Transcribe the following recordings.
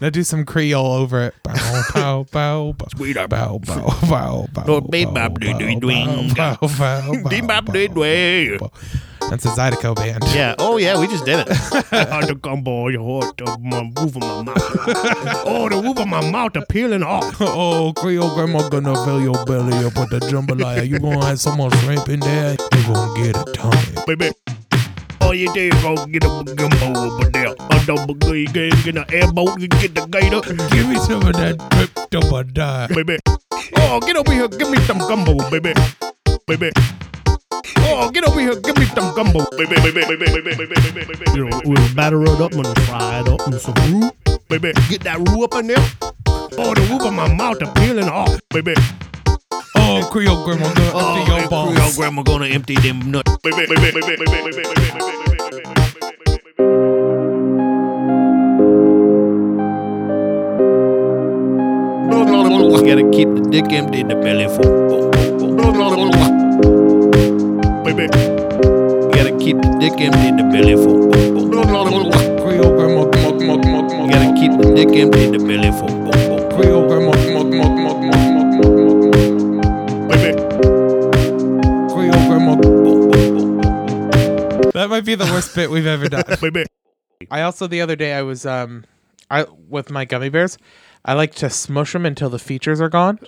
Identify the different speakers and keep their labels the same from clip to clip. Speaker 1: Now do some Creole over it. Bow, bow, bow, bow.
Speaker 2: Sweetheart.
Speaker 1: Bow, bow, bow, bow.
Speaker 2: Lord, bee bop,
Speaker 1: bow,
Speaker 2: dee
Speaker 1: bow,
Speaker 2: dee dwing.
Speaker 1: bow, bow, bow,
Speaker 2: Dee
Speaker 1: bow,
Speaker 2: bop, dee dwing.
Speaker 1: bow. That's a Zydeco band.
Speaker 3: Yeah. Oh yeah, we just did it.
Speaker 2: Hard to come on your heart, the m- roof of my mouth. Oh, the roof of my mouth are peeling off.
Speaker 1: Oh, Creole grandma gonna fill your belly up with the jambalaya. You gonna have some more shrimp in there. You gonna get a tummy.
Speaker 2: Baby. All you do is go get a gumbo over there. I don't believe you can get an airboat, you get the gator.
Speaker 1: Give me some of that crypto
Speaker 2: Baby. Oh, get over here, give me some gumbo, baby. Baby. Oh, get over here, give me some gumbo, baby, baby, baby, baby, baby, baby, baby, baby.
Speaker 3: You know, we'll batter it up and fry it up and some roux.
Speaker 2: baby. Get that roux up in there. Oh, the roof of my mouth are peeling off, baby.
Speaker 1: Oh, Creole grandma gonna
Speaker 2: Oh,
Speaker 1: empty your
Speaker 2: Creole
Speaker 1: balls.
Speaker 3: Your grandma gonna empty them nuts.
Speaker 2: Baby, baby, baby, baby, baby, baby, baby, baby, baby, baby, baby.
Speaker 3: Gotta keep the dick empty and the belly full. full, full, full.
Speaker 2: Baby,
Speaker 3: Gotta keep the dick empty and the belly full. full, full.
Speaker 1: Creole grandma, grandma, grandma, grandma, grandma.
Speaker 3: Gotta keep the dick empty and the belly full. full, full, full.
Speaker 1: Creole grandma, grandma, grandma, grandma, grandma, grandma, grandma.
Speaker 2: baby.
Speaker 1: Creole grandma.
Speaker 3: Full, full, full.
Speaker 1: That might be the worst bit we've ever done.
Speaker 2: baby.
Speaker 1: I also the other day I was um, I with my gummy bears, I like to smush them until the features are gone.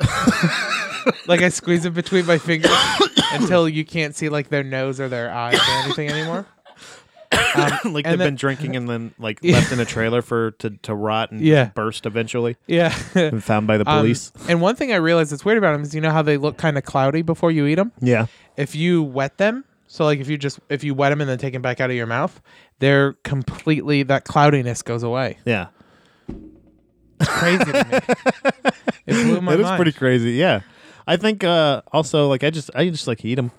Speaker 1: like I squeeze them between my fingers until you can't see like their nose or their eyes or anything anymore. Um,
Speaker 3: like
Speaker 1: And
Speaker 3: they've
Speaker 1: then-
Speaker 3: been drinking and then like left in a trailer for to, to rot and
Speaker 1: Yeah.
Speaker 3: burst eventually
Speaker 1: Yeah.
Speaker 3: and found by the
Speaker 1: Um,
Speaker 3: police.
Speaker 1: and one thing I realized that's weird about them is you know how they look kind of cloudy before you eat them.
Speaker 3: yeah.
Speaker 1: If you wet them, so like if you just if you wet them and then take them back out of your mouth, they're completely that cloudiness goes away.
Speaker 3: Yeah.
Speaker 1: It's crazy to me. It blew my
Speaker 3: It is
Speaker 1: mind.
Speaker 3: pretty crazy. Yeah. I think uh also like I just I just like eat them.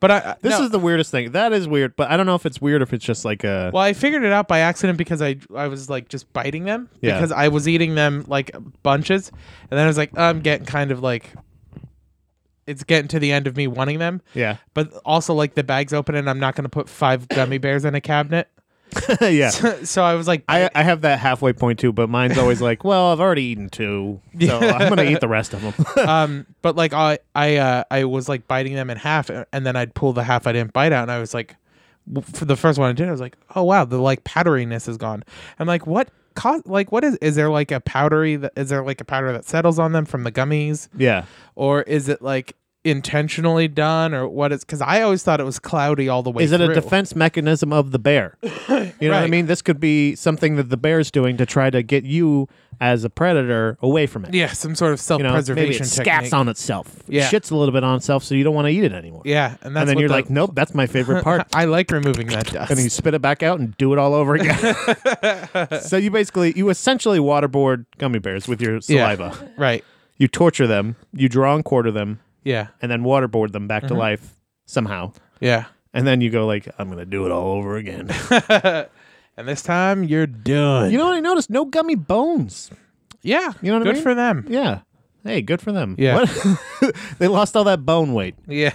Speaker 1: But I
Speaker 3: This
Speaker 1: no.
Speaker 3: is the weirdest thing. That is weird, but I don't know if it's weird if it's just like a
Speaker 1: Well, I figured it out by accident because I I was like just biting them
Speaker 3: Yeah.
Speaker 1: because I was eating them like bunches, and then I was like, "Oh, I'm getting kind of like, it's getting to the end of me wanting them,
Speaker 3: yeah.
Speaker 1: but also like the bag's open and I'm not gonna put five gummy bears in a cabinet,
Speaker 3: yeah.
Speaker 1: so I was like,
Speaker 3: I, I have that halfway point too, but mine's always like, well, I've already eaten two, so I'm gonna eat the rest of them.
Speaker 1: um, but like I I uh, I was like biting them in half, a- and then I'd pull the half I didn't bite out, and I was like, w- for the first one I did, I was like, oh wow, the like powderiness is gone. I'm like, what? Cause, like what is is there like a powdery that is there like a powder that settles on them from the gummies
Speaker 3: yeah,
Speaker 1: or is it like intentionally done or what is because I always thought it was cloudy all the way
Speaker 3: is it a
Speaker 1: through.
Speaker 3: defense mechanism of the bear? You know what I
Speaker 1: Right.
Speaker 3: mean? This could be something that the bear's doing to try to get you as a predator away from it.
Speaker 1: yeah some sort of
Speaker 3: you know,
Speaker 1: self-preservation
Speaker 3: maybe it
Speaker 1: technique
Speaker 3: scats on itself.
Speaker 1: Yeah.
Speaker 3: shits a little bit on itself, so you don't want to eat it anymore.
Speaker 1: yeah and that's
Speaker 3: and then
Speaker 1: what
Speaker 3: you're
Speaker 1: the-
Speaker 3: like, nope, that's my favorite part.
Speaker 1: I like removing that dust
Speaker 3: and you spit it back out and do it all over again. so you basically, you essentially waterboard gummy bears with your
Speaker 1: Yeah.
Speaker 3: saliva.
Speaker 1: right
Speaker 3: You torture them, you draw and quarter them,
Speaker 1: yeah
Speaker 3: and then waterboard them back to
Speaker 1: Mm-hmm.
Speaker 3: life somehow.
Speaker 1: yeah
Speaker 3: And then you go like, I'm gonna do it all over again.
Speaker 1: and this time you're done
Speaker 3: you know what I noticed? No gummy bones.
Speaker 1: Yeah.
Speaker 3: You know what I
Speaker 1: good
Speaker 3: mean?
Speaker 1: for them.
Speaker 3: Yeah. Hey, good for them.
Speaker 1: Yeah.
Speaker 3: What? they lost all that bone weight.
Speaker 1: Yeah.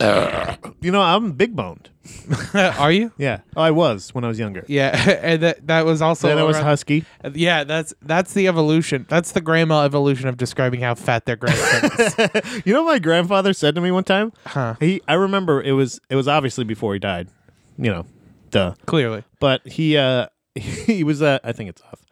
Speaker 3: You know, I'm big boned.
Speaker 1: Are you?
Speaker 3: Yeah. Oh, I was when I was younger.
Speaker 1: Yeah. and that that was also
Speaker 3: then I was
Speaker 1: around-
Speaker 3: husky.
Speaker 1: Yeah, that's that's the evolution. That's the grandma evolution of describing how fat their grandson is.
Speaker 3: You know what my grandfather said to me one time?
Speaker 1: Huh.
Speaker 3: He I remember it was it was obviously before he died. You know. Duh.
Speaker 1: Clearly.
Speaker 3: But he uh he was uh I think it's off.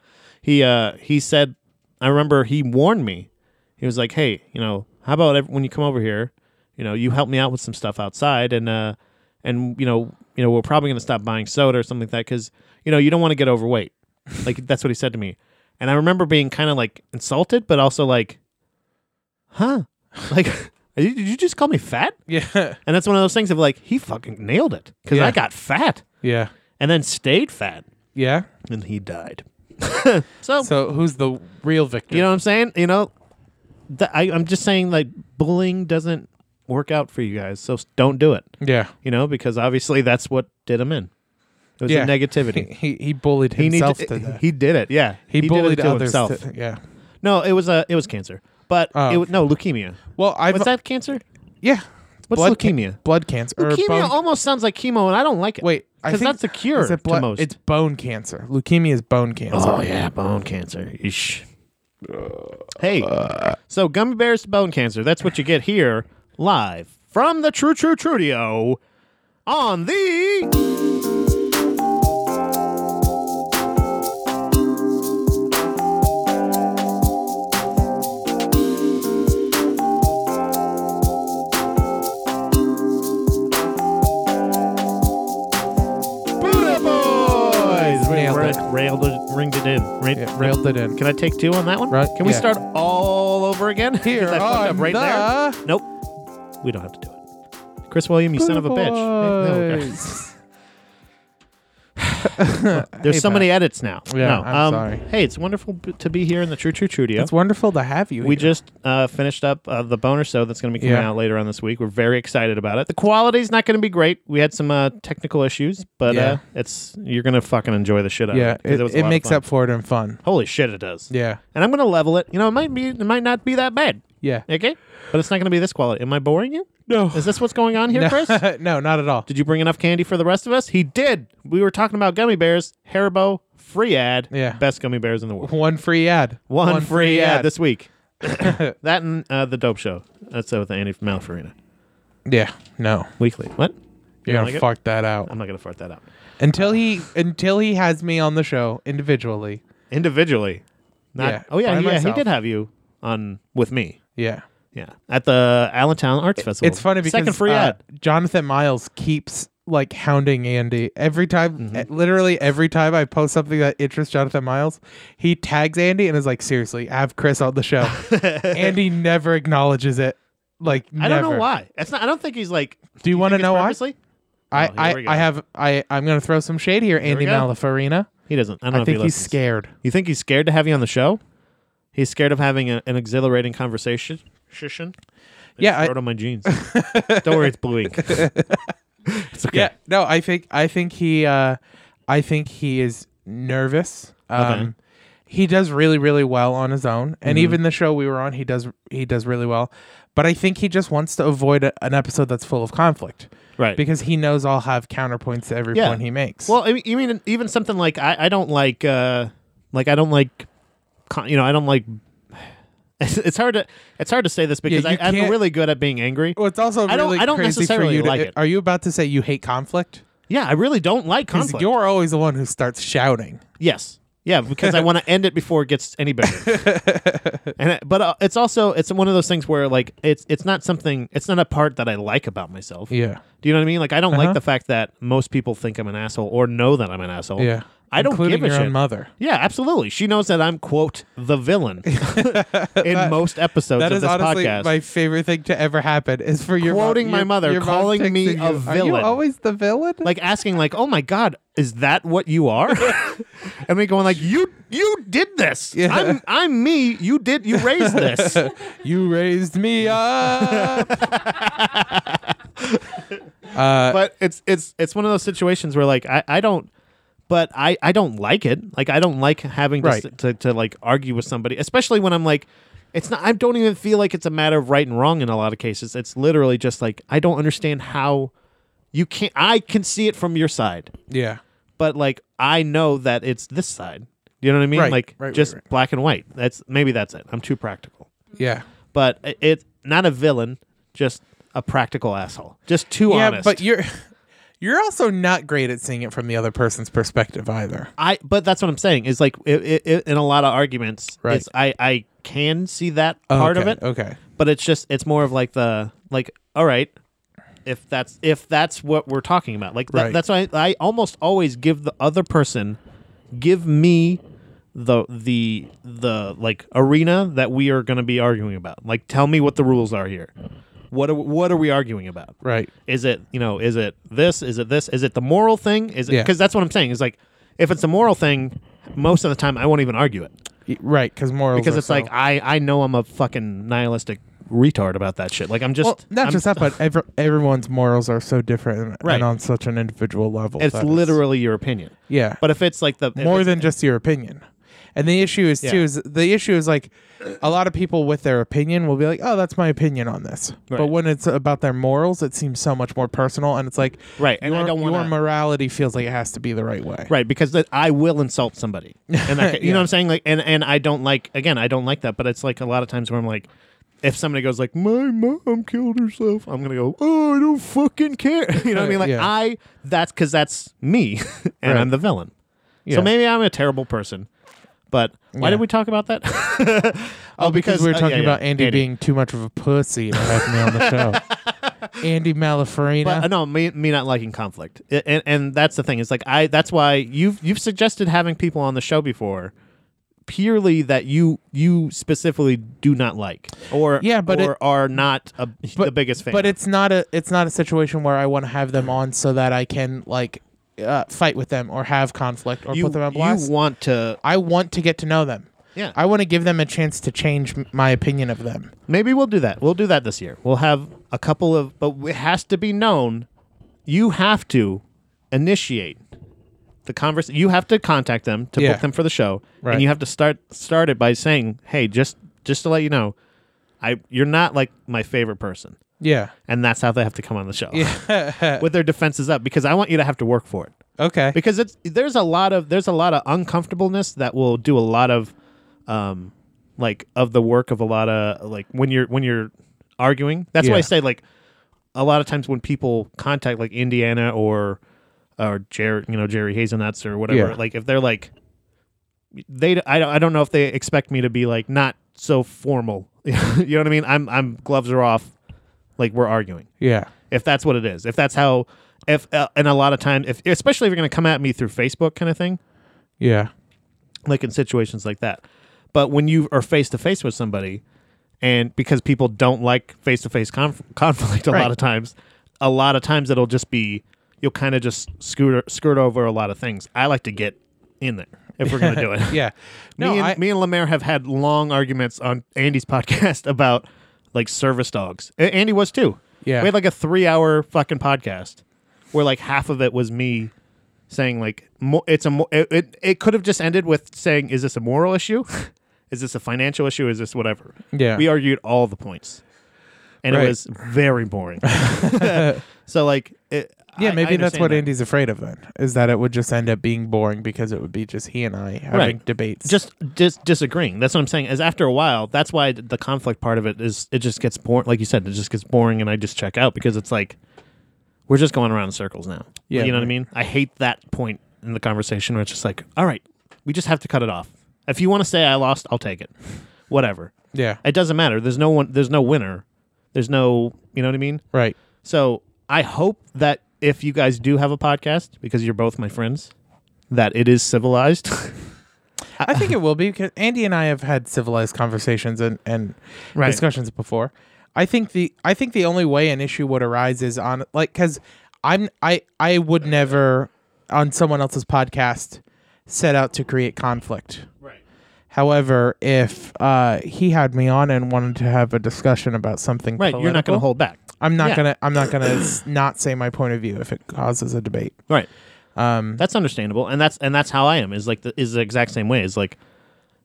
Speaker 3: He uh he said I remember he warned me. He was like, "Hey, you know, how about ev- when you come over here, you know, you help me out with some stuff outside and uh and you know, you know, we're probably going to stop buying soda or something like that cuz you know, you don't want to get overweight." like that's what he said to me. And I remember being kind of like insulted but also like huh? Like are you- did you just call me fat?
Speaker 1: Yeah.
Speaker 3: And that's one of those things of like he fucking nailed it cuz
Speaker 1: Yeah.
Speaker 3: I got fat
Speaker 1: Yeah.
Speaker 3: and then stayed fat
Speaker 1: Yeah.
Speaker 3: and he died. so,
Speaker 1: So who's the real victim?
Speaker 3: you know what I'm saying? You know, th- I, I'm just saying like bullying doesn't work out for you guys, so s- don't do it.
Speaker 1: yeah.
Speaker 3: You know, because obviously that's what did him in. It was
Speaker 1: Yeah. He,
Speaker 3: the negativity.
Speaker 1: he, he bullied
Speaker 3: He needed.
Speaker 1: himself to that.
Speaker 3: he did it. Yeah,
Speaker 1: He,
Speaker 3: did it
Speaker 1: bullied
Speaker 3: to
Speaker 1: others.
Speaker 3: himself.
Speaker 1: To, yeah.
Speaker 3: no, it was uh, it was cancer, but
Speaker 1: Oh.
Speaker 3: it was no leukemia.
Speaker 1: Well, I've
Speaker 3: Was that cancer?
Speaker 1: yeah.
Speaker 3: What's
Speaker 1: blood ca-
Speaker 3: leukemia?
Speaker 1: blood cancer. or
Speaker 3: leukemia
Speaker 1: bone-
Speaker 3: almost sounds like chemo, and I don't like it.
Speaker 1: Wait, I
Speaker 3: because
Speaker 1: think-
Speaker 3: that's the cure
Speaker 1: is it
Speaker 3: to
Speaker 1: blood-
Speaker 3: most.
Speaker 1: It's bone cancer. Leukemia is bone cancer.
Speaker 3: oh yeah, bone cancer. Eesh. Hey, so gummy bears to bone cancer. That's what you get here live from the True True Trudio on the. Buddha Boys. Wait,
Speaker 1: Nailed
Speaker 3: we're
Speaker 1: it.
Speaker 3: railed it, ringed it in. Ra-
Speaker 1: Yeah,
Speaker 3: ra-
Speaker 1: railed it in.
Speaker 3: Can I take two on that one?
Speaker 1: Right,
Speaker 3: Can we
Speaker 1: yeah.
Speaker 3: start all over again? 'Cause
Speaker 1: Here
Speaker 3: I fucked up
Speaker 1: on
Speaker 3: right
Speaker 1: the-
Speaker 3: there. Nope. We don't have to do it. Chris William, you son of a bitch. Hey, no, okay.
Speaker 1: Boys.
Speaker 3: There's
Speaker 1: Hey,
Speaker 3: so many edits now.
Speaker 1: Yeah,
Speaker 3: No,
Speaker 1: I'm
Speaker 3: um,
Speaker 1: sorry.
Speaker 3: Hey, it's wonderful b- to be here in the True True Trudio.
Speaker 1: It's wonderful to have you.
Speaker 3: we
Speaker 1: here.
Speaker 3: just uh, finished up uh, the boner show that's going to be coming
Speaker 1: Yeah.
Speaker 3: out later on this week. We're very excited about it. The quality's not going to be great. We had some uh, technical issues, but
Speaker 1: Yeah.
Speaker 3: uh, it's you're going to fucking enjoy the shit out
Speaker 1: yeah,
Speaker 3: of it. 'cause
Speaker 1: it,
Speaker 3: was a
Speaker 1: it
Speaker 3: lot of
Speaker 1: makes
Speaker 3: fun.
Speaker 1: up for it in fun.
Speaker 3: Holy shit, it does.
Speaker 1: Yeah,
Speaker 3: And I'm going to level it. You know, it might be, it might not be that bad.
Speaker 1: yeah.
Speaker 3: Okay, but it's not going to be this quality. Am I boring you?
Speaker 1: No,
Speaker 3: Is this what's going on here, Chris?
Speaker 1: no, not at all.
Speaker 3: Did you bring enough candy for the rest of us? He did. We were talking about gummy bears. Haribo free ad.
Speaker 1: Yeah.
Speaker 3: best gummy bears in the world.
Speaker 1: One free ad.
Speaker 3: One, free, ad. this week. that and uh, the dope show. That's uh, with Andy from Malfarina.
Speaker 1: yeah, no,
Speaker 3: Weekly. What?
Speaker 1: you're
Speaker 3: don't
Speaker 1: gonna
Speaker 3: like it?
Speaker 1: fuck that out
Speaker 3: I'm not gonna fart that out.
Speaker 1: until he until he has me on the show individually.
Speaker 3: Individually. Not.
Speaker 1: Yeah,
Speaker 3: oh yeah,
Speaker 1: by
Speaker 3: yeah.
Speaker 1: myself.
Speaker 3: He did have you on with me.
Speaker 1: Yeah,
Speaker 3: Yeah, at the Allentown Arts Festival.
Speaker 1: it's funny because
Speaker 3: second free
Speaker 1: uh,
Speaker 3: ad.
Speaker 1: Jonathan Miles keeps like hounding Andy every time.
Speaker 3: Mm-hmm.
Speaker 1: eh, Literally every time I post something that interests Jonathan Miles, he tags Andy and is like, "Seriously, have Chris on the show." Andy never acknowledges it. Like
Speaker 3: I don't know
Speaker 1: never.
Speaker 3: why. It's not. I don't think he's like.
Speaker 1: Do you, want to know why?
Speaker 3: Honestly,
Speaker 1: I,
Speaker 3: Oh, here we
Speaker 1: I,
Speaker 3: go.
Speaker 1: I have I I'm gonna throw some shade here, Andy
Speaker 3: go.
Speaker 1: Malafarina.
Speaker 3: he doesn't. I don't know
Speaker 1: I
Speaker 3: if he
Speaker 1: think he's
Speaker 3: listens.
Speaker 1: scared.
Speaker 3: You think he's scared to have you on the show? He's scared of having a, an exhilarating conversation. Shishin.
Speaker 1: Yeah, I-
Speaker 3: I, wrote on my jeans. Don't worry, it's blue ink. it's okay.
Speaker 1: Yeah, no, I think I think he uh I think he is nervous. Um
Speaker 3: Okay.
Speaker 1: he does really really well on his own. And
Speaker 3: Mm-hmm.
Speaker 1: even the show we were on, he does he does really well. But I think he just wants to avoid a, an episode that's full of conflict
Speaker 3: right.
Speaker 1: because he knows I'll have counterpoints to every
Speaker 3: Yeah.
Speaker 1: point he makes.
Speaker 3: well, I mean, even even something like I, I don't like uh, like I don't like con- you know I don't like. It's, it's hard to it's hard to say this because
Speaker 1: you
Speaker 3: I, I'm
Speaker 1: can't-
Speaker 3: really good at being angry.
Speaker 1: Well, it's also
Speaker 3: I don't-
Speaker 1: really
Speaker 3: I don't
Speaker 1: crazy for
Speaker 3: necessarily
Speaker 1: you to.
Speaker 3: like it.
Speaker 1: Are you about to say you hate conflict?
Speaker 3: Yeah, I really don't like
Speaker 1: 'Cause
Speaker 3: conflict.
Speaker 1: you're always the one who starts shouting.
Speaker 3: Yes. Yeah, because I want to end it before it gets any better. and I- but uh, it's also it's one of those things where like it's it's not something it's not a part that I like about myself.
Speaker 1: Yeah. Uh-huh.
Speaker 3: Do you know what I mean? Like I don't like the fact that most people think I'm an asshole or know that I'm an asshole.
Speaker 1: Yeah.
Speaker 3: I don't
Speaker 1: Including
Speaker 3: give a
Speaker 1: your
Speaker 3: shit.
Speaker 1: own mother.
Speaker 3: Yeah, absolutely. She knows that I'm quote the villain in most episodes
Speaker 1: That
Speaker 3: of
Speaker 1: is
Speaker 3: this
Speaker 1: honestly
Speaker 3: podcast.
Speaker 1: my favorite thing to ever happen is for your mom-
Speaker 3: Quoting my
Speaker 1: your-
Speaker 3: mother,
Speaker 1: your mom
Speaker 3: calling
Speaker 1: texting
Speaker 3: me
Speaker 1: you,
Speaker 3: a
Speaker 1: Are
Speaker 3: villain."
Speaker 1: you always the villain?
Speaker 3: like asking like, "Oh my god, is that what you are?" and me going like, "You you did this.
Speaker 1: Yeah.
Speaker 3: I'm I'm me. You did you raised this."
Speaker 1: you raised me up. uh,
Speaker 3: but it's it's it's one of those situations where like I, I don't but I, I don't like it like I don't like having to,
Speaker 1: Right.
Speaker 3: s- to to like argue with somebody especially when I'm like it's not I don't even feel like it's a matter of right and wrong in a lot of cases it's literally just like I don't understand how you can't I can see it from your side
Speaker 1: yeah,
Speaker 3: but like I know that it's this side you know what I mean
Speaker 1: Right,
Speaker 3: like
Speaker 1: right, right,
Speaker 3: just
Speaker 1: right.
Speaker 3: black and white that's maybe that's it I'm too practical
Speaker 1: yeah,
Speaker 3: but it, it not a villain just a practical asshole just too
Speaker 1: yeah.
Speaker 3: honest
Speaker 1: But you're you're also not great at seeing it from the other person's perspective either.
Speaker 3: I but that's what I'm saying is like i i i in a lot of arguments,
Speaker 1: Right.
Speaker 3: it's, I I can see that part
Speaker 1: okay,
Speaker 3: of it,
Speaker 1: Okay.
Speaker 3: but it's just it's more of like the like all right, if that's if that's what we're talking about, like that,
Speaker 1: Right.
Speaker 3: that's why I, I almost always give the other person, give me the the the like arena that we are going to be arguing about. Like tell me what the rules are here. What are what are we arguing about?
Speaker 1: Right.
Speaker 3: Is it you know? Is it this? Is it this? Is it the moral thing? Is it
Speaker 1: Yeah.
Speaker 3: because that's what I'm saying is like if it's a moral thing, most of the time I won't even argue it
Speaker 1: Y- Right. Because morals.
Speaker 3: because
Speaker 1: are
Speaker 3: it's
Speaker 1: so-
Speaker 3: like I I know I'm a fucking nihilistic retard about that shit. Like I'm just
Speaker 1: Well, not
Speaker 3: I'm-
Speaker 1: just that, but every, everyone's morals are so different and,
Speaker 3: Right.
Speaker 1: and on such an individual level.
Speaker 3: It's
Speaker 1: that
Speaker 3: literally your opinion.
Speaker 1: yeah.
Speaker 3: But if it's like the if
Speaker 1: more
Speaker 3: it's-
Speaker 1: than just your opinion. And the issue is
Speaker 3: Yeah.
Speaker 1: too is the issue is like a lot of people with their opinion will be like, "Oh, that's my opinion on this." But
Speaker 3: Right.
Speaker 1: when it's about their morals, it seems so much more personal and it's like
Speaker 3: Right, and I
Speaker 1: your,
Speaker 3: don't
Speaker 1: your
Speaker 3: wanna-
Speaker 1: morality feels like it has to be the right way.
Speaker 3: Right, because that I will insult somebody, and that, you
Speaker 1: Yeah.
Speaker 3: know what I'm saying. Like, and and I don't like again, I don't like that. But it's like a lot of times where I'm like, if somebody goes like, my mom killed herself, I'm gonna go, oh, I don't fucking care. You know what I mean? Like,
Speaker 1: Yeah.
Speaker 3: I that's because that's me, and
Speaker 1: Right.
Speaker 3: I'm the villain.
Speaker 1: Yeah.
Speaker 3: So maybe I'm a terrible person. But why
Speaker 1: Yeah.
Speaker 3: did we talk about that?
Speaker 1: Oh, because, we were
Speaker 3: uh,
Speaker 1: talking
Speaker 3: yeah, yeah,
Speaker 1: about Andy, being too much of a pussy to have me on the show. Andy Malafarina.
Speaker 3: But uh, no, me, me not liking conflict, I- and and that's the thing. It's like I. That's why you've you've suggested having people on the show before, purely that you you specifically do not like, or
Speaker 1: Yeah, but
Speaker 3: or
Speaker 1: it-
Speaker 3: are not a, the biggest fan.
Speaker 1: But it's not a it's not a situation where I want to have them on so that I can like uh, fight with them or have conflict or
Speaker 3: you,
Speaker 1: put them on
Speaker 3: you
Speaker 1: blast.
Speaker 3: want to.
Speaker 1: I want to get to know them.
Speaker 3: Yeah.
Speaker 1: I want to give them a chance to change m- my opinion of them.
Speaker 3: Maybe we'll do that. We'll do that this year. We'll have a couple of, but it has to be known. You have to initiate the conversation. You have to contact them to
Speaker 1: Yeah.
Speaker 3: book them for the show,
Speaker 1: Right.
Speaker 3: and you have to start start it by saying, "Hey, just just to let you know, I you're not like my favorite person,"
Speaker 1: Yeah.
Speaker 3: and that's how they have to come on the show with their defenses up because I want you to have to work for it
Speaker 1: Okay.
Speaker 3: because it's there's a lot of there's a lot of uncomfortableness that will do a lot of um like of the work of a lot of like when you're when you're arguing that's why i
Speaker 1: Yeah.
Speaker 3: say like a lot of times when people contact like indiana or or jerry you know jerry hazelnuts or whatever
Speaker 1: Yeah.
Speaker 3: like if they're like they d- I, don't- I don't know if they expect me to be like not so formal you know what i mean i'm i'm gloves are off like we're arguing
Speaker 1: yeah.
Speaker 3: if that's what it is if that's how if uh, and a lot of time if especially if you're going to come at me through facebook kind of thing
Speaker 1: Yeah.
Speaker 3: like in situations like that but when you are face to face with somebody and because people don't like face to face conflict a lot
Speaker 1: Right.
Speaker 3: of times a lot of times it'll just be you'll kind of just skirt skirt over a lot of things i like to get in there if we're going to do it
Speaker 1: Yeah. No,
Speaker 3: me and,
Speaker 1: I,
Speaker 3: me and Lemaire have had long arguments on Andy's podcast about like service dogs. A- Andy was too.
Speaker 1: Yeah.
Speaker 3: we had like a three-hour fucking podcast where like half of it was me saying like mo- it's a mo- it it, it could have just ended with saying is this a moral issue, is this a financial issue, is this whatever.
Speaker 1: Yeah.
Speaker 3: we argued all the points, and
Speaker 1: Right.
Speaker 3: it was very boring. so like it,
Speaker 1: yeah,
Speaker 3: I-
Speaker 1: maybe
Speaker 3: I
Speaker 1: that's
Speaker 3: understand
Speaker 1: what
Speaker 3: that.
Speaker 1: Andy's afraid of then, is that it would just end up being boring because it would be just he and I having
Speaker 3: Right.
Speaker 1: debates.
Speaker 3: just dis- disagreeing. That's what I'm saying. Is after a while, that's why the conflict part of it is it just gets boring. Like you said, it just gets boring, and I just check out because it's like we're just going around in circles now.
Speaker 1: Yeah,
Speaker 3: you know what I
Speaker 1: right.
Speaker 3: mean. I hate that point in the conversation where it's just like, all right, we just have to cut it off. If you want to say I lost, I'll take it. Whatever.
Speaker 1: Yeah.
Speaker 3: It doesn't matter. There's no one. There's no winner. There's no. You know what I mean.
Speaker 1: right.
Speaker 3: So I hope that if you guys do have a podcast, because you're both my friends, that it is civilized.
Speaker 1: I think it will be because Andy and I have had civilized conversations and, and
Speaker 3: Right.
Speaker 1: discussions before. I think the I think the only way an issue would arise is on like because I'm I I would never on someone else's podcast set out to create conflict.
Speaker 3: right.
Speaker 1: However, if uh, he had me on and wanted to have a discussion about something,
Speaker 3: Right, you're not going
Speaker 1: political,
Speaker 3: to hold back.
Speaker 1: I'm not
Speaker 3: yeah.
Speaker 1: gonna I'm not gonna s- not say my point of view if it causes a debate.
Speaker 3: Right.
Speaker 1: Um,
Speaker 3: That's understandable, and that's and that's how I am. Is like the, is the exact same way. Is like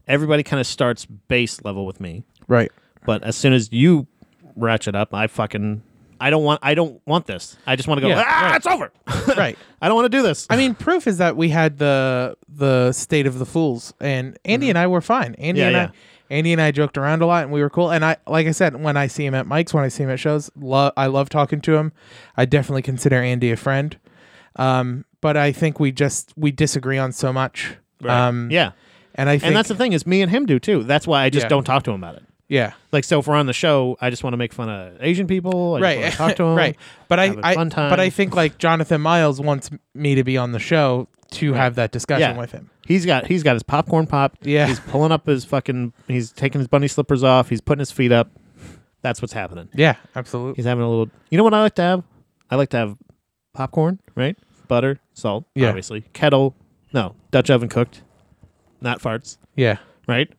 Speaker 3: everybody kind of starts base level with me,
Speaker 1: right.
Speaker 3: but as soon as you ratchet up, I fucking I don't want I don't want this. I just want to go.
Speaker 1: Yeah,
Speaker 3: ah, it's over.
Speaker 1: Right.
Speaker 3: I don't want to do this.
Speaker 1: I mean, proof is that we had the the state of the fools, and Andy and I were fine. Andy
Speaker 3: Mm-hmm. Yeah,
Speaker 1: and
Speaker 3: yeah.
Speaker 1: I, Andy and I joked around a lot, and we were cool. And I, like I said, when I see him at mics, when I see him at shows, lo- I love talking to him. I definitely consider Andy a friend, um, but I think we just we disagree on so much. Um,
Speaker 3: yeah,
Speaker 1: and I think
Speaker 3: and that's the thing is me and him do too. That's why I just
Speaker 1: Yeah.
Speaker 3: don't talk to him about it.
Speaker 1: yeah.
Speaker 3: Like so, if we're on the show, I just want to make fun of Asian people. I
Speaker 1: Right,
Speaker 3: just wanna talk to him.
Speaker 1: right. But I,
Speaker 3: have a
Speaker 1: I
Speaker 3: fun
Speaker 1: but I
Speaker 3: time.
Speaker 1: think like Jonathan Miles wants me to be on the show to have that discussion
Speaker 3: Yeah.
Speaker 1: with him.
Speaker 3: He's got he's got his popcorn popped.
Speaker 1: Yeah.
Speaker 3: He's pulling up his fucking. He's taking his bunny slippers off. He's putting his feet up. That's what's happening.
Speaker 1: Yeah, absolutely.
Speaker 3: He's having a little. You know what I like to have? I like to have popcorn, right? Butter, salt,
Speaker 1: Yeah.
Speaker 3: obviously. Kettle, no, Dutch oven cooked, not farts,
Speaker 1: Yeah.
Speaker 3: right?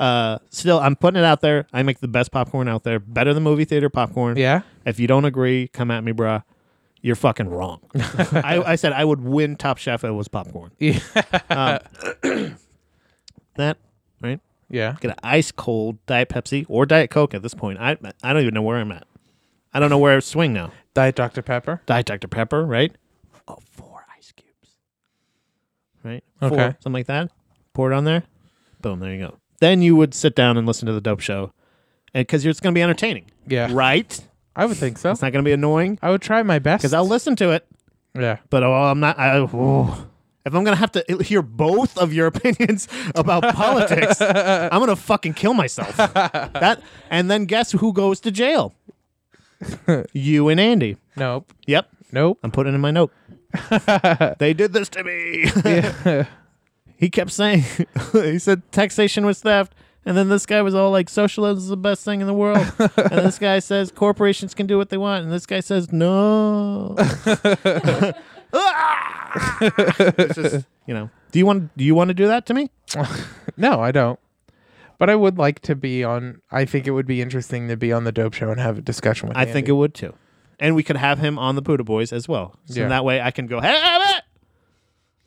Speaker 3: Uh, still, I'm putting it out there. I make the best popcorn out there, better than movie theater popcorn.
Speaker 1: yeah.
Speaker 3: If you don't agree, come at me, bruh. You're fucking wrong. I, I said I would win Top Chef if it was popcorn.
Speaker 1: Yeah.
Speaker 3: Um, that, right?
Speaker 1: Yeah.
Speaker 3: Get an ice cold Diet Pepsi or Diet Coke at this point. I I don't even know where I'm at. I don't know where I swing now.
Speaker 1: Diet Dr. Pepper.
Speaker 3: Diet Dr. Pepper, right? Oh, four ice cubes. Right? Four,
Speaker 1: Okay.
Speaker 3: something like that. Pour it on there. Boom, there you go. Then you would sit down and listen to the dope show. And because it's going to be entertaining.
Speaker 1: Yeah.
Speaker 3: Right?
Speaker 1: I would think so.
Speaker 3: It's not going to be annoying
Speaker 1: I would try my best.
Speaker 3: because I'll listen to it.
Speaker 1: Yeah.
Speaker 3: But oh, I'm not. I, oh. If I'm going to have to hear both of your opinions about politics, I'm going to fucking kill myself. that And then guess who goes to jail? you and Andy.
Speaker 1: Nope.
Speaker 3: Yep.
Speaker 1: Nope.
Speaker 3: I'm putting it in my note. they did this to me. he kept saying, he said taxation was theft. And then this guy was all like, socialism is the best thing in the world. and this guy says, corporations can do what they want. And this guy says, no. Ah! it's just, you know, do you want do you want to do that to me?
Speaker 1: No, I don't. But I would like to be on. I think it would be interesting to be on the Dope Show and have a discussion with.
Speaker 3: I think it would too. And we could have him on the Buddha Boys as well. So
Speaker 1: Yeah.
Speaker 3: that way I can go, hey, have it!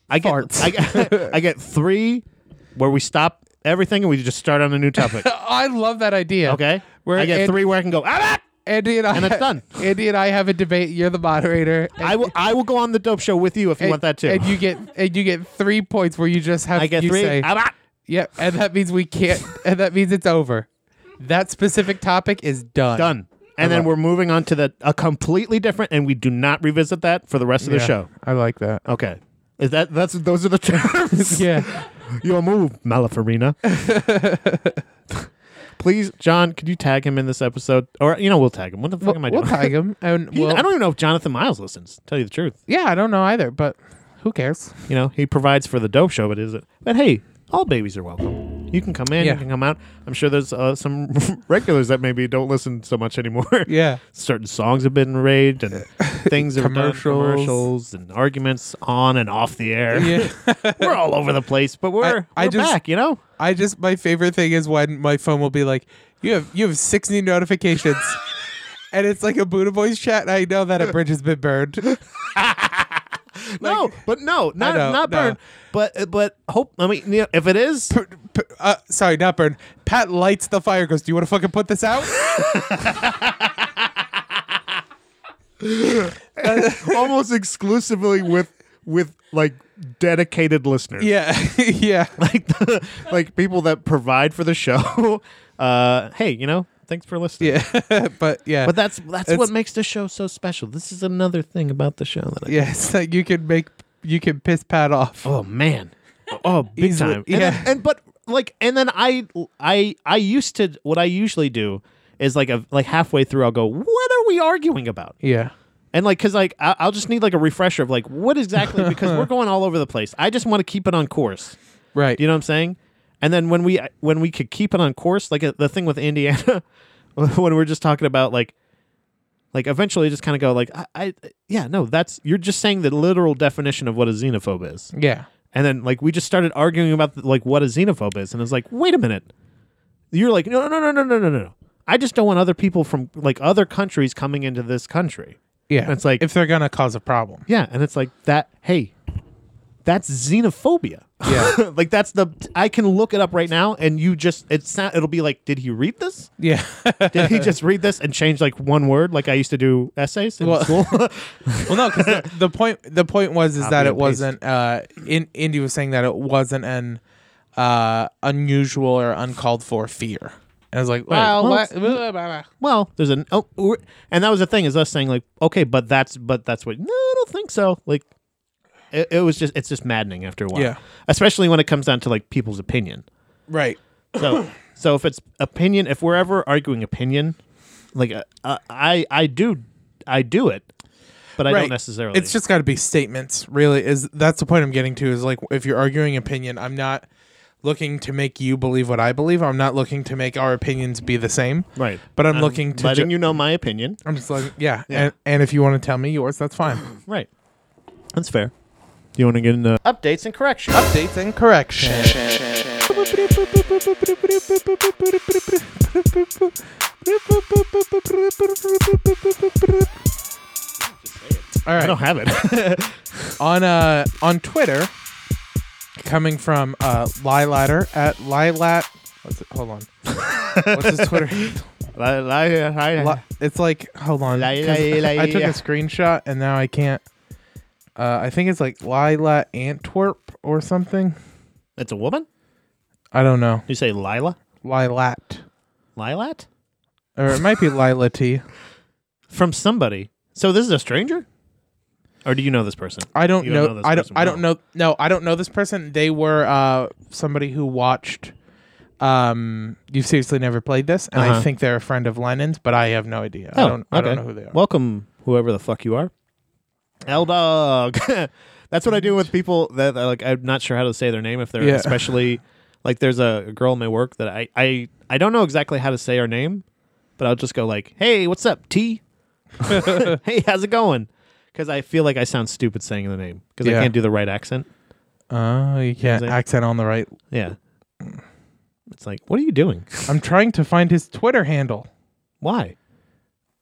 Speaker 3: I get,
Speaker 1: Farts.
Speaker 3: I, get, I get three where we stop everything and we just start on a new topic.
Speaker 1: I love that idea.
Speaker 3: Okay?
Speaker 1: Where
Speaker 3: I get
Speaker 1: and-
Speaker 3: three where I can go, have it!
Speaker 1: Andy and I
Speaker 3: And it's done.
Speaker 1: Andy and I have a debate. You're the moderator. And,
Speaker 3: I will, I will go on the dope show with you if you want that too.
Speaker 1: And you get and you get three points where you just have.
Speaker 3: I get
Speaker 1: you
Speaker 3: three.
Speaker 1: Say,
Speaker 3: have it!
Speaker 1: yep. And that means we can't. and that means it's over. That specific topic is done.
Speaker 3: Done. And then we're moving on to the a completely different, and we do not revisit that for the rest of
Speaker 1: Yeah,
Speaker 3: the show.
Speaker 1: I like that.
Speaker 3: Okay, is that that's those are the terms?
Speaker 1: Yeah.
Speaker 3: Your move, Malafarina. Please, John, could you tag him in this episode? Or you know, we'll tag him. What the fuck am I
Speaker 1: we'll, we'll
Speaker 3: doing?
Speaker 1: tag him. And
Speaker 3: He-
Speaker 1: we'll,
Speaker 3: I don't even know if Jonathan Miles listens. to Tell you the truth,
Speaker 1: yeah, I don't know either. But who cares?
Speaker 3: you know he provides for the dope show, but is it? But hey, all babies are welcome. You can come in,
Speaker 1: Yeah.
Speaker 3: you can come out. I'm sure there's uh, some regulars that maybe don't listen so much anymore.
Speaker 1: Yeah.
Speaker 3: certain songs have been enraged and things are
Speaker 1: Commercials.
Speaker 3: done, commercials and arguments on and off the air.
Speaker 1: Yeah.
Speaker 3: we're all over the place, but we're we're
Speaker 1: I just-
Speaker 3: back. You know,
Speaker 1: I just my favorite thing is when my phone will be like, "You have you have six new notifications," and it's like a Buddha Boys chat. And I know that a bridge has been burned.
Speaker 3: no, but no, not
Speaker 1: know,
Speaker 3: not
Speaker 1: no.
Speaker 3: burned, but but hope. I mean, you know, if it is,
Speaker 1: P- p- uh, sorry, not burned. Pat lights the fire. Goes, "Do you want to fucking put this out?"
Speaker 3: almost exclusively with with like dedicated listeners.
Speaker 1: yeah, yeah.
Speaker 3: like the, like people that provide for the show. Uh, hey, you know, thanks for listening.
Speaker 1: Yeah, but yeah,
Speaker 3: But that's that's
Speaker 1: It's-
Speaker 3: what makes the show so special. This is another thing about the show that I
Speaker 1: yeah. It's like you can make you can piss Pat off.
Speaker 3: Oh man. Oh, big
Speaker 1: Easily-
Speaker 3: time.
Speaker 1: yeah.
Speaker 3: And, then- and but like and then I I I used to what I usually do is like a like halfway through I'll go, "What are we arguing about?"
Speaker 1: Yeah,
Speaker 3: And like cuz like I, I'll just need like a refresher of like what exactly because we're going all over the place. I just want to keep it on course.
Speaker 1: right.
Speaker 3: Do you know what I'm saying? And then when we when we could keep it on course, like uh, the thing with Indiana, when we we're just talking about like, like eventually just kind of go like, I, I yeah no that's you're just saying the literal definition of what a xenophobe is,
Speaker 1: yeah,
Speaker 3: and then like we just started arguing about like what a xenophobe is, and it's like wait a minute, you're like no no no no no no no, I just don't want other people from like other countries coming into this country,
Speaker 1: yeah.
Speaker 3: It's like-
Speaker 1: if they're gonna cause a problem.
Speaker 3: yeah, and it's like that hey, that's xenophobia.
Speaker 1: Yeah,
Speaker 3: like that's the I can look it up right now, and you just it's not. It'll be like, did he read this?
Speaker 1: yeah.
Speaker 3: Did he just read this and change like one word, like I used to do essays in
Speaker 1: Well-
Speaker 3: school?
Speaker 1: Well, no, because the, the point the point was is that
Speaker 3: and
Speaker 1: it
Speaker 3: paste.
Speaker 1: wasn't. Uh, in Indy was saying that it wasn't an uh, unusual or uncalled for fear. And I was like, well,
Speaker 3: Well,
Speaker 1: what-
Speaker 3: it's- well, there's an oh, we're- and that was the thing is us saying like, okay, but that's but that's what. No, I don't think so. Like, it, it was just it's just maddening after a while.
Speaker 1: Yeah.
Speaker 3: especially when it comes down to like people's opinion.
Speaker 1: right,
Speaker 3: So, so if it's opinion, if we're ever arguing opinion, like uh, uh, I I do I do it, but I
Speaker 1: right.
Speaker 3: don't necessarily.
Speaker 1: It's just got to be statements. Really, is that's the point I'm getting to? Is like if you're arguing opinion, I'm not looking to make you believe what I believe. I'm not looking to make our opinions be the same.
Speaker 3: Right.
Speaker 1: But I'm, looking to.
Speaker 3: letting
Speaker 1: ju-
Speaker 3: you know my opinion.
Speaker 1: I'm just like, yeah, And, and if you want to tell me yours, that's fine.
Speaker 3: Right. That's fair. Do you want to get into updates and corrections?
Speaker 1: Updates and corrections. All
Speaker 3: I don't
Speaker 1: right.
Speaker 3: have it.
Speaker 1: On uh on Twitter, coming from uh, Lilatter at Lilat. What's it? Hold on. What's his Twitter?
Speaker 3: Li- li- li-
Speaker 1: Li- it's like hold on. 'cause I took a screenshot and now I can't. Uh, I think it's like Lila Antwerp or something.
Speaker 3: It's a woman?
Speaker 1: I don't know.
Speaker 3: You say Lila?
Speaker 1: Lilat.
Speaker 3: Lilat?
Speaker 1: Or it might be Lila T.
Speaker 3: From somebody. So this is a stranger? Or do you know this person?
Speaker 1: I don't
Speaker 3: You
Speaker 1: know.
Speaker 3: this
Speaker 1: I don't.
Speaker 3: person
Speaker 1: I don't
Speaker 3: well.
Speaker 1: know. No, I don't know this person. They were uh, somebody who watched. Um, you've seriously never played this, and I
Speaker 3: Uh-huh.
Speaker 1: think they're a friend of Lennon's, but I have no idea. I
Speaker 3: Oh,
Speaker 1: don't. I don't
Speaker 3: okay.
Speaker 1: know who they are.
Speaker 3: Welcome, whoever the fuck you are. L Dog. That's what I do with people that that, like I'm not sure how to say their name if they're
Speaker 1: Yeah.
Speaker 3: especially like there's a girl in my work that I, I I don't know exactly how to say her name, but I'll just go like, "Hey, what's up, T? hey, how's it going?" Because I feel like I sound stupid saying the name because
Speaker 1: Yeah.
Speaker 3: I can't do the right accent.
Speaker 1: Oh, you can't
Speaker 3: Is it-
Speaker 1: accent on the right.
Speaker 3: Yeah, it's like, what are you doing?
Speaker 1: I'm trying to find his Twitter handle.
Speaker 3: Why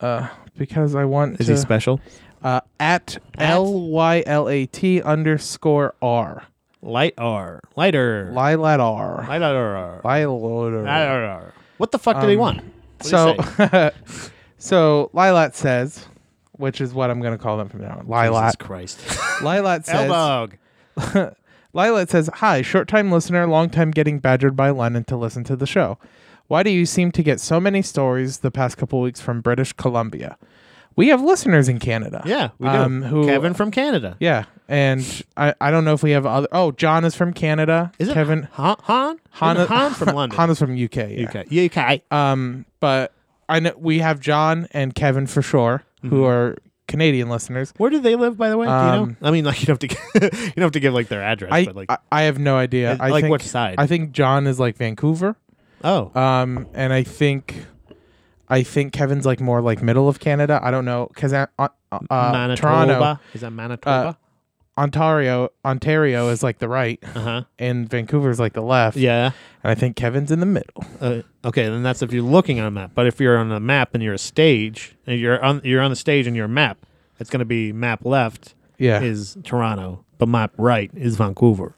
Speaker 1: Uh, because I want
Speaker 3: is
Speaker 1: to
Speaker 3: he special?
Speaker 1: uh, at L Y L A T underscore R.
Speaker 3: Light R, lighter,
Speaker 1: Lilat R.
Speaker 3: light R.
Speaker 1: Lilat R.
Speaker 3: What the fuck did he
Speaker 1: Um,
Speaker 3: want? What'd he
Speaker 1: So,
Speaker 3: say?
Speaker 1: so Lilat says, which is what I'm going to call them from now on. Lilat.
Speaker 3: Jesus Christ.
Speaker 1: Lilat
Speaker 3: L
Speaker 1: says,
Speaker 3: dog.
Speaker 1: Lilat says, Hi, short time listener, long time getting badgered by Lennon to listen to the show. Why do you seem to get so many stories the past couple weeks from British Columbia? We have listeners in Canada.
Speaker 3: Yeah, we do.
Speaker 1: Um, who,
Speaker 3: Kevin from Canada.
Speaker 1: Yeah. And I, I don't know if we have other. Oh, John is from Canada.
Speaker 3: Is it
Speaker 1: Kevin?
Speaker 3: Han? Han,
Speaker 1: Han,
Speaker 3: Han from London.
Speaker 1: Han is from UK. Yeah.
Speaker 3: UK. UK.
Speaker 1: Um, but I know we have John and Kevin for sure,
Speaker 3: Mm-hmm.
Speaker 1: who are Canadian listeners.
Speaker 3: Where do they live, by the way? do you know?
Speaker 1: Um,
Speaker 3: I mean, like you don't have to, you don't have to give like their address,
Speaker 1: I,
Speaker 3: but like,
Speaker 1: I I have no idea.
Speaker 3: Is-
Speaker 1: I
Speaker 3: like
Speaker 1: think,
Speaker 3: what side?
Speaker 1: I think John is like Vancouver.
Speaker 3: oh,
Speaker 1: Um, and I think, I think Kevin's like more like middle of Canada. I don't know because uh, uh, uh, Toronto,
Speaker 3: Manitoba. Is that Manitoba?
Speaker 1: Ontario, Ontario is like the right,
Speaker 3: Uh huh.
Speaker 1: and Vancouver's like the left.
Speaker 3: Yeah.
Speaker 1: and I think Kevin's in the middle.
Speaker 3: Uh, okay, then that's if you're looking on a map. But if you're on a map and you're a stage, and you're on you're on the stage and you're a map, it's going to be map left.
Speaker 1: Yeah,
Speaker 3: is Toronto, but map right is Vancouver.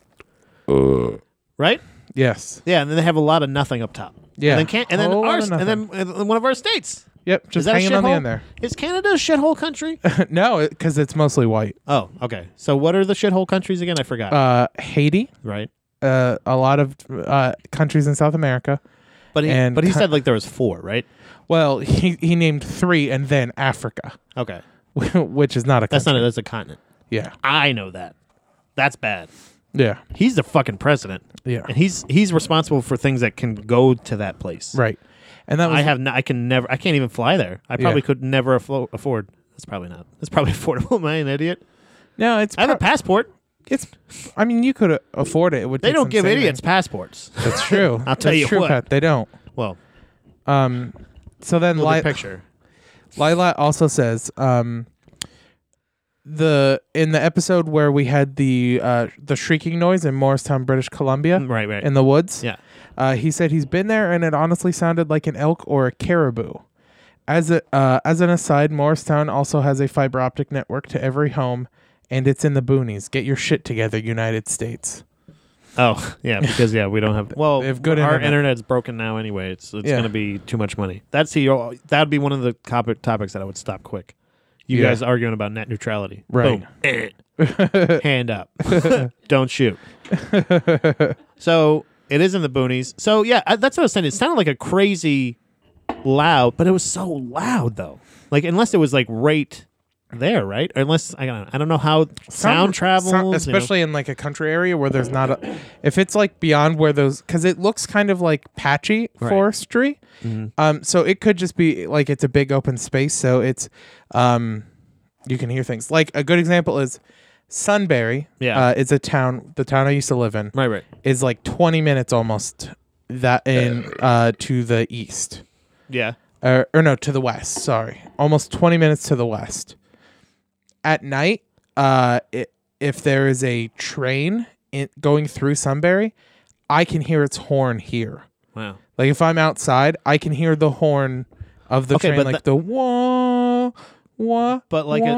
Speaker 1: Uh.
Speaker 3: Right?
Speaker 1: yes,
Speaker 3: Yeah, and then they have a lot of nothing up top.
Speaker 1: Yeah.
Speaker 3: And then can- and then
Speaker 1: Whole lot
Speaker 3: our,
Speaker 1: of
Speaker 3: and then and then one of our states.
Speaker 1: yep,
Speaker 3: is
Speaker 1: just
Speaker 3: that a
Speaker 1: hanging on the
Speaker 3: shithole?
Speaker 1: end there.
Speaker 3: Is Canada a shithole country?
Speaker 1: no, because it's mostly white.
Speaker 3: oh, okay. So what are the shithole countries again? I forgot.
Speaker 1: Uh, Haiti,
Speaker 3: right.
Speaker 1: uh, a lot of uh, countries in South America.
Speaker 3: But he,
Speaker 1: and
Speaker 3: but he
Speaker 1: cu-
Speaker 3: said like there was four, right?
Speaker 1: Well, he he named three, and then Africa,
Speaker 3: Okay.
Speaker 1: which is not a country.
Speaker 3: That's not a, that's a continent.
Speaker 1: yeah,
Speaker 3: I know that. That's bad.
Speaker 1: yeah,
Speaker 3: He's the fucking president.
Speaker 1: Yeah.
Speaker 3: And he's he's responsible for things that can go to that place.
Speaker 1: right. And that was
Speaker 3: I have no, I can never I can't even fly there. I probably
Speaker 1: Yeah.
Speaker 3: could never afflo- afford. That's probably not. That's probably affordable. Am I an idiot?
Speaker 1: no. It's
Speaker 3: I have a
Speaker 1: pro-
Speaker 3: passport.
Speaker 1: it's. I mean, you could uh, afford it. it would
Speaker 3: They
Speaker 1: take
Speaker 3: don't
Speaker 1: some
Speaker 3: give
Speaker 1: saving.
Speaker 3: idiots passports.
Speaker 1: That's true.
Speaker 3: I'll tell
Speaker 1: That's
Speaker 3: you
Speaker 1: true,
Speaker 3: what.
Speaker 1: Pat, they don't.
Speaker 3: well,
Speaker 1: Um, so then
Speaker 3: look
Speaker 1: Li-
Speaker 3: at the picture.
Speaker 1: Lila also says, um, the in the episode where we had the uh, the shrieking noise in Morristown, British Columbia,
Speaker 3: Right, right.
Speaker 1: in the woods.
Speaker 3: yeah.
Speaker 1: Uh, he said he's been there, and it honestly sounded like an elk or a caribou. As a uh, as an aside, Morristown also has a fiber optic network to every home, and it's in the boonies. Get your shit together, United States.
Speaker 3: Oh, yeah, because yeah, we don't have well,
Speaker 1: They have good
Speaker 3: our
Speaker 1: internet.
Speaker 3: internet's broken now anyway. It's it's
Speaker 1: Yeah.
Speaker 3: going to be too much money. That's the that'd be one of the topic, topics that I would stop quick. You
Speaker 1: Yeah.
Speaker 3: guys arguing about net neutrality.
Speaker 1: Right.
Speaker 3: Boom. Eh. Hand up. don't shoot. so, it is in the boonies. So, yeah, I, that's what I was saying. It sounded like a crazy loud, but it was so loud though. Like unless it was like right there, right? Or unless I don't I don't know how sound, travels, you know.
Speaker 1: especially in like a country area where there's not a. If it's like beyond where those, because it looks kind of like patchy forestry,
Speaker 3: Mm-hmm.
Speaker 1: um, so it could just be like it's a big open space, so it's, um, you can hear things. Like a good example is Sunbury.
Speaker 3: Yeah.
Speaker 1: uh, it's a town. The town I used to live in
Speaker 3: Right, right.
Speaker 1: is like 20 minutes almost that in uh, to the east
Speaker 3: Yeah.
Speaker 1: or, Uh, or no to the west sorry almost 20 minutes to the west at night uh it, if there is a train in, going through sunbury i can hear its horn here
Speaker 3: Wow.
Speaker 1: like if i'm outside i can hear the horn of the
Speaker 3: Okay,
Speaker 1: train
Speaker 3: but
Speaker 1: like
Speaker 3: tha-
Speaker 1: the wah wah
Speaker 3: But like a-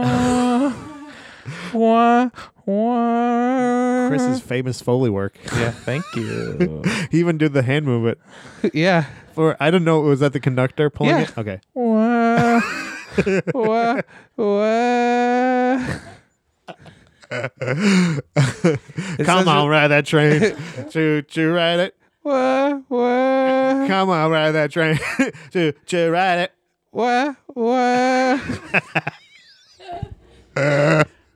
Speaker 1: wah. Wah, wah.
Speaker 3: Chris's famous Foley work.
Speaker 1: Yeah, thank you.
Speaker 3: He even did the hand movement.
Speaker 1: yeah.
Speaker 3: For I don't know, was that the conductor pulling
Speaker 1: Yeah.
Speaker 3: it? Okay.
Speaker 1: Wah, wah, wah. It's such
Speaker 3: Come
Speaker 1: a-
Speaker 3: on, ride that train. choo choo ride it.
Speaker 1: Wah, wah,
Speaker 3: Come on, ride that train. choo choo ride it.
Speaker 1: wah, wah.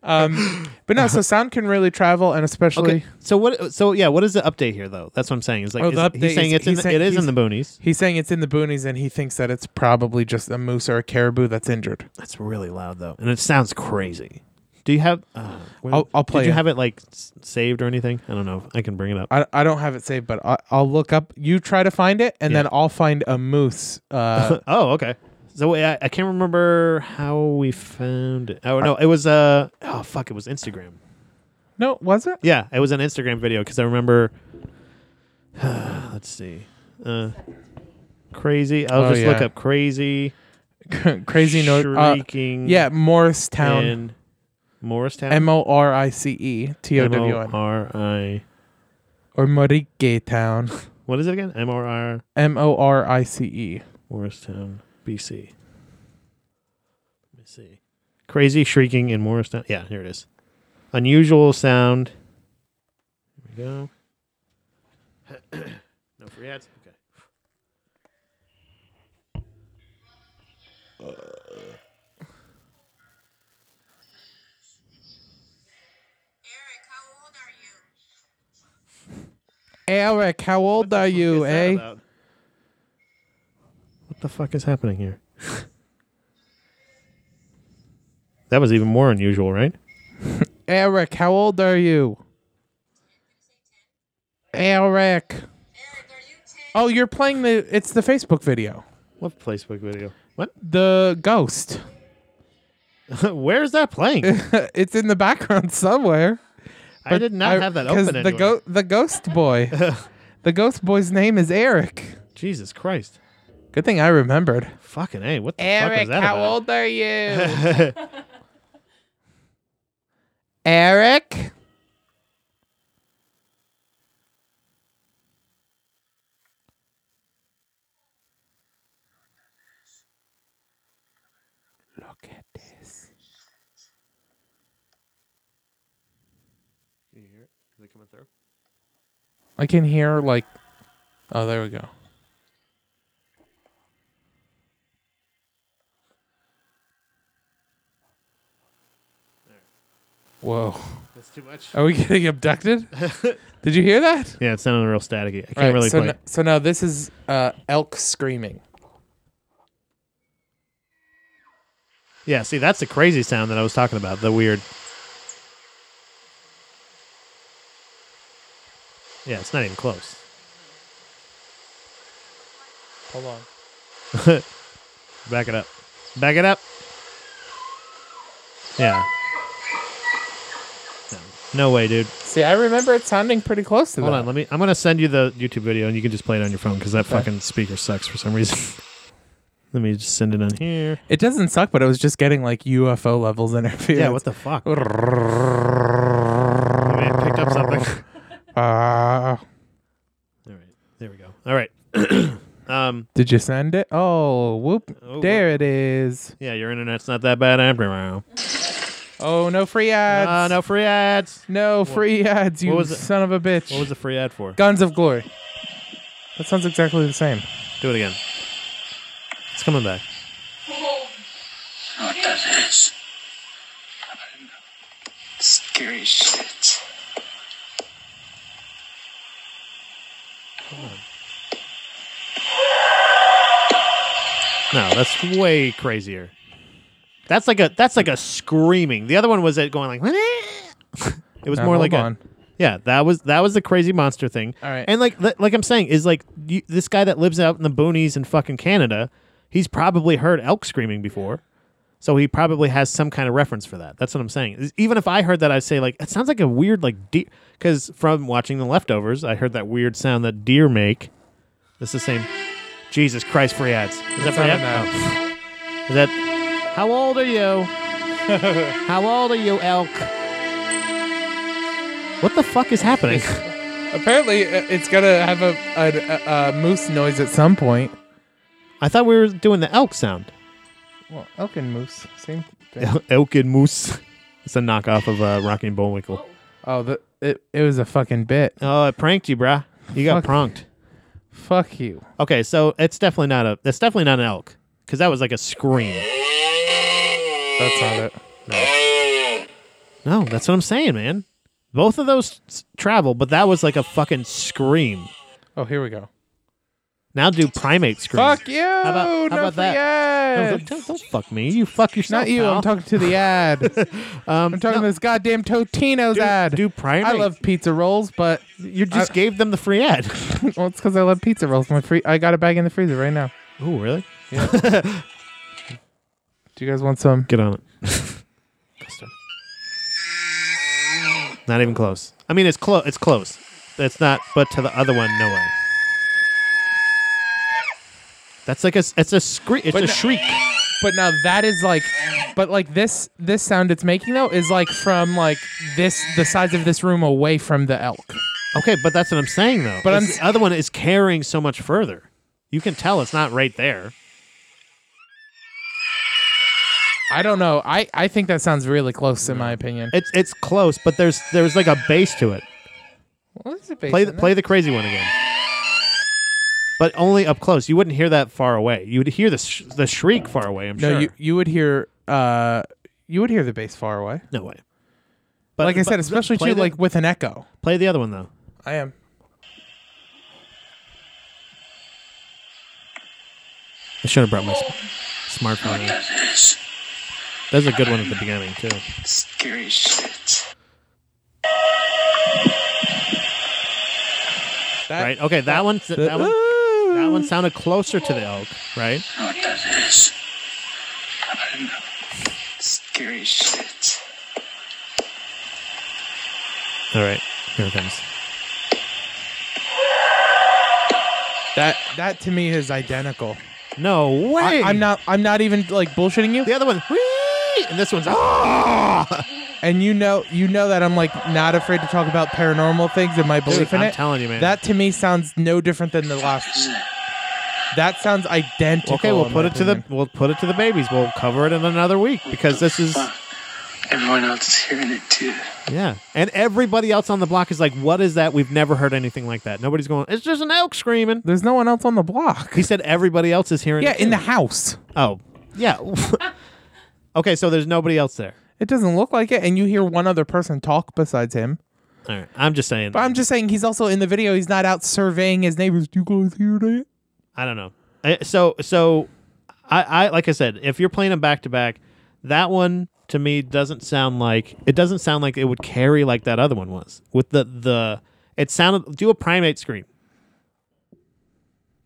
Speaker 1: um, but no, so sound can really travel, and especially
Speaker 3: Okay. So what? So yeah, what is the update here though? That's what I'm saying. Is like
Speaker 1: Oh,
Speaker 3: is-
Speaker 1: the update
Speaker 3: he's saying
Speaker 1: is-
Speaker 3: it's in
Speaker 1: he's
Speaker 3: the,
Speaker 1: saying-
Speaker 3: it is in
Speaker 1: he's-
Speaker 3: the boonies.
Speaker 1: he's saying it's in the boonies, and he thinks that it's probably just a moose or a caribou that's injured.
Speaker 3: That's really loud though, and it sounds crazy. Do you have? Uh, where-
Speaker 1: I'll- I'll play
Speaker 3: Did you
Speaker 1: it.
Speaker 3: have it like s- saved or anything? I don't know. if I can bring it up.
Speaker 1: I, I don't have it saved, but I, I'll look up. You try to find it, and then I'll find a moose. Uh,
Speaker 3: oh, okay. So wait, I, I can't remember how we found it. Oh no, it was uh oh fuck, it was Instagram.
Speaker 1: no, was it?
Speaker 3: Yeah, it was an Instagram video because I remember. let's see, uh, crazy. I'll
Speaker 1: Oh,
Speaker 3: just look
Speaker 1: yeah.
Speaker 3: up crazy.
Speaker 1: Crazy noise. Uh,
Speaker 3: shrieking.
Speaker 1: yeah, Morristown.
Speaker 3: in Morristown.
Speaker 1: M O R I C E T O W N.
Speaker 3: M-O-R-I-
Speaker 1: Or Morrique Town.
Speaker 3: What is it again? M R R
Speaker 1: M O R I C E.
Speaker 3: Morristown, BC. Let me see. Crazy shrieking in Morristown. Yeah, here it is. Unusual sound. Here we go. no free ads. Okay.
Speaker 4: Eric, how old are you?
Speaker 1: Eric, how old are you,
Speaker 3: What is that
Speaker 1: eh?
Speaker 3: about? What the fuck is happening here? that was even more unusual, right?
Speaker 1: Eric, how old are you? Eric.
Speaker 4: Eric, are you 10?
Speaker 1: Oh, you're playing the. It's the Facebook video.
Speaker 3: What Facebook video? What?
Speaker 1: The ghost.
Speaker 3: Where is that playing?
Speaker 1: it's in the background somewhere.
Speaker 3: I did not
Speaker 1: I-
Speaker 3: have that
Speaker 1: 'cause
Speaker 3: open.
Speaker 1: The,
Speaker 3: anywhere.
Speaker 1: go- the ghost boy. the ghost boy's name is Eric.
Speaker 3: Jesus Christ!
Speaker 1: Good thing I remembered.
Speaker 3: Fucking a. What the fuck was that about?
Speaker 1: are you? Eric? Look at this.
Speaker 3: Can you hear it? Is it coming through?
Speaker 1: I can hear, like. Oh, there we go. Whoa.
Speaker 3: That's too much.
Speaker 1: Are we getting abducted? Did you hear that?
Speaker 3: Yeah, it sounded real staticky. I can't
Speaker 1: Right,
Speaker 3: really
Speaker 1: so,
Speaker 3: play.
Speaker 1: n- so now this is uh, elk screaming.
Speaker 3: yeah, see, that's the crazy sound that I was talking about. The weird. Yeah, it's not even close.
Speaker 1: Hold on.
Speaker 3: Back it up. Back it up. Yeah. No, no way, dude.
Speaker 1: See, I remember it sounding pretty close to
Speaker 3: Hold
Speaker 1: that.
Speaker 3: on, let me. I'm gonna send you the YouTube video, and you can just play it on your phone because that fucking speaker sucks for some reason. let me just send it on here.
Speaker 1: It doesn't suck, but it was just getting like UFO levels interference.
Speaker 3: Yeah, what the fuck? I mean, I picked up something.
Speaker 1: Ah.
Speaker 3: All right, there we go. All right. um.
Speaker 1: did you send it? Oh, whoop!
Speaker 3: Oh,
Speaker 1: there it is.
Speaker 3: Yeah, your internet's not that bad after all.
Speaker 1: Oh, no free ads.
Speaker 3: Uh, no free ads.
Speaker 1: No free ads. You
Speaker 3: what was it?
Speaker 1: son of a bitch.
Speaker 3: What was the free ad for?
Speaker 1: Guns of Glory. That sounds exactly the same.
Speaker 3: Do it again. It's coming back.
Speaker 5: What the this? Scary shit.
Speaker 3: No, that's way crazier. That's like a that's like a screaming. The other one was it going like. It was
Speaker 1: Now,
Speaker 3: more
Speaker 1: hold
Speaker 3: like a
Speaker 1: on.
Speaker 3: yeah. That was that was the crazy monster thing.
Speaker 1: All right.
Speaker 3: and like li- like I'm saying is like you, this guy that lives out in the boonies in fucking Canada, he's probably heard elk screaming before, so he probably has some kind of reference for that. That's what I'm saying. Is- Even if I heard that, I'd say like it sounds like a weird like deer because from watching The Leftovers, I heard that weird sound that deer make. That's the same. Jesus Christ, free ads. Is that
Speaker 1: It's
Speaker 3: free
Speaker 1: not
Speaker 3: ad?
Speaker 1: an ad.
Speaker 3: Oh. Is that? How old are you? How old are you, elk? What the fuck is happening?
Speaker 1: Apparently, uh, it's gonna have a, a, a, a moose noise at some point.
Speaker 3: I thought we were doing the elk sound.
Speaker 1: Well, elk and moose, same thing.
Speaker 3: El- elk and moose. It's a knockoff of uh, Rocky and Bullwinkle.
Speaker 1: Oh, the, it, it was a fucking bit.
Speaker 3: Oh, it pranked you, bruh. You got
Speaker 1: Fuck.
Speaker 3: pranked.
Speaker 1: Fuck you.
Speaker 3: Okay, so it's definitely not a. That's definitely not an elk because that was like a scream.
Speaker 1: That's not it.
Speaker 3: No, that's what I'm saying, man. Both of those s- travel, but that was like a fucking scream.
Speaker 1: Oh, here we go.
Speaker 3: Now do primate scream.
Speaker 1: Fuck you! How
Speaker 3: about- how about that? No, don't, don't- don't fuck me. You fuck yourself.
Speaker 1: Not you.
Speaker 3: pal.
Speaker 1: I'm talking to the ad.
Speaker 3: Um,
Speaker 1: I'm talking to this goddamn Totino's
Speaker 3: Do-
Speaker 1: ad.
Speaker 3: do primate.
Speaker 1: I love pizza rolls, but
Speaker 3: You just gave them the free ad.
Speaker 1: well, it's because I love pizza rolls. My free, I got a bag in the freezer right now.
Speaker 3: oh, really?
Speaker 1: Do you guys want some?
Speaker 3: Get on it. Custard. not even close. I mean, it's close. It's close. That's not. But to the other one, no way. That's like a. s- It's a scream. It's
Speaker 1: But
Speaker 3: a
Speaker 1: no-
Speaker 3: shriek.
Speaker 1: But now that is like, but like this this sound it's making though is like from like this the size of this room away from the elk.
Speaker 3: Okay, but that's what I'm saying though.
Speaker 1: But
Speaker 3: But
Speaker 1: I'm-
Speaker 3: the other one is carrying so much further. You can tell it's not right there.
Speaker 1: I don't know. I I think that sounds really close in my opinion.
Speaker 3: It's it's close, but there's there's like a base to it.
Speaker 1: What is it based
Speaker 3: Play
Speaker 1: on
Speaker 3: the,
Speaker 1: that?
Speaker 3: play the crazy one again. But only up close. You wouldn't hear that far away. You would hear the sh- the shriek far away. I'm
Speaker 1: No,
Speaker 3: sure.
Speaker 1: you you would hear uh you would hear the bass far away.
Speaker 3: no way. But
Speaker 1: like I said,
Speaker 3: but-
Speaker 1: especially
Speaker 3: play
Speaker 1: too
Speaker 3: the-
Speaker 1: like with an echo.
Speaker 3: play the other one though.
Speaker 1: I am.
Speaker 3: I should have brought my s- smartphone. in.
Speaker 5: There's
Speaker 3: That's a good one at the beginning too.
Speaker 5: scary shit.
Speaker 1: That,
Speaker 3: Right? Okay, that one. That one. That one sounded closer to the elk. Right?
Speaker 5: What that is. Scary shit.
Speaker 3: All right. Here it comes.
Speaker 1: that that to me is identical.
Speaker 3: No way.
Speaker 1: I, am not I'm not even like bullshitting you.
Speaker 3: The other one, "Whee!" and this one's ah.
Speaker 1: And you know you know that I'm like not afraid to talk about paranormal things and my belief in
Speaker 3: I'm
Speaker 1: it.
Speaker 3: telling you, man.
Speaker 1: That to me sounds no different than the last. That sounds identical.
Speaker 3: okay, we'll
Speaker 1: in
Speaker 3: put
Speaker 1: my
Speaker 3: it to the
Speaker 1: opinion.
Speaker 3: we'll put it to the babies. We'll cover it in another week because this is
Speaker 5: Everyone else is hearing it too.
Speaker 3: yeah. And everybody else on the block is like, "What is that? We've never heard anything like that." Nobody's going. It's just an elk screaming.
Speaker 1: There's no one else on the block.
Speaker 3: He said everybody else is hearing.
Speaker 1: Yeah,
Speaker 3: it
Speaker 1: in the
Speaker 3: too.
Speaker 1: house.
Speaker 3: oh yeah. okay, so there's nobody else there.
Speaker 1: It doesn't look like it, and you hear one other person talk besides him.
Speaker 3: All right, I'm just saying.
Speaker 1: But I'm just saying he's also in the video. He's not out surveying his neighbors. Do you guys hear that?
Speaker 3: I don't know. I, so so I, I like I said, if you're playing them back to back, that one to me doesn't sound like it doesn't sound like it would carry like that other one was with the the it sounded do a primate scream.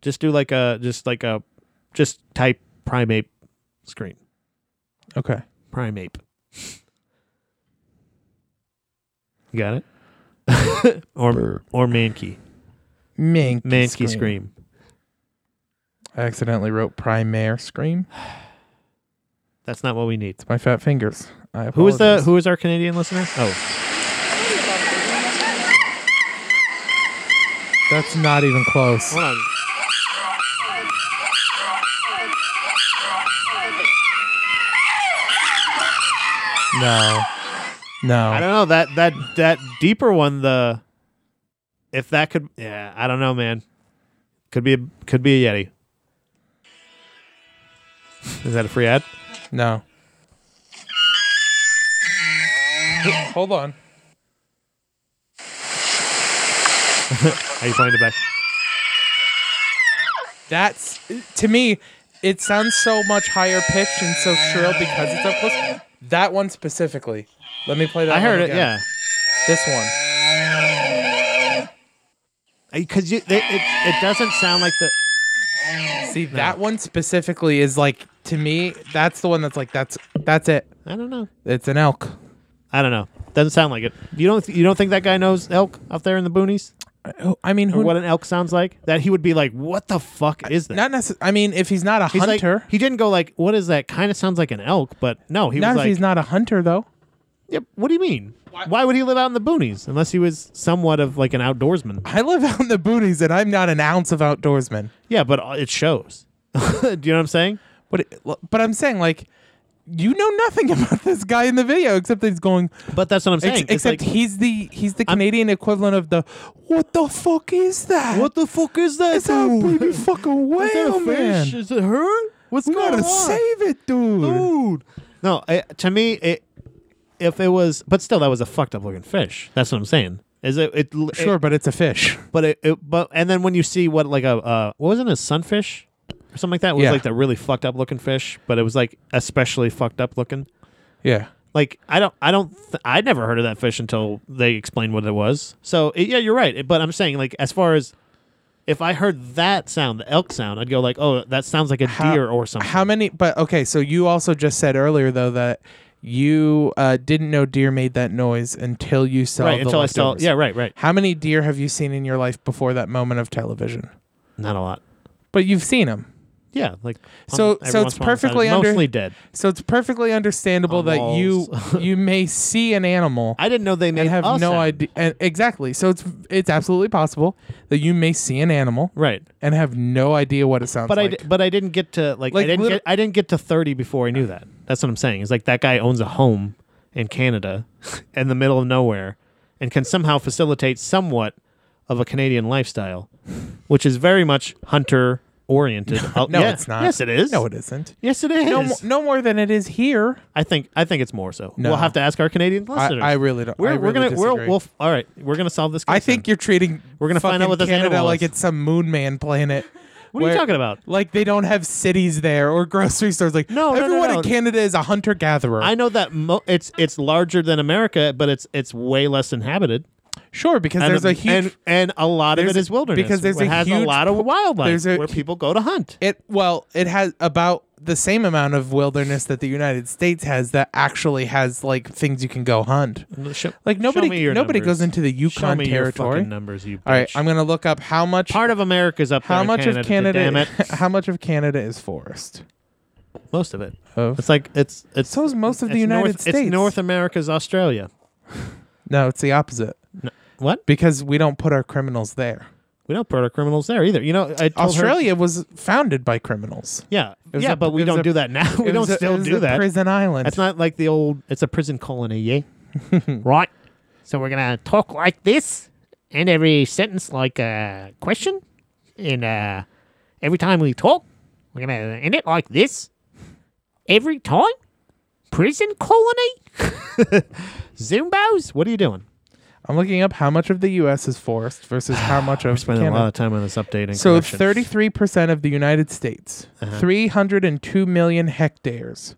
Speaker 3: Just do like a just like a just type primate screen
Speaker 1: Okay.
Speaker 3: primate. You got it? or or mankey
Speaker 1: Mankey,
Speaker 3: mankey
Speaker 1: scream.
Speaker 3: scream.
Speaker 1: I accidentally wrote primare scream.
Speaker 3: That's not what we need.
Speaker 1: It's my fat fingers. I
Speaker 3: Who is the
Speaker 1: apologize.
Speaker 3: who is our Canadian listener? Oh,
Speaker 1: That's not even close.
Speaker 3: hold on.
Speaker 1: No.
Speaker 3: I
Speaker 1: No.
Speaker 3: don't know that that that deeper one. The if that could, yeah, I don't know, man. Could be a could be a yeti. Is that a free ad?
Speaker 1: No. Hold on.
Speaker 3: Are you playing it back?
Speaker 1: That's to me, it sounds so much higher pitched and so shrill because it's up close. That one specifically. Let me play that.
Speaker 3: I heard
Speaker 1: one
Speaker 3: it.
Speaker 1: again.
Speaker 3: Yeah,
Speaker 1: This one.
Speaker 3: because Uh, it, it it doesn't sound like the.
Speaker 1: See, that one specifically is like to me. That's the one that's like that's that's it.
Speaker 3: I don't know.
Speaker 1: It's an elk.
Speaker 3: I don't know. Doesn't sound like it. You don't you don't think that guy knows elk out there in the boonies?
Speaker 1: who- Oh, I mean,
Speaker 3: Or
Speaker 1: who?
Speaker 3: what an elk sounds like? That he would be like, "What the fuck is that?"
Speaker 1: not necessarily. I mean, if he's not a
Speaker 3: He's like-
Speaker 1: hunter,
Speaker 3: he didn't go like, "What is that?" Kind of sounds like an elk, but no, he
Speaker 1: not
Speaker 3: was
Speaker 1: if
Speaker 3: like,
Speaker 1: he's not a hunter though.
Speaker 3: Yep. What do you mean? Why, would he live out in the boonies unless he was somewhat of like an outdoorsman?
Speaker 1: I live out in the boonies, and I'm not an ounce of outdoorsman.
Speaker 3: Yeah, but uh, it shows. do you know what I'm saying?
Speaker 1: But it, but I'm saying like, you know nothing about this guy in the video except that he's going.
Speaker 3: But that's what I'm
Speaker 1: Ex-
Speaker 3: saying. It's
Speaker 1: except
Speaker 3: like,
Speaker 1: he's the he's the Canadian equivalent of the what the fuck is that?
Speaker 3: what the fuck is that?
Speaker 1: is that a
Speaker 3: dude?
Speaker 1: baby fucking whale,
Speaker 3: Is that a
Speaker 1: man?
Speaker 3: fish? Is it her? What's
Speaker 1: we
Speaker 3: going
Speaker 1: gotta
Speaker 3: on?
Speaker 1: save it, dude.
Speaker 3: Dude. No, I, to me, it, if it was, but still, that was a fucked up looking fish. That's what I'm saying. Is it? it l-
Speaker 1: Sure,
Speaker 3: it-
Speaker 1: but it's a fish.
Speaker 3: but it, it, but and then when you see what like a uh, what wasn't a sunfish or something like that It was
Speaker 1: Yeah.
Speaker 3: like the really fucked up looking fish, but it was like especially fucked up looking.
Speaker 1: Yeah.
Speaker 3: Like I don't, I don't, th- I never heard of that fish until they explained what it was. So it, yeah, you're right. It- but I'm saying like as far as if I heard that sound, the elk sound, I'd go like, oh, that sounds like a
Speaker 1: How-
Speaker 3: deer or something.
Speaker 1: How many? But okay, so you also just said earlier though that you uh, didn't know deer made that noise until you saw
Speaker 3: right
Speaker 1: the
Speaker 3: until I saw.
Speaker 1: leftovers.
Speaker 3: Yeah, right, right.
Speaker 1: How many deer have you seen in your life before that moment of television?
Speaker 3: Not a lot.
Speaker 1: But you've seen them,
Speaker 3: Yeah, like on-
Speaker 1: So- so
Speaker 3: every once
Speaker 1: it's
Speaker 3: in a while, it's
Speaker 1: perfectly under-
Speaker 3: mostly dead.
Speaker 1: so it's perfectly understandable
Speaker 3: On
Speaker 1: that
Speaker 3: walls.
Speaker 1: you you may see an animal
Speaker 3: I didn't know they made.
Speaker 1: and have
Speaker 3: a
Speaker 1: no
Speaker 3: sound.
Speaker 1: idea. And exactly. So it's it's absolutely possible that you may see an animal
Speaker 3: Right,
Speaker 1: and have no idea what it sounds
Speaker 3: but I
Speaker 1: like.
Speaker 3: d- but I didn't get to like,
Speaker 1: Like,
Speaker 3: I didn't
Speaker 1: lit-
Speaker 3: get I didn't get to thirty before I knew that. That's what I'm saying. Is like that guy owns a home in Canada, in the middle of nowhere, and can somehow facilitate somewhat of a Canadian lifestyle, which is very much hunter oriented.
Speaker 1: no, it's not.
Speaker 3: Yes, it is.
Speaker 1: No, it isn't.
Speaker 3: Yes, it is.
Speaker 1: No, mo- no more than it is here.
Speaker 3: I think I think it's more so.
Speaker 1: No.
Speaker 3: We'll have to ask our Canadian listeners.
Speaker 1: I really don't- I
Speaker 3: We're, we're
Speaker 1: really
Speaker 3: gonna we're,
Speaker 1: disagree.
Speaker 3: we'll f- all right. We're gonna solve this. Case
Speaker 1: I think
Speaker 3: then.
Speaker 1: you're treating
Speaker 3: We're gonna find out
Speaker 1: fucking
Speaker 3: what this
Speaker 1: Canada
Speaker 3: animal
Speaker 1: like
Speaker 3: is.
Speaker 1: it's some moon man planet.
Speaker 3: What are you
Speaker 1: where-
Speaker 3: talking about?
Speaker 1: Like they don't have cities there or grocery stores. Like
Speaker 3: No, no, no,
Speaker 1: everyone
Speaker 3: no.
Speaker 1: in Canada is a hunter gatherer.
Speaker 3: I know that mo- it's it's larger than America, but it's it's way less inhabited.
Speaker 1: Sure, because
Speaker 3: And
Speaker 1: there's a huge
Speaker 3: and, and a lot of
Speaker 1: there's
Speaker 3: it
Speaker 1: a-
Speaker 3: is wilderness
Speaker 1: because there's
Speaker 3: it
Speaker 1: a
Speaker 3: has a
Speaker 1: huge
Speaker 3: lot of wildlife
Speaker 1: there's a-
Speaker 3: where people go to hunt.
Speaker 1: It well, it has about the same amount of wilderness that the United States has that actually has like things you can go hunt.
Speaker 3: Show-
Speaker 1: Like
Speaker 3: show
Speaker 1: nobody
Speaker 3: me your
Speaker 1: nobody
Speaker 3: numbers.
Speaker 1: goes into the
Speaker 3: Show
Speaker 1: Yukon
Speaker 3: me your fucking
Speaker 1: territory.
Speaker 3: numbers, you.
Speaker 1: All right,
Speaker 3: bitch.
Speaker 1: I'm going to look up how much
Speaker 3: part of America's up there.
Speaker 1: how
Speaker 3: in
Speaker 1: much
Speaker 3: Canada,
Speaker 1: of Canada
Speaker 3: Damn it,
Speaker 1: how much of Canada is forest?
Speaker 3: most of it.
Speaker 1: Of
Speaker 3: It's like it's it's
Speaker 1: So is most of the
Speaker 3: it's
Speaker 1: United
Speaker 3: North-
Speaker 1: States.
Speaker 3: It's North America's Australia.
Speaker 1: No, it's the opposite.
Speaker 3: What?
Speaker 1: Because we don't put our criminals there.
Speaker 3: We don't put our criminals there either. You know, I told her-
Speaker 1: Australia was founded by criminals.
Speaker 3: yeah,
Speaker 1: was
Speaker 3: yeah,
Speaker 1: a-
Speaker 3: but we
Speaker 1: it was
Speaker 3: don't
Speaker 1: a-
Speaker 3: do that now. We
Speaker 1: It
Speaker 3: don't
Speaker 1: was a- it
Speaker 3: still
Speaker 1: was
Speaker 3: do
Speaker 1: a
Speaker 3: that.
Speaker 1: Prison island.
Speaker 3: It's not like the old. It's a prison colony, yeah. right. So we're gonna talk like this, and every sentence like a question, and uh, every time we talk, we're gonna end it like this. Every time, prison colony. Zumbos, what are you doing?
Speaker 1: I'm looking up how much of the U.S. is forest versus how much of
Speaker 3: Spending
Speaker 1: Canada.
Speaker 3: a lot of time on this updating.
Speaker 1: So 33% of the United States,
Speaker 3: Uh-huh.
Speaker 1: 302 million hectares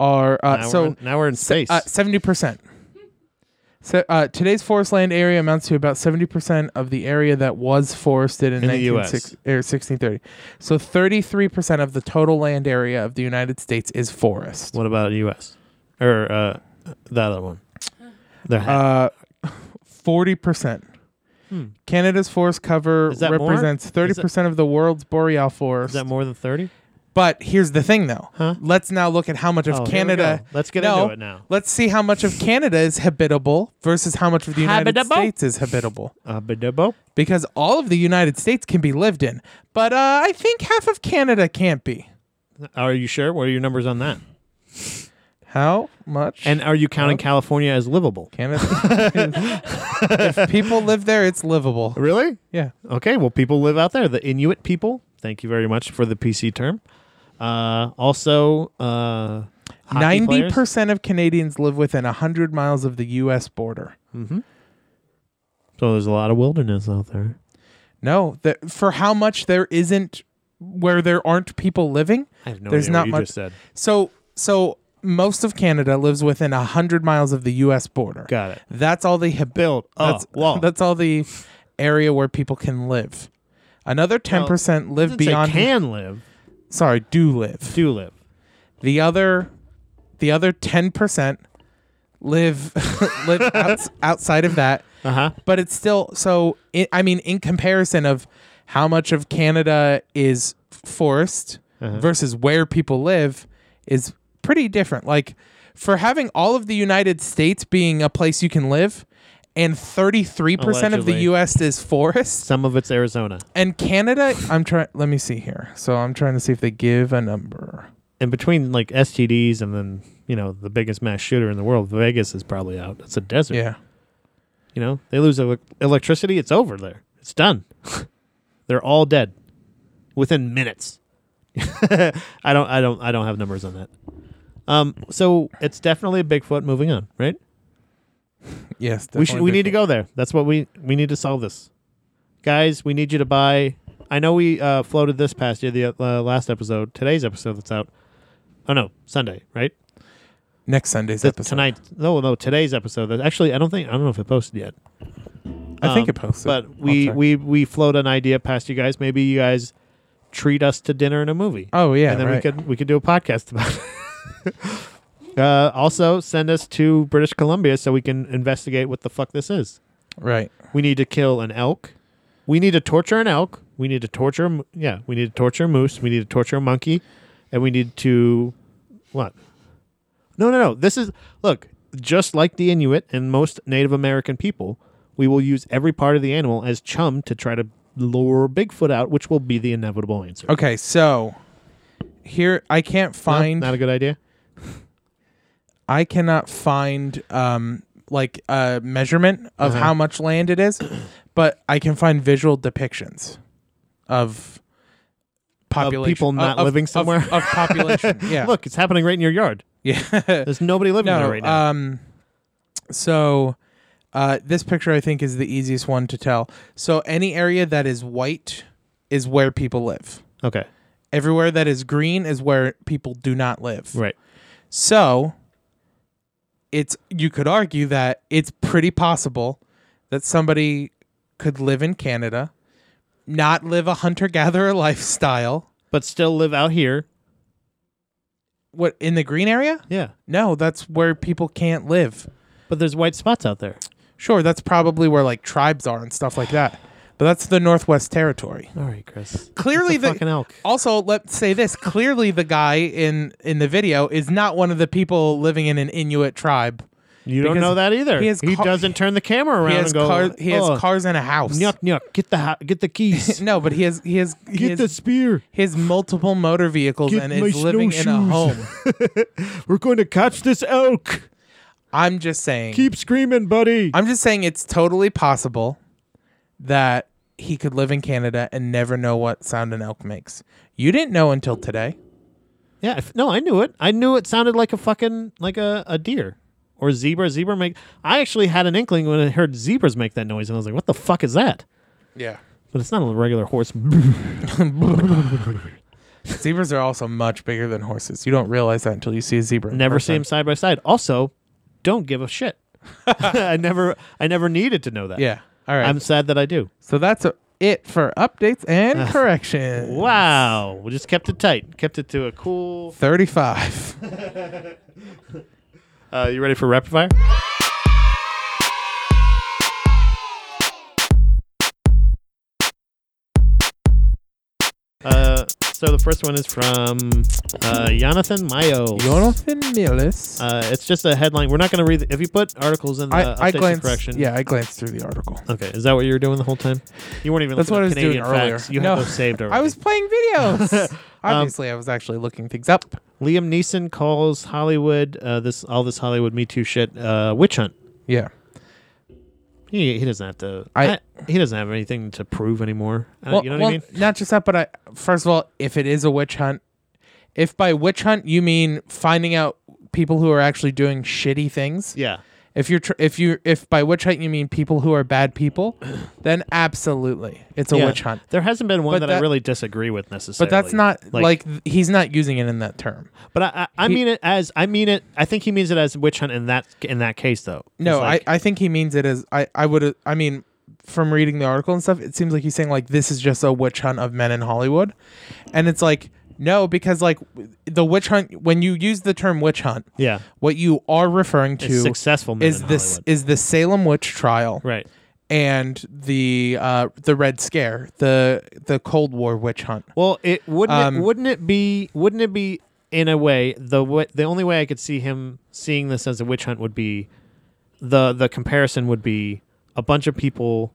Speaker 1: are uh,
Speaker 3: Now
Speaker 1: so
Speaker 3: we're in, now we're in space.
Speaker 1: uh, 70%. So uh, today's forest land area amounts to about 70% of the area that was forested in,
Speaker 3: In the
Speaker 1: 1960 er, 1630. So 33% of the total land area of the United States is forest.
Speaker 3: what about U.S. or uh, the other one? There ha-
Speaker 1: Uh, 40%. Canada's forest cover
Speaker 3: Hmm. Is that more?
Speaker 1: represents
Speaker 3: Is that-
Speaker 1: 30% of the world's boreal forest.
Speaker 3: is that more than thirty?
Speaker 1: But here's the thing, though. Let's now look at how much of
Speaker 3: Oh, here we
Speaker 1: Canada.
Speaker 3: go. Let's get
Speaker 1: No,
Speaker 3: into it now.
Speaker 1: Let's see how much of Canada is habitable versus how much of the United
Speaker 3: Habitable?
Speaker 1: States is habitable.
Speaker 3: Uh, Badabo.
Speaker 1: Because all of the United States can be lived in, but uh, I think half of Canada can't be.
Speaker 3: Are you sure? What are your numbers on that?
Speaker 1: How much?
Speaker 3: And are you counting California as livable?
Speaker 1: Canada. if people live there, it's livable.
Speaker 3: Really?
Speaker 1: Yeah.
Speaker 3: Okay. Well, people live out there. The Inuit people. Thank you very much for the PC term. Uh, also, uh, hockey
Speaker 1: Ninety
Speaker 3: players.
Speaker 1: percent of Canadians live within hundred miles of the U.S. border.
Speaker 3: So there's a lot of wilderness out there.
Speaker 1: No, that for how much there isn't, where there aren't people living,
Speaker 3: I have no
Speaker 1: there's
Speaker 3: idea
Speaker 1: not
Speaker 3: what you
Speaker 1: much.
Speaker 3: just said.
Speaker 1: So so most of Canada lives within hundred miles of the U.S. border.
Speaker 3: Got it. Oh,
Speaker 1: That's all the hab-
Speaker 3: Build a
Speaker 1: That's
Speaker 3: wall.
Speaker 1: That's all the area where people can live. Another ten percent live
Speaker 3: Doesn't say
Speaker 1: beyond.
Speaker 3: can live,
Speaker 1: Sorry, do live.
Speaker 3: do live.
Speaker 1: The other, the other ten percent live live outs, outside of that.
Speaker 3: Uh huh.
Speaker 1: but it's still so i i mean in comparison of how much of canada is forced
Speaker 3: Uh-huh.
Speaker 1: versus where people live is pretty different like for having all of the united states being a place you can live and 33% of the
Speaker 3: Allegedly.
Speaker 1: us is forest
Speaker 3: Some of it's Arizona.
Speaker 1: and canada i'm trying let me see here so i'm trying to see if they give a number
Speaker 3: And between like STDs and then, you know, the biggest mass shooter in the world, Vegas is probably out. It's a desert.
Speaker 1: yeah
Speaker 3: You know, they lose ele- electricity, it's over there. It's done. They're all dead within minutes. I don't I don't I don't have numbers on that. Um so it's definitely a Bigfoot moving on, right?
Speaker 1: yes
Speaker 3: we should
Speaker 1: definitely
Speaker 3: we need to
Speaker 1: Bigfoot.
Speaker 3: go there. That's what we we need to solve this. Guys, we need you to buy I know we uh, floated this past year the uh, last episode, today's episode that's out. Oh no, Sunday, right?
Speaker 1: next sunday's
Speaker 3: The-
Speaker 1: episode
Speaker 3: Tonight. No, no, today's episode. That- Actually, I don't think I don't know if it posted yet.
Speaker 1: i think
Speaker 3: Um,
Speaker 1: it posted
Speaker 3: But
Speaker 1: I'll
Speaker 3: we
Speaker 1: check.
Speaker 3: we we float an idea past you guys. Maybe you guys treat us to dinner and a movie.
Speaker 1: oh yeah
Speaker 3: and then we
Speaker 1: right.
Speaker 3: could we could do a podcast about it. uh, also, send us to British Columbia so we can investigate what the fuck this is.
Speaker 1: right
Speaker 3: We need to kill an elk. We need to torture an elk. We need to torture. a mo- Yeah, we need to torture a moose. We need to torture a monkey, and we need to what? No, no, no. This is look just like the Inuit and most Native American people. We will use every part of the animal as chum to try to lure Bigfoot out, which will be the inevitable answer.
Speaker 1: Okay, so here I can't
Speaker 3: No?
Speaker 1: find
Speaker 3: not a good idea.
Speaker 1: I cannot find um like a measurement of
Speaker 3: Uh-huh.
Speaker 1: how much land it is, but I can find visual depictions of population
Speaker 3: people not living somewhere?
Speaker 1: of, of population. Yeah.
Speaker 3: Look, it's happening right in your yard.
Speaker 1: yeah.
Speaker 3: There's nobody living there
Speaker 1: no,
Speaker 3: right now.
Speaker 1: um so uh this picture I think is the easiest one to tell. So any area that is white is where people live.
Speaker 3: okay,
Speaker 1: Everywhere that is green is where people do not live.
Speaker 3: right.
Speaker 1: So it's you could argue that it's pretty possible that somebody could live in Canada, not live a hunter gatherer lifestyle.
Speaker 3: But still live out here.
Speaker 1: What in the green area?
Speaker 3: Yeah,
Speaker 1: No, that's where people can't live.
Speaker 3: but there's white spots out there.
Speaker 1: Sure, that's probably where like tribes are and stuff like that. But that's the Northwest Territory.
Speaker 3: All right, Chris.
Speaker 1: Clearly
Speaker 3: It's a
Speaker 1: the
Speaker 3: fucking elk.
Speaker 1: Also, let's say this. Clearly the guy in in the video is not one of the people living in an Inuit tribe.
Speaker 3: You don't
Speaker 1: Because
Speaker 3: know that either.
Speaker 1: he
Speaker 3: He,
Speaker 1: has car-
Speaker 3: doesn't turn the camera around
Speaker 1: He has
Speaker 3: and go.
Speaker 1: cars he has
Speaker 3: "Oh,
Speaker 1: cars and a house.
Speaker 3: Nyuk nyuk. Get the ho- get the keys.
Speaker 1: No, but he has he has he
Speaker 3: get
Speaker 1: has,
Speaker 3: the spear.
Speaker 1: he has multiple motor vehicles
Speaker 3: Get
Speaker 1: and
Speaker 3: my
Speaker 1: is living in a
Speaker 3: snowshoes."
Speaker 1: home.
Speaker 3: We're going to catch this elk.
Speaker 1: I'm just saying.
Speaker 3: Keep screaming, buddy.
Speaker 1: I'm just saying it's totally possible that he could live in Canada and never know what sound an elk makes. You didn't know until today.
Speaker 3: yeah. if- no, I knew it. I knew it sounded like a fucking like a, a deer or zebra. Zebra make. I actually had an inkling when I heard zebras make that noise, and I was like, "What the fuck is that?"
Speaker 1: Yeah.
Speaker 3: But it's not a regular horse.
Speaker 1: Zebras are also much bigger than horses. You don't realize that until you see a zebra. in
Speaker 3: Never see
Speaker 1: person.
Speaker 3: them side by side. Also, don't give a shit. I never. I never needed to know that.
Speaker 1: Yeah. All right.
Speaker 3: I'm sad that I do.
Speaker 1: so that's uh, it for updates and corrections.
Speaker 3: Wow. We just kept it tight. Kept it to a cool.
Speaker 1: 35.
Speaker 3: Uh, you ready for rapid fire? Uh, so the first one is from uh, Jonathan Mayo.
Speaker 1: Jonathan Millis.
Speaker 3: Uh, it's just a headline. We're not going to read. If you put articles in the
Speaker 1: I,
Speaker 3: updates
Speaker 1: I
Speaker 3: and
Speaker 1: glanced.
Speaker 3: correction,
Speaker 1: Yeah, I glanced through the article.
Speaker 3: Okay, is that what you were doing the whole time? You weren't even.
Speaker 1: That's what
Speaker 3: looking
Speaker 1: I
Speaker 3: up
Speaker 1: was doing
Speaker 3: Canadian
Speaker 1: earlier.
Speaker 3: facts. You
Speaker 1: No,
Speaker 3: have those saved already.
Speaker 1: I was playing
Speaker 3: Um,
Speaker 1: videos. Obviously, I was actually looking things up.
Speaker 3: Liam Neeson calls Hollywood uh, this all this Hollywood Me Too shit uh, witch hunt.
Speaker 1: Yeah.
Speaker 3: He, he doesn't have to.
Speaker 1: I-
Speaker 3: I, he doesn't have anything to prove anymore. I don't-
Speaker 1: Well,
Speaker 3: uh, you know what
Speaker 1: well,
Speaker 3: I mean?
Speaker 1: not just that, but I first of all, if it is a witch hunt, if by witch hunt you mean finding out people who are actually doing shitty things,
Speaker 3: Yeah.
Speaker 1: if you're tr- if you if by witch hunt you mean people who are bad people, then absolutely it's a
Speaker 3: yeah.
Speaker 1: witch hunt.
Speaker 3: There hasn't been one
Speaker 1: But
Speaker 3: that, I
Speaker 1: that-
Speaker 3: really disagree with necessarily.
Speaker 1: But that's not like, th- he's not using it in that term.
Speaker 3: But I, I, I mean it as I mean it. I think he means it as witch hunt in that in that case though.
Speaker 1: No,
Speaker 3: It's like,
Speaker 1: I, I think he means it as I, I would I mean from reading the article and stuff, it seems like he's saying like this is just a witch hunt of men in Hollywood. And it's like No, because like w- the witch hunt. When you use the term witch hunt,
Speaker 3: Yeah.
Speaker 1: what you are referring to
Speaker 3: It's successful men
Speaker 1: is
Speaker 3: in
Speaker 1: this
Speaker 3: Hollywood.
Speaker 1: is the Salem witch trial,
Speaker 3: Right.
Speaker 1: And the uh, the Red Scare, the the Cold War witch hunt.
Speaker 3: Well, it wouldn't
Speaker 1: Um,
Speaker 3: it, wouldn't it be wouldn't it be in a way the wa- the only way I could see him seeing this as a witch hunt would be the the comparison would be a bunch of people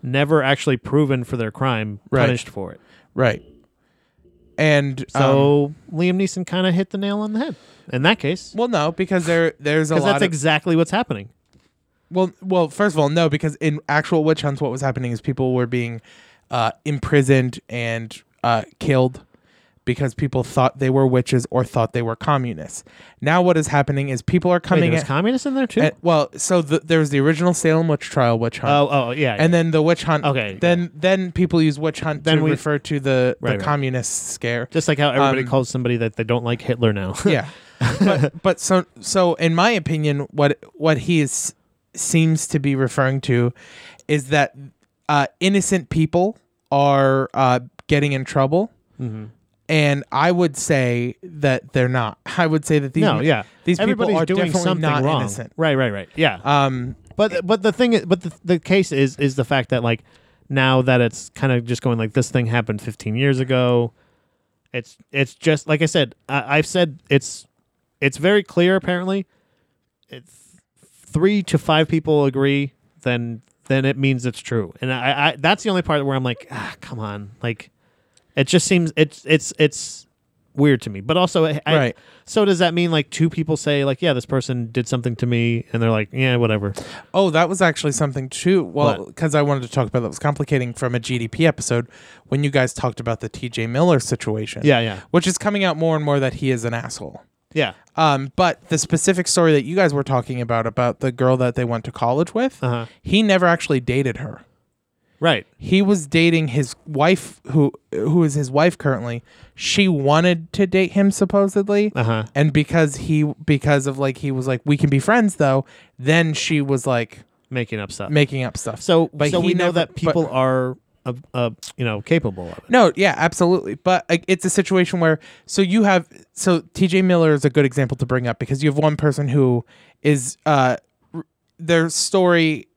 Speaker 3: never actually proven for their crime
Speaker 1: Right.
Speaker 3: punished for it.
Speaker 1: Right. And um,
Speaker 3: So Liam Neeson kind of hit the nail on the head in that case
Speaker 1: well, no, because there there's a
Speaker 3: because
Speaker 1: lot.
Speaker 3: that's
Speaker 1: of,
Speaker 3: exactly what's happening.
Speaker 1: Well, well, first of all, no, because in actual witch hunts, what was happening is people were being uh, imprisoned and uh, killed because people thought they were witches or thought they were communists. Now, what is happening is people are
Speaker 3: Wait,
Speaker 1: coming
Speaker 3: there's
Speaker 1: at-
Speaker 3: communists in there too.
Speaker 1: at- well, so the, there was the original Salem witch trial witch hunt,
Speaker 3: oh, oh, yeah.
Speaker 1: and then the witch hunt.
Speaker 3: Okay,
Speaker 1: then then people use witch hunt
Speaker 3: Then
Speaker 1: to
Speaker 3: we-
Speaker 1: refer to the
Speaker 3: Right,
Speaker 1: the
Speaker 3: right.
Speaker 1: communist scare.
Speaker 3: just like how everybody
Speaker 1: um,
Speaker 3: calls somebody that they don't like Hitler now.
Speaker 1: yeah but but so so in my opinion what what he is seems to be referring to is that uh innocent people are uh getting in trouble
Speaker 3: Mm-hmm.
Speaker 1: and i would say that they're not i would say that these
Speaker 3: no, yeah.
Speaker 1: these
Speaker 3: Everybody's
Speaker 1: people are
Speaker 3: doing
Speaker 1: definitely
Speaker 3: something
Speaker 1: not
Speaker 3: wrong.
Speaker 1: innocent
Speaker 3: Right, right, right. Yeah.
Speaker 1: um
Speaker 3: But but the thing is, but the, the case is is the fact that like now that it's kind of just going like this thing happened 15 years ago. It's it's just like I said. I, I've said it's it's very clear. Apparently, it's three to five people agree. Then then it means it's true. And I, I that's the only part where I'm like, ah, come on. Like, it just seems it's it's it's weird to me. But also, I, I-
Speaker 1: Right.
Speaker 3: So does that mean like two people say like, yeah, this person did something to me, and they're like, yeah, whatever.
Speaker 1: Oh, that was actually something too. Well,
Speaker 3: What?
Speaker 1: because I wanted to talk about that was complicating from a GDP episode when you guys talked about the TJ Miller situation.
Speaker 3: Yeah, yeah.
Speaker 1: Which is coming out more and more that he is an asshole.
Speaker 3: Yeah.
Speaker 1: Um, but the specific story that you guys were talking about about the girl that they went to college with,
Speaker 3: Uh-huh.
Speaker 1: he never actually dated her.
Speaker 3: Right.
Speaker 1: He was dating his wife, who who is his wife currently. She wanted to date him supposedly,
Speaker 3: Uh-huh.
Speaker 1: and because he because of like he was like we can be friends though. Then she was like
Speaker 3: Making up stuff.
Speaker 1: making up stuff.
Speaker 3: so so
Speaker 1: he
Speaker 3: we know
Speaker 1: never-
Speaker 3: that
Speaker 1: but-
Speaker 3: people are uh, uh, you know capable of it.
Speaker 1: No, yeah, absolutely. But like, it's a situation where so you have so TJ Miller is a good example to bring up because you have one person who is uh r- their story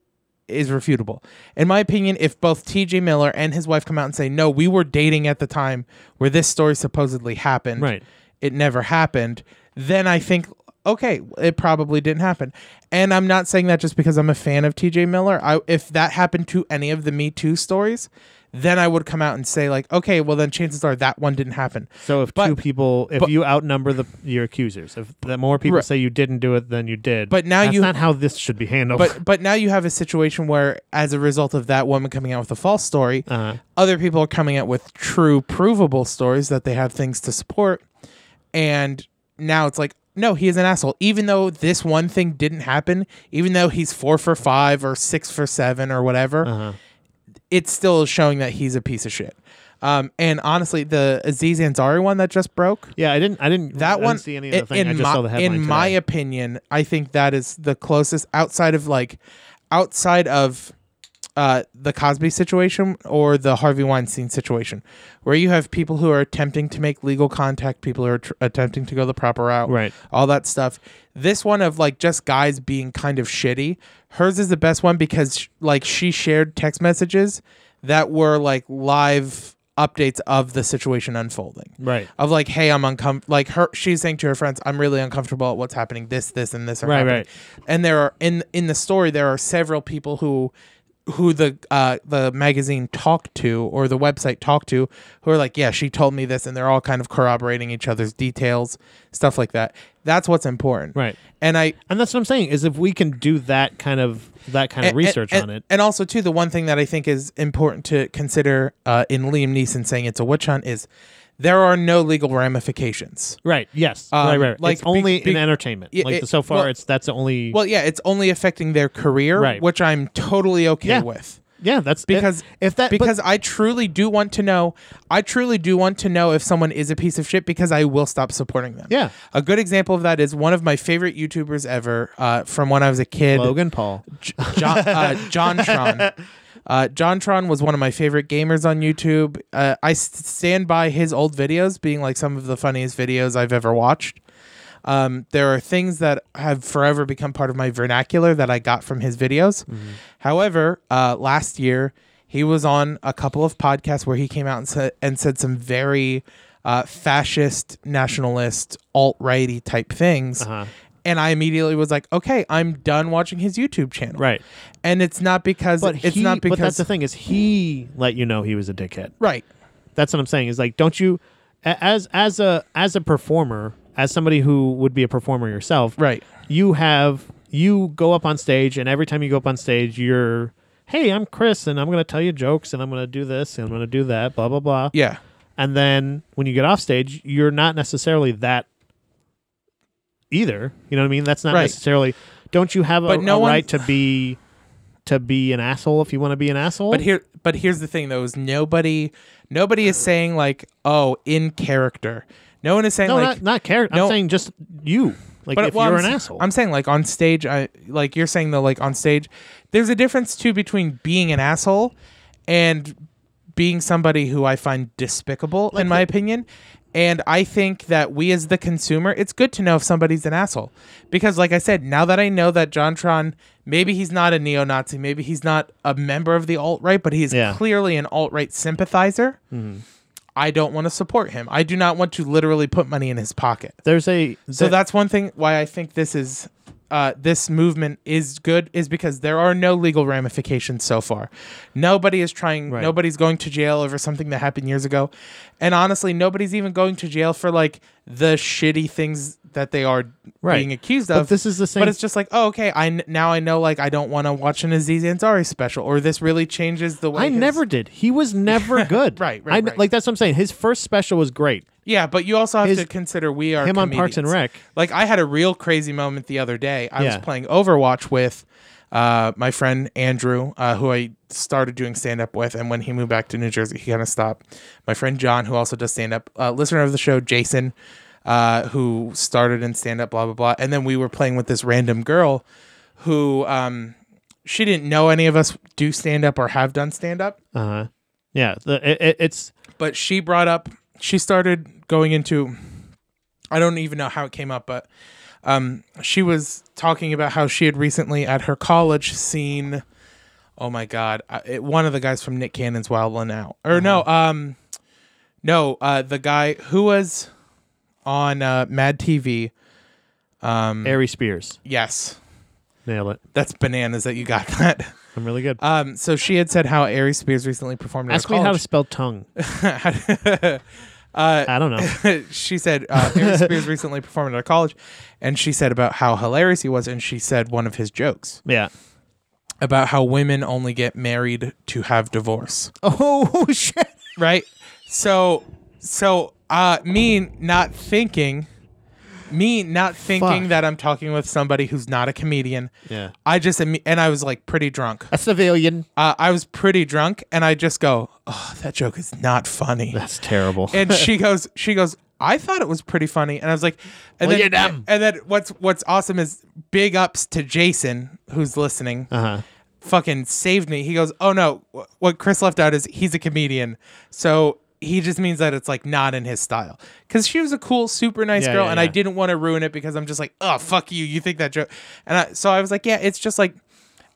Speaker 1: is refutable. In my opinion, if both TJ Miller and his wife come out and say, "No, we were dating at the time where this story supposedly happened."
Speaker 3: Right.
Speaker 1: It never happened. Then I think okay, it probably didn't happen. And I'm not saying that just because I'm a fan of TJ Miller. I if that happened to any of the Me Too stories, then I would come out and say like, "Okay, well then chances are that one didn't happen."
Speaker 3: So if
Speaker 1: But-
Speaker 3: two people, if
Speaker 1: but-
Speaker 3: you outnumber the your accusers, if the more people
Speaker 1: Right.
Speaker 3: say you didn't do it than you did,
Speaker 1: But now
Speaker 3: that's
Speaker 1: you-
Speaker 3: not how this should be handled.
Speaker 1: But but now you have a situation where as a result of that woman coming out with a false story,
Speaker 3: uh,
Speaker 1: other people are coming out with true provable stories that they have things to support and now it's like no he is an asshole even though this one thing didn't happen even though he's four for five or six for seven or whatever it's still showing that he's a piece of shit um, and honestly the aziz ansari one that just broke
Speaker 3: yeah, I didn't. I didn't. I
Speaker 1: that
Speaker 3: didn't
Speaker 1: one
Speaker 3: see any of the thing.
Speaker 1: in
Speaker 3: I just
Speaker 1: my,
Speaker 3: saw the headline.
Speaker 1: in my
Speaker 3: today.
Speaker 1: opinion i think that is the closest outside of like outside of uh, the cosby situation or the harvey weinstein situation where you have people who are attempting to make legal contact people who are tr- attempting to go the proper route
Speaker 3: Right.
Speaker 1: all that stuff this one of like just guys being kind of shitty hers is the best one because sh- like she shared text messages that were like live updates of the situation unfolding
Speaker 3: right,
Speaker 1: of like, hey, I'm uncomfortable. Like her, she's saying to her friends, I'm really uncomfortable at what's happening. This, this, and this are
Speaker 3: Right,
Speaker 1: happening.
Speaker 3: right.
Speaker 1: And there are in in the story there are several people who who the uh the magazine talked to or the website talked to who are like, yeah, she told me this, and they're all kind of corroborating each other's details, stuff like that. That's what's important,
Speaker 3: Right.
Speaker 1: And I
Speaker 3: and that's what I'm saying is if we can do that kind of that kind of research on it.
Speaker 1: And also, too, the one thing that I think is important to consider uh, in Liam Neeson saying it's a witch hunt is there are no legal ramifications.
Speaker 3: Right. Yes.
Speaker 1: Um,
Speaker 3: right. Right.
Speaker 1: like,
Speaker 3: it's only
Speaker 1: be- be-
Speaker 3: in entertainment.
Speaker 1: Yeah,
Speaker 3: like
Speaker 1: it-
Speaker 3: so far,
Speaker 1: well-
Speaker 3: it's that's the only.
Speaker 1: Well, yeah, it's only affecting their career,
Speaker 3: Right.
Speaker 1: which I'm totally okay
Speaker 3: Yeah.
Speaker 1: with.
Speaker 3: yeah, that's
Speaker 1: Because
Speaker 3: if that but-
Speaker 1: because I truly do want to know, I truly do want to know if someone is a piece of shit because I will stop supporting them.
Speaker 3: Yeah.
Speaker 1: a good example of that is one of my favorite YouTubers ever uh, from when I was a kid,
Speaker 3: Logan Paul.
Speaker 1: J- John uh, JonTron. Uh, JonTron was one of my favorite gamers on YouTube. Uh, I s- stand by his old videos being like some of the funniest videos I've ever watched. Um, there are things that have forever become part of my vernacular that I got from his videos. However, uh, last year he was on a couple of podcasts where he came out and said and said some very uh, fascist, nationalist, alt righty type things. And I immediately was like, okay, I'm done watching his YouTube channel.
Speaker 3: Right.
Speaker 1: And it's not because
Speaker 3: But
Speaker 1: it's
Speaker 3: he-
Speaker 1: not because
Speaker 3: But that's the thing is he let you know he was a dickhead.
Speaker 1: right.
Speaker 3: That's what I'm saying. Is like, don't you, a- as as a as a performer, as somebody who would be a performer yourself,
Speaker 1: Right.
Speaker 3: You have you go up on stage, and every time you go up on stage, you're, hey, I'm Chris, and I'm gonna tell you jokes, and I'm gonna do this, and I'm gonna do that, blah blah blah.
Speaker 1: Yeah.
Speaker 3: And then when you get off stage, you're not necessarily that either. You know what I mean? That's not
Speaker 1: Right.
Speaker 3: necessarily. Don't you have a,
Speaker 1: But no
Speaker 3: a
Speaker 1: one-
Speaker 3: right to be to be an asshole if you want to be an asshole?
Speaker 1: But here but here's the thing though, is nobody nobody is saying like, oh, in character. No one is saying
Speaker 3: no,
Speaker 1: like
Speaker 3: not not care.
Speaker 1: no-
Speaker 3: I'm saying just you. Like if
Speaker 1: well,
Speaker 3: you're
Speaker 1: I'm,
Speaker 3: an
Speaker 1: s-
Speaker 3: asshole,
Speaker 1: I'm saying like on stage, I like you're saying though, like on stage, there's a difference too between being an asshole and being somebody who I find despicable, in my opinion. And I think that we as the consumer, it's good to know if somebody's an asshole. Because like I said, now that I know that JonTron, maybe he's not a neo Nazi, maybe he's not a member of the alt right, but he is
Speaker 3: Yeah. Mm-hmm.
Speaker 1: clearly an alt right sympathizer. I don't want to support him. I do not want to literally put money in his pocket.
Speaker 3: there's a
Speaker 1: So
Speaker 3: there-
Speaker 1: that's one thing why I think this is uh, this movement is good is because there are no legal ramifications so far. Nobody is trying.
Speaker 3: Right.
Speaker 1: Nobody's going to jail over something that happened years ago, and honestly, nobody's even going to jail for like the shitty things that they are
Speaker 3: Right.
Speaker 1: being accused
Speaker 3: But
Speaker 1: of.
Speaker 3: this is the same-
Speaker 1: But it's just like, oh, okay. I kn- now I know like I don't want to watch an Aziz Ansari special, or this really changes the way.
Speaker 3: I
Speaker 1: his-
Speaker 3: never did. He was never good.
Speaker 1: Right, right,
Speaker 3: I kn-
Speaker 1: right.
Speaker 3: Like that's what I'm saying. His first special was great.
Speaker 1: Yeah, but you also have
Speaker 3: His-
Speaker 1: to consider we are
Speaker 3: him on Parks and
Speaker 1: comedians.
Speaker 3: Rec.
Speaker 1: Like I had a real crazy moment the other day. I
Speaker 3: Yeah.
Speaker 1: was playing Overwatch with uh, my friend Andrew, uh, who I started doing stand up with, and when he moved back to New Jersey, he kind of stopped. My friend John, who also does stand up, uh, listener of the show, Jason, uh, who started in stand up, blah blah blah, and then we were playing with this random girl who um, she didn't know any of us do stand up or have done stand up
Speaker 3: Uh huh. Yeah. The, it, it, it's
Speaker 1: but she brought up she started going into I don't even know how it came up, but um, she was talking about how she had recently at her college seen oh my god I- it, one of the guys from Nick Cannon's Wildland Out or no
Speaker 3: Uh-huh.
Speaker 1: um no uh, the guy who was on uh, Mad TV Mm.
Speaker 3: Ari Spears.
Speaker 1: yes
Speaker 3: Nail it.
Speaker 1: that's bananas that you got that
Speaker 3: I'm really good.
Speaker 1: um so she had said how Ari Spears recently performed at
Speaker 3: Ask
Speaker 1: her
Speaker 3: me how to
Speaker 1: college.
Speaker 3: spell tongue.
Speaker 1: Uh,
Speaker 3: I don't know.
Speaker 1: she said uh, Harry Spears recently performed at a college, and she said about how hilarious he was, and she said one of his jokes
Speaker 3: Yeah.
Speaker 1: about how women only get married to have divorce,
Speaker 3: Oh shit.
Speaker 1: right? So, so uh, me not thinking, me not thinking
Speaker 3: Fuck.
Speaker 1: that I'm talking with somebody who's not a comedian.
Speaker 3: Yeah.
Speaker 1: I just imme- and I was like pretty drunk.
Speaker 3: A civilian.
Speaker 1: Uh, I was pretty drunk, and I just go, "Oh, that joke is not funny."
Speaker 3: That's terrible.
Speaker 1: and she goes she goes i thought it was pretty funny and i was like and
Speaker 3: Well,
Speaker 1: then,
Speaker 3: you're dumb.
Speaker 1: and then what's what's awesome is big ups to jason who's listening
Speaker 3: Uh-huh.
Speaker 1: fucking saved me he goes oh no wh- what chris left out is he's a comedian so he just means that it's like not in his style because she was a cool super nice
Speaker 3: Yeah,
Speaker 1: girl
Speaker 3: yeah,
Speaker 1: and i
Speaker 3: yeah.
Speaker 1: didn't want to ruin it because i'm just like oh fuck you you think that joke and I, so i was like yeah it's just like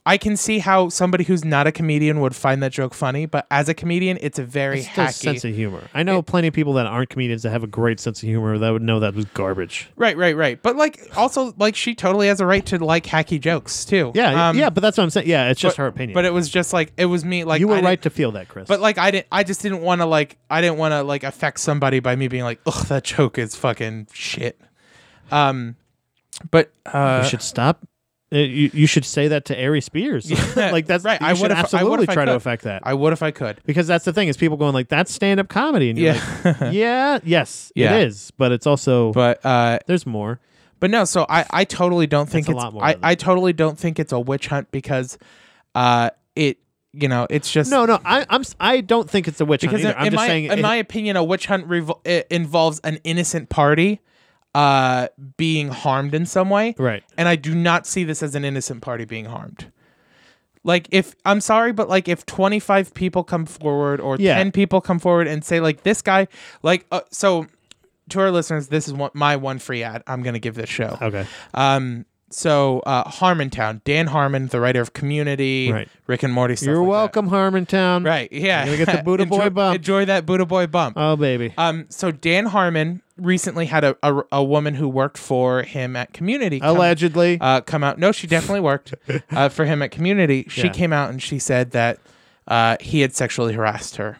Speaker 1: I can see how somebody who's not a comedian would find that joke funny, but as a comedian, it's a very
Speaker 3: It's still
Speaker 1: hacky
Speaker 3: sense of humor. I know plenty of people that aren't comedians that have a great sense of humor that would know that was garbage.
Speaker 1: Right, right, right. But like, also, like, she totally has a right to like hacky jokes too.
Speaker 3: Yeah,
Speaker 1: Um,
Speaker 3: yeah, but that's what I'm saying. Yeah, it's just
Speaker 1: but-
Speaker 3: her opinion.
Speaker 1: But it was just like it was me. Like
Speaker 3: you were
Speaker 1: I didn't-
Speaker 3: right to feel that, Chris.
Speaker 1: But like, I didn't. I just didn't want to like. I didn't want to like affect somebody by me being like, "Ugh, that joke is fucking shit." Um, but uh,
Speaker 3: you should stop. Uh, You, you should say that to Ari Spears. like that's
Speaker 1: right.
Speaker 3: You
Speaker 1: I
Speaker 3: should
Speaker 1: would if- I would
Speaker 3: absolutely
Speaker 1: if I
Speaker 3: try to
Speaker 1: could.
Speaker 3: affect that
Speaker 1: I would if I could.
Speaker 3: because that's the thing is people going like that's stand up comedy and you're
Speaker 1: Yeah.
Speaker 3: like yeah yes
Speaker 1: Yeah.
Speaker 3: it is but it's also
Speaker 1: But uh,
Speaker 3: there's more
Speaker 1: But no, so I, I totally don't think
Speaker 3: That's a
Speaker 1: it's
Speaker 3: lot more
Speaker 1: I,
Speaker 3: than-
Speaker 1: I totally don't think it's a witch hunt because uh it you know it's just
Speaker 3: no no I I'm s- I don't think it's a witch hunt
Speaker 1: because in,
Speaker 3: either. I'm
Speaker 1: in
Speaker 3: just
Speaker 1: my
Speaker 3: saying
Speaker 1: in
Speaker 3: it-
Speaker 1: my opinion a witch hunt revol- it involves an innocent party uh being harmed in some way
Speaker 3: Right.
Speaker 1: and I do not see this as an innocent party being harmed Like if I'm sorry, but like if 25 people come forward or
Speaker 3: Yeah.
Speaker 1: 10 people come forward and say like this guy, like uh, so to our listeners, this is one, my one free ad I'm gonna give this show.
Speaker 3: Okay.
Speaker 1: Um, so uh, Harmontown, Dan Harmon, the writer of Community,
Speaker 3: Right.
Speaker 1: Rick and Morty. Stuff
Speaker 3: You're
Speaker 1: like that.
Speaker 3: welcome, Harmontown.
Speaker 1: Right. Yeah.
Speaker 3: You're gonna get the Buddha
Speaker 1: enjoy,
Speaker 3: Boy bump.
Speaker 1: Enjoy that Buddha boy bump.
Speaker 3: Oh, baby.
Speaker 1: um. So Dan Harmon recently had a, a, a woman who worked for him at Community. come-
Speaker 3: Allegedly.
Speaker 1: uh, come out. No, she definitely worked uh, for him at Community. She
Speaker 3: Yeah.
Speaker 1: came out and she said that uh, he had sexually harassed her.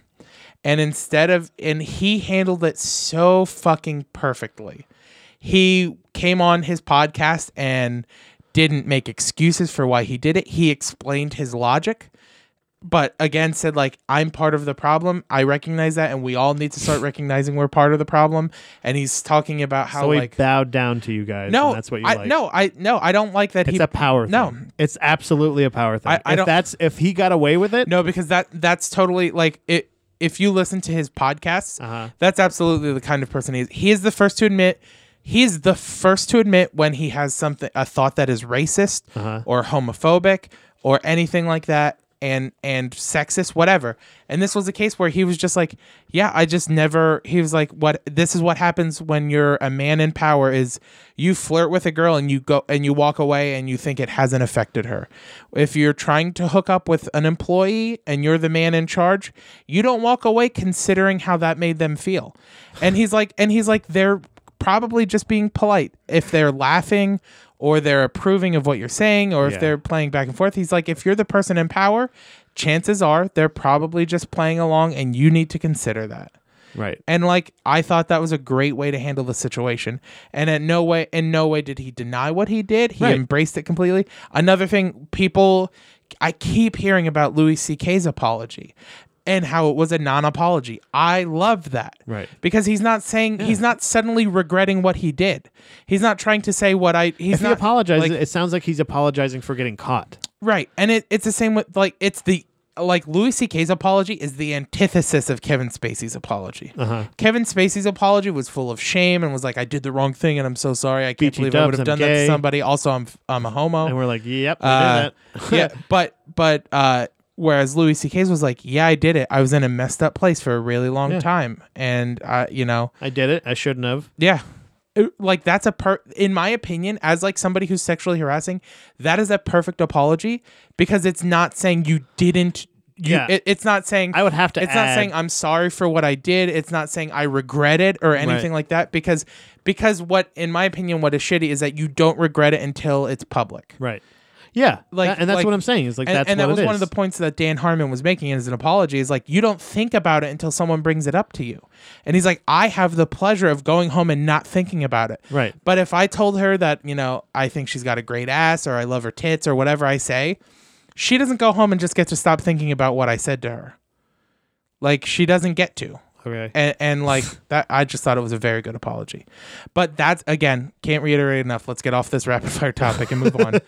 Speaker 1: And instead of, and he handled it so fucking perfectly. He came on his podcast and didn't make excuses for why he did it. He explained his logic, but again said, like, I'm part of the problem. I recognize that. And we all need to start recognizing we're part of the problem. And he's talking about how,
Speaker 3: so we
Speaker 1: like,
Speaker 3: bowed down to you guys.
Speaker 1: no,
Speaker 3: and that's what you
Speaker 1: I,
Speaker 3: like.
Speaker 1: No, I no, I don't like that.
Speaker 3: it's
Speaker 1: he,
Speaker 3: a power.
Speaker 1: No.
Speaker 3: thing. it's absolutely a power thing.
Speaker 1: I- I
Speaker 3: if
Speaker 1: don't-
Speaker 3: that's if he got away with it.
Speaker 1: No, because that that's totally like it. If you listen to his podcasts,
Speaker 3: Uh-huh.
Speaker 1: that's absolutely the kind of person he is. He is the first to admit. He is the first to admit when he has something a thought that is racist
Speaker 3: Uh-huh.
Speaker 1: or homophobic or anything like that and and sexist whatever. And this was a case where he was just like, yeah, I just never he was like what this is what happens when you're a man in power is you flirt with a girl and you go and you walk away and you think it hasn't affected her. If you're trying to hook up with an employee and you're the man in charge, you don't walk away considering how that made them feel. And he's like and he's like they're probably just being polite if they're laughing or they're approving of what you're saying or
Speaker 3: Yeah.
Speaker 1: if they're playing back and forth. He's like if you're the person in power, chances are they're probably just playing along and you need to consider that.
Speaker 3: Right.
Speaker 1: And like I thought that was a great way to handle the situation. And at no way in no way did he deny what he did. He
Speaker 3: Right.
Speaker 1: embraced it completely. Another thing people I keep hearing about Louis CK's apology and how it was a non-apology. I love that.
Speaker 3: Right.
Speaker 1: Because he's not saying he's not suddenly regretting what he did. He's not trying to say what I he's
Speaker 3: If
Speaker 1: not
Speaker 3: he apologizes,
Speaker 1: like-
Speaker 3: it sounds like he's apologizing for getting caught.
Speaker 1: Right. And it, it's the same with like it's the like Louis C.K.'s apology is the antithesis of Kevin Spacey's apology. Uh-huh. Kevin Spacey's apology was full of shame and was like, "I did the wrong thing, and I'm so sorry. I can't
Speaker 3: BT
Speaker 1: believe I would
Speaker 3: dubs,
Speaker 1: have
Speaker 3: I'm
Speaker 1: done that to
Speaker 3: gay."
Speaker 1: somebody. Also, I'm I'm a homo."
Speaker 3: And we're like, yep, we
Speaker 1: Uh,
Speaker 3: did that.
Speaker 1: yeah, but but uh, whereas Louis C.K.'s was like, "Yeah, I did it. I was in a messed up place for a really long time, and I, you know,
Speaker 3: I did it. I shouldn't have.
Speaker 1: yeah." It- Like that's a per in my opinion, as like somebody who's sexually harassing, that is a perfect apology because it's not saying you didn't you,
Speaker 3: Yeah.
Speaker 1: it, it's not saying
Speaker 3: I would have to
Speaker 1: It's not
Speaker 3: add-
Speaker 1: saying I'm sorry for what I did. It's not saying I regret it or anything like that because because what in my opinion what is shitty is that you don't regret it until it's public.
Speaker 3: Right. Yeah.
Speaker 1: Like
Speaker 3: That- and that's
Speaker 1: like-
Speaker 3: what I'm saying. Is like
Speaker 1: and,
Speaker 3: that's
Speaker 1: and
Speaker 3: what
Speaker 1: that was
Speaker 3: it
Speaker 1: one of
Speaker 3: is.
Speaker 1: the points that Dan Harmon was making as an apology is like you don't think about it until someone brings it up to you. And he's like I have the pleasure of going home and not thinking about it.
Speaker 3: Right.
Speaker 1: But if I told her that, you know, I think she's got a great ass or I love her tits or whatever I say, she doesn't go home and just get to stop thinking about what I said to her. Like she doesn't get to
Speaker 3: Okay.
Speaker 1: and and like that i just thought it was a very good apology but that's again can't reiterate enough let's get off this rapid fire topic and move on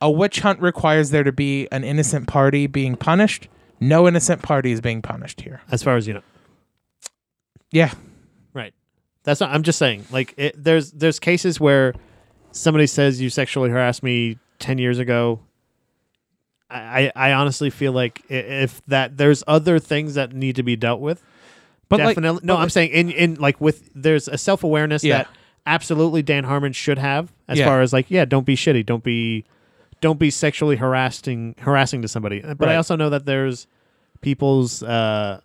Speaker 1: a witch hunt requires there to be an innocent party being punished no innocent party is being punished here
Speaker 3: as far as you know.
Speaker 1: yeah
Speaker 3: Right. That's not. I'm just saying. Like, it, there's there's cases where somebody says you sexually harassed me ten years ago. I I, I honestly feel like i- if that there's other things that need to be dealt with.
Speaker 1: but
Speaker 3: Definitely.
Speaker 1: like,
Speaker 3: no,
Speaker 1: but
Speaker 3: I'm
Speaker 1: like-
Speaker 3: saying in in like with there's a self awareness
Speaker 1: Yeah.
Speaker 3: that absolutely Dan Harmon should have as
Speaker 1: Yeah.
Speaker 3: far as like yeah, don't be shitty, don't be don't be sexually harassing harassing to somebody. But
Speaker 1: Right.
Speaker 3: I also know that there's people's uh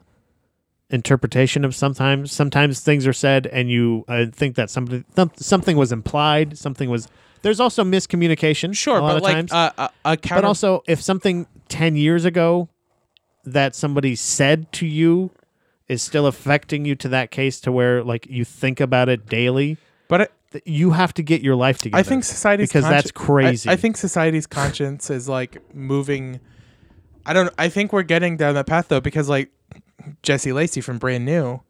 Speaker 3: interpretation of sometimes sometimes things are said and you uh, think that somebody th- something was implied something was there's also miscommunication
Speaker 1: sure
Speaker 3: a lot
Speaker 1: but
Speaker 3: of
Speaker 1: like
Speaker 3: times
Speaker 1: uh, a, a counter
Speaker 3: but also if something 10 years ago that somebody said to you is still affecting you to that case to where like you think about it daily
Speaker 1: but uh, it,
Speaker 3: th- you have to get your life together
Speaker 1: I think society's
Speaker 3: because that's
Speaker 1: consci- I-
Speaker 3: crazy
Speaker 1: I, think society's conscience is like moving. I don't. I think we're getting down that path though because like Jesse Lacey from Brand New,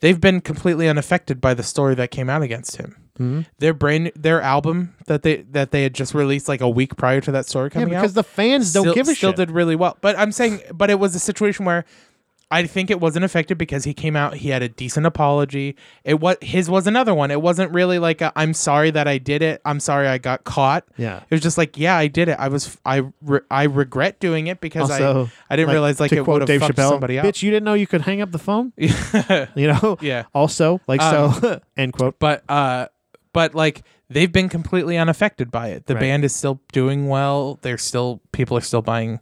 Speaker 1: they've been completely unaffected by the story that came out against him.
Speaker 3: Mm-hmm.
Speaker 1: Their brand, their album that they that they had just released like a week prior to that story
Speaker 3: yeah
Speaker 1: coming out
Speaker 3: because the fans don't
Speaker 1: still,
Speaker 3: give a
Speaker 1: still
Speaker 3: shit
Speaker 1: did really well. But I'm saying, but it was a situation where I think it wasn't effective because he came out. He had a decent apology. It was his was another one. It wasn't really like i I'm sorry that I did it. I'm sorry I got caught.
Speaker 3: Yeah.
Speaker 1: it was just like yeah, I did it. I was I re- I regret doing it because
Speaker 3: Also,
Speaker 1: I I didn't realize like
Speaker 3: to
Speaker 1: it
Speaker 3: quote
Speaker 1: would have
Speaker 3: Dave
Speaker 1: fucked
Speaker 3: Chappelle,
Speaker 1: somebody up.
Speaker 3: Bitch, you didn't know you could hang up the phone. you know.
Speaker 1: Yeah. Um,
Speaker 3: Also, like so. end quote.
Speaker 1: but uh but like they've been completely unaffected by it. The
Speaker 3: Right.
Speaker 1: band is still doing well. They're still people are still buying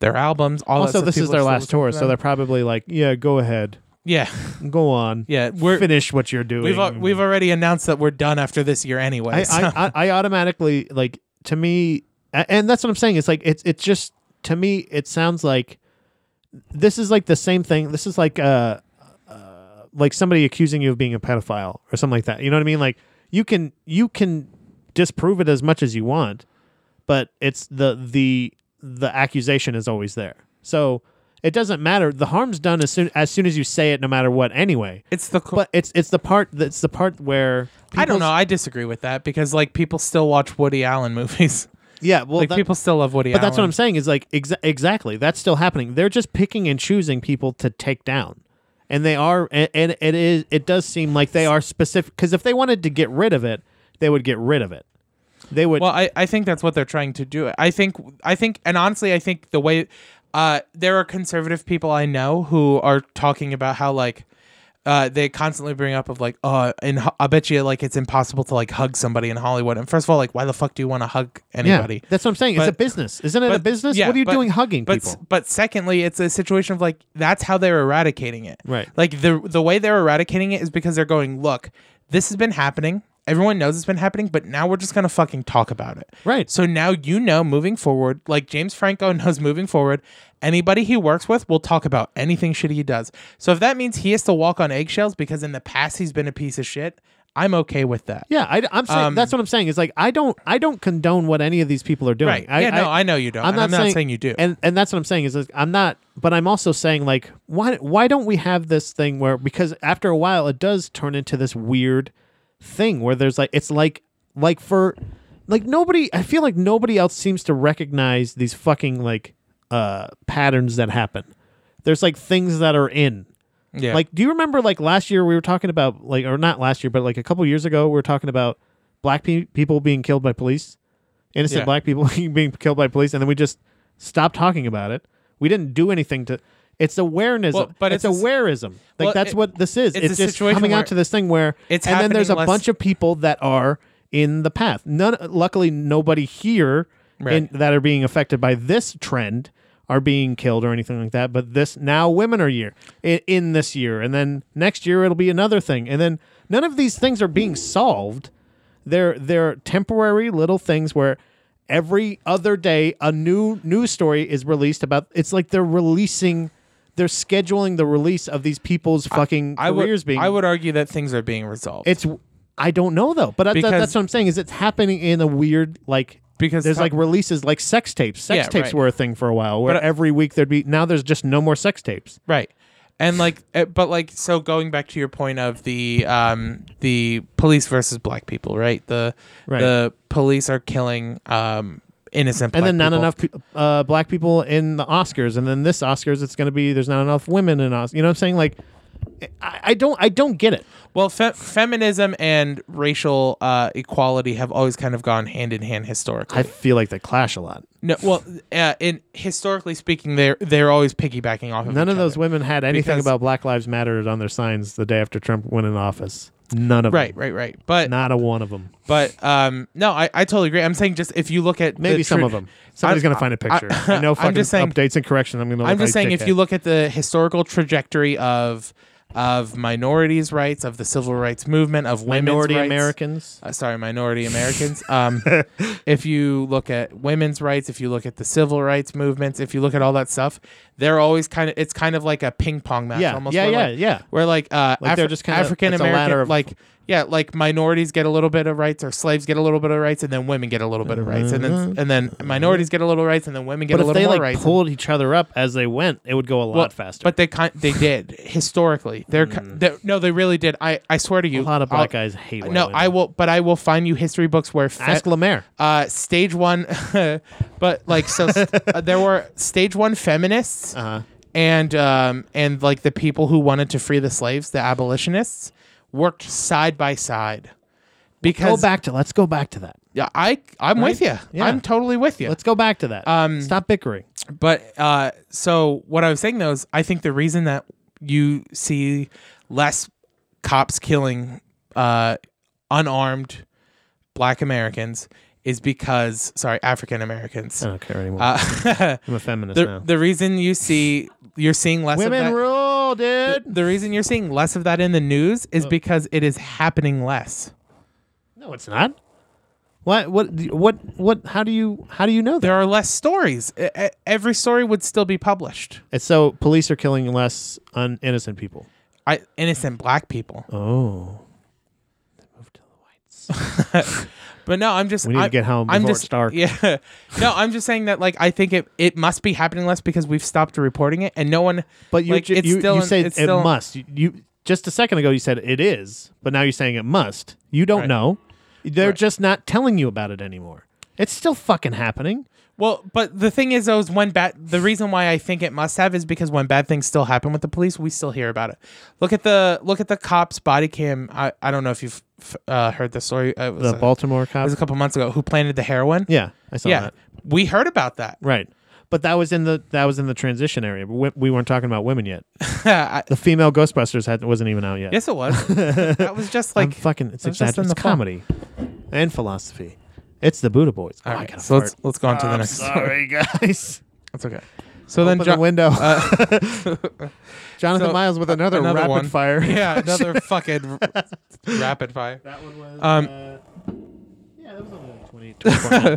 Speaker 1: their albums. All that
Speaker 3: Also,
Speaker 1: stuff.
Speaker 3: this is
Speaker 1: People
Speaker 3: their
Speaker 1: are still
Speaker 3: last tour,
Speaker 1: listening to
Speaker 3: so they're
Speaker 1: them.
Speaker 3: probably like, yeah, go ahead,
Speaker 1: yeah.
Speaker 3: go on,
Speaker 1: Yeah, we're-
Speaker 3: finish what you're doing.
Speaker 1: We've al- we've already announced that we're done after this year anyway.
Speaker 3: I,
Speaker 1: so-
Speaker 3: I, I I automatically like to me, a- and that's what I'm saying. It's like it's it's just to me, it sounds like this is like the same thing. This is like uh, uh like somebody accusing you of being a pedophile or something like that. You know what I mean? Like you can you can disprove it as much as you want, but it's the the the accusation is always there. So it doesn't matter. The harm's done as soon as soon as you say it, no matter what. Anyway.
Speaker 1: it's the co-
Speaker 3: but it's it's the part that's the part where
Speaker 1: I don't
Speaker 3: people's-
Speaker 1: know. I disagree with that because like people still watch Woody Allen movies.
Speaker 3: Yeah, well,
Speaker 1: like
Speaker 3: that-
Speaker 1: people still love Woody
Speaker 3: But
Speaker 1: Allen.
Speaker 3: that's what I'm saying is like exa- exactly that's still happening. They're just picking and choosing people to take down, and they are and, and it is it does seem like they are specific because if they wanted to get rid of it, they would get rid of it. They would.
Speaker 1: Well, I, I think that's what they're trying to do. I think I think and honestly, I think the way uh, there are conservative people I know who are talking about how like uh, they constantly bring up of like oh and ho- I bet you like it's impossible to like hug somebody in Hollywood. And first of all, like why the fuck do you want to hug
Speaker 3: yeah,
Speaker 1: anybody?
Speaker 3: that's what I'm saying. it's a
Speaker 1: But-
Speaker 3: business, isn't it? a
Speaker 1: but-
Speaker 3: business.
Speaker 1: yeah,
Speaker 3: what are you
Speaker 1: but-
Speaker 3: doing hugging
Speaker 1: but,
Speaker 3: people?
Speaker 1: But secondly, it's a situation of like that's how they're eradicating it.
Speaker 3: Right.
Speaker 1: Like the the way they're eradicating it is because they're going, look, this has been happening. Everyone knows it's been happening, but now we're just gonna fucking talk about it.
Speaker 3: Right.
Speaker 1: So now you know moving forward, like James Franco knows moving forward, anybody he works with will talk about anything shitty he does. So if that means he has to walk on eggshells because in the past he's been a piece of shit, I'm okay with that.
Speaker 3: Yeah, I, am saying
Speaker 1: Um,
Speaker 3: that's what I'm saying. It's like I don't I don't condone what any of these people are doing.
Speaker 1: Right. Yeah, no, I know you don't. And I'm not saying you do.
Speaker 3: And and that's what I'm saying is like, I'm not, but I'm also saying like why why don't we have this thing where because after a while it does turn into this weird thing where there's like it's like like for like nobody I feel like nobody else seems to recognize these fucking like uh patterns that happen. There's like things that are in
Speaker 1: Yeah.
Speaker 3: like, do you remember like last year we were talking about like, or not last year, but like a couple years ago we were talking about black pe- people being killed by police, innocent
Speaker 1: Yeah.
Speaker 3: black people being killed by police, and then we just stopped talking about it. We didn't do anything to. It's awareness,
Speaker 1: Well, but
Speaker 3: but it's,
Speaker 1: it's a s-
Speaker 3: awareism. Like
Speaker 1: well,
Speaker 3: that's
Speaker 1: it-
Speaker 3: what this is.
Speaker 1: it's
Speaker 3: It's,
Speaker 1: a
Speaker 3: just
Speaker 1: situation
Speaker 3: coming
Speaker 1: where
Speaker 3: out to this thing where,
Speaker 1: it's
Speaker 3: and then there's a
Speaker 1: happening less-
Speaker 3: bunch of people that are in the path. None, luckily, nobody here in,
Speaker 1: Right.
Speaker 3: that are being affected by this trend are being killed or anything like that. But this now women are year in, in this year, and then next year it'll be another thing, and then none of these things are being solved. They're they're temporary little things where every other day a new news story is released about. It's like they're releasing. They're scheduling the release of these people's fucking
Speaker 1: I would,
Speaker 3: careers being.
Speaker 1: I would argue that things are being resolved.
Speaker 3: It's I don't know though, but that-
Speaker 1: Because-
Speaker 3: that's what I'm saying is it's happening in a weird like
Speaker 1: Because
Speaker 3: there's
Speaker 1: some-
Speaker 3: like releases like sex tapes. Sex
Speaker 1: Yeah,
Speaker 3: tapes
Speaker 1: right.
Speaker 3: were a thing for a while where
Speaker 1: But, uh,
Speaker 3: every week there'd be now there's just no more sex tapes.
Speaker 1: Right. And like eh, but like so going back to your point of the um the police versus black people, right? The
Speaker 3: Right.
Speaker 1: the police are killing um innocent
Speaker 3: And
Speaker 1: black
Speaker 3: then not
Speaker 1: people.
Speaker 3: enough pe- uh, black people in the Oscars, and then this Oscars, it's going to be there's not enough women in Oscars. You know what I'm saying? Like, I, I don't, I don't get it.
Speaker 1: Well, fe- feminism and racial uh, equality have always kind of gone hand in hand historically.
Speaker 3: I feel like they clash a lot.
Speaker 1: no, well, uh, in historically speaking, they're they're always piggybacking off of
Speaker 3: None
Speaker 1: each
Speaker 3: of those
Speaker 1: other.
Speaker 3: women had anything
Speaker 1: Because-
Speaker 3: about Black Lives Matter on their signs the day after Trump went in office. None of
Speaker 1: Right,
Speaker 3: them.
Speaker 1: right, right. But
Speaker 3: Not a one of them.
Speaker 1: but um no, I, I totally agree. I'm saying just if you look at the
Speaker 3: Maybe some
Speaker 1: tru-
Speaker 3: of them. Somebody's
Speaker 1: I-
Speaker 3: gonna find a
Speaker 1: I-
Speaker 3: picture. I, know.
Speaker 1: I'm
Speaker 3: Fucking
Speaker 1: just saying-
Speaker 3: updates and corrections. I'm gonna. Look
Speaker 1: I'm just
Speaker 3: like
Speaker 1: saying, if
Speaker 3: dickhead.
Speaker 1: you look at the historical trajectory of of minorities' rights, of the civil rights movement, of women's
Speaker 3: minority
Speaker 1: rights-
Speaker 3: Americans,
Speaker 1: uh, sorry, minority Americans. Um, if you look at women's rights, if you look at the civil rights movements, if you look at all that stuff, they're always kind of it's kind of like a ping pong match.
Speaker 3: Yeah,
Speaker 1: almost
Speaker 3: yeah,
Speaker 1: where
Speaker 3: yeah,
Speaker 1: like,
Speaker 3: yeah.
Speaker 1: Where like, uh,
Speaker 3: Like, they're just kinda- it's a
Speaker 1: African
Speaker 3: ladder
Speaker 1: American,
Speaker 3: of-
Speaker 1: like yeah, like minorities get a little bit of rights, or slaves get a little bit of rights, and then women get a little bit of rights, and then and then minorities get a little rights, and then women get
Speaker 3: Uh-huh. but
Speaker 1: a
Speaker 3: if
Speaker 1: little
Speaker 3: they
Speaker 1: more
Speaker 3: like
Speaker 1: rights.
Speaker 3: pulled each other up as they went, it would go a lot
Speaker 1: Well,
Speaker 3: faster.
Speaker 1: But they kind they did historically. They're, ki- they're no, they really did. I I swear to you,
Speaker 3: a lot of
Speaker 1: I'll-
Speaker 3: black guys hate. white
Speaker 1: No,
Speaker 3: women.
Speaker 1: I will, but I will find you history books where fe-
Speaker 3: ask Lemaire.
Speaker 1: uh, stage one, but like so, st- uh, there were stage one feminists, and um, and like the people who wanted to free the slaves, the abolitionists, worked side by side.
Speaker 3: Go
Speaker 1: Because
Speaker 3: back to let's go back to that.
Speaker 1: yeah, I I'm with you.
Speaker 3: Yeah.
Speaker 1: I'm totally with you.
Speaker 3: Let's go back to that. Um, Stop bickering.
Speaker 1: But uh, so what I was saying though is I think the reason that you see less cops killing uh, unarmed black Americans is because sorry African Americans.
Speaker 3: I don't care anymore.
Speaker 1: Uh,
Speaker 3: I'm a feminist now.
Speaker 1: the, the reason you see you're seeing less
Speaker 3: Women
Speaker 1: of that,
Speaker 3: rule, dude.
Speaker 1: the reason you're seeing less of that in the news
Speaker 3: Oh.
Speaker 1: is because it is happening less.
Speaker 3: No, it's not. What? What? What? What? How do you? How do you know that?
Speaker 1: There are less stories. E- e- Every story would still be published.
Speaker 3: It's so police are killing less un- innocent people.
Speaker 1: I, innocent black people.
Speaker 3: Oh. Move to the whites.
Speaker 1: But no, I'm just.
Speaker 3: We need to
Speaker 1: I-
Speaker 3: get home
Speaker 1: I'm
Speaker 3: before it
Speaker 1: just,
Speaker 3: starts.
Speaker 1: Yeah. No, I'm just saying that like I think it it must be happening less because we've stopped reporting it and no one.
Speaker 3: But you
Speaker 1: like,
Speaker 3: ju-
Speaker 1: it's
Speaker 3: you,
Speaker 1: still
Speaker 3: you
Speaker 1: in-
Speaker 3: said
Speaker 1: it's
Speaker 3: it
Speaker 1: still-
Speaker 3: must. You, you- just a second ago you said it is, but now you're saying it must. You don't
Speaker 1: Right.
Speaker 3: know. They're just not telling you about it anymore. It's still fucking happening.
Speaker 1: Well, but the thing is, though, is when bad. The reason why I think it must have is because when bad things still happen with the police, we still hear about it. Look at the look at the cops body cam. I, I don't know if you've f- uh, heard the story. Uh, It was,
Speaker 3: The
Speaker 1: a, it
Speaker 3: Baltimore
Speaker 1: was
Speaker 3: cops.
Speaker 1: a couple months ago. Who planted the heroin?
Speaker 3: yeah, I saw
Speaker 1: yeah.
Speaker 3: that.
Speaker 1: We heard about that.
Speaker 3: Right. But that was in the that was in the transition area. We, we weren't talking about women yet.
Speaker 1: I-
Speaker 3: The female Ghostbusters had, wasn't even out yet.
Speaker 1: yes, it was. that was just like
Speaker 3: I'm fucking. It's
Speaker 1: that was just
Speaker 3: exactly
Speaker 1: in
Speaker 3: it's
Speaker 1: the fall.
Speaker 3: comedy and philosophy. It's the Buddha Boys. Oh,
Speaker 1: All
Speaker 3: I
Speaker 1: right,
Speaker 3: gotta
Speaker 1: so let's
Speaker 3: fart.
Speaker 1: let's go on to the next. story.
Speaker 3: Sorry, guys.
Speaker 1: That's okay. So
Speaker 3: Open
Speaker 1: then, Jo-
Speaker 3: the window. Jonathan
Speaker 1: so,
Speaker 3: Miles with Uh, another,
Speaker 1: another
Speaker 3: rapid
Speaker 1: one.
Speaker 3: fire.
Speaker 1: yeah, another fucking r- rapid fire.
Speaker 3: That one was. uh,
Speaker 1: Um,
Speaker 3: yeah, that was only 20, 20,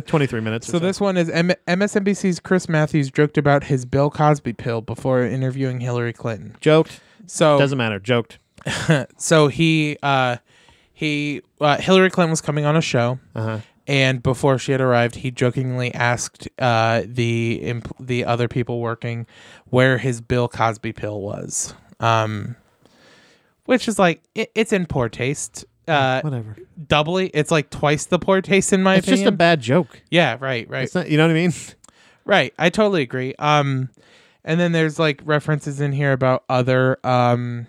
Speaker 3: 23 minutes. or
Speaker 1: So this one is M- MSNBC's Chris Matthews joked about his Bill Cosby pill before interviewing Hillary Clinton.
Speaker 3: joked
Speaker 1: So
Speaker 3: doesn't matter. Joked.
Speaker 1: so he uh he uh, Hillary Clinton was coming on a show.
Speaker 3: Uh-huh.
Speaker 1: And before she had arrived, he jokingly asked uh, the imp- the other people working where his Bill Cosby pill was, um, which is like it, it's in poor taste. Uh,
Speaker 3: Whatever.
Speaker 1: doubly, it's like twice the poor taste in my
Speaker 3: It's
Speaker 1: opinion.
Speaker 3: just a bad joke.
Speaker 1: yeah, right, right.
Speaker 3: It's not. You know what I mean?
Speaker 1: Right. I totally agree. Um and then there's like references in here about other um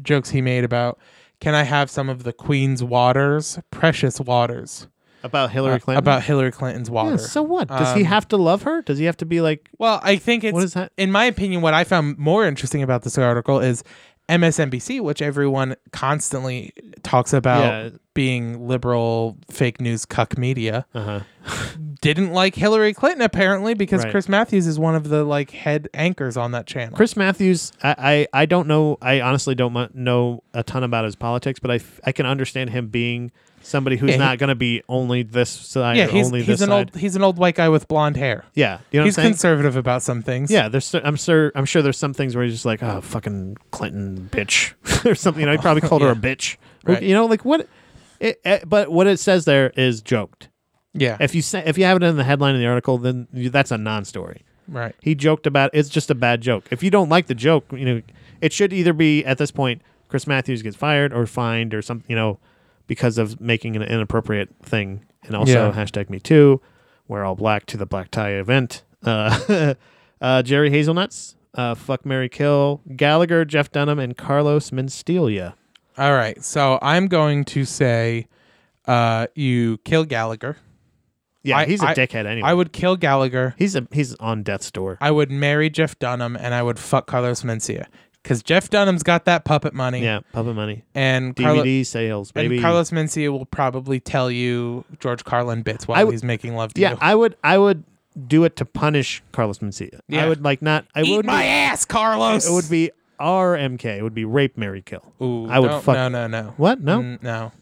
Speaker 1: jokes he made about can I have some of the Queen's waters, precious waters
Speaker 3: About Hillary Clinton.
Speaker 1: Uh, about Hillary Clinton's water.
Speaker 3: Yeah, so what? Does he
Speaker 1: Um,
Speaker 3: have to love her? Does he have to be like?
Speaker 1: Well, I think it's
Speaker 3: What is that?
Speaker 1: in my opinion what I found more interesting about this article is MSNBC, which everyone constantly talks about
Speaker 3: Yeah.
Speaker 1: being liberal fake news cuck media,
Speaker 3: Uh huh.
Speaker 1: didn't like Hillary Clinton apparently because
Speaker 3: Right.
Speaker 1: Chris Matthews is one of the like head anchors on that channel.
Speaker 3: Chris Matthews, I, I, I don't know. I honestly don't mu- know a ton about his politics, but I, f- I can understand him being somebody who's
Speaker 1: Yeah, he-
Speaker 3: not going to be only this side
Speaker 1: yeah,
Speaker 3: or
Speaker 1: he's,
Speaker 3: only
Speaker 1: he's
Speaker 3: this
Speaker 1: an
Speaker 3: side.
Speaker 1: old he's an old white guy with blonde hair.
Speaker 3: yeah, you know
Speaker 1: he's
Speaker 3: what I'm saying?
Speaker 1: conservative about some things.
Speaker 3: Yeah, there's cer- I'm sure I'm sure there's some things where he's just like, oh, fucking Clinton bitch or something. You know, he probably called her a bitch. Or,
Speaker 1: Right.
Speaker 3: You know, like what? It, it, but what it says there is joked.
Speaker 1: yeah,
Speaker 3: If you say if you have it in the headline of the article, then you, that's a non-story.
Speaker 1: right.
Speaker 3: He joked about it's just a bad joke. If you don't like the joke, you know, it should either be at this point Chris Matthews gets fired or fined or something, you know, because of making an inappropriate thing. And also
Speaker 1: Yeah.
Speaker 3: hashtag me too, wear all black to the black tie event. Uh, uh, Jerry Hazelnuts, uh, fuck Mary Kill, Gallagher, Jeff Dunham, and Carlos Mencia.
Speaker 1: All right, so I'm going to say, uh, you kill Gallagher.
Speaker 3: Yeah,
Speaker 1: I-
Speaker 3: he's a
Speaker 1: I-
Speaker 3: dickhead anyway.
Speaker 1: I would kill Gallagher.
Speaker 3: he's a he's on death's door.
Speaker 1: I would marry Jeff Dunham, and I would fuck Carlos Mencia because Jeff Dunham's got that puppet money.
Speaker 3: yeah, puppet money,
Speaker 1: and Carlo-
Speaker 3: DVD sales, baby.
Speaker 1: and Carlos Mencia will probably tell you George Carlin bits while
Speaker 3: I w-
Speaker 1: he's making love to
Speaker 3: Yeah,
Speaker 1: you.
Speaker 3: I would I would do it to punish Carlos Mencia. I
Speaker 1: Yeah.
Speaker 3: would like not I
Speaker 1: Eat
Speaker 3: would
Speaker 1: my
Speaker 3: be,
Speaker 1: ass, Carlos.
Speaker 3: it would be RMK. It would be rape Mary kill.
Speaker 1: Ooh,
Speaker 3: I would
Speaker 1: don't-
Speaker 3: fuck
Speaker 1: No, no, no.
Speaker 3: What? No.
Speaker 1: Mm, no.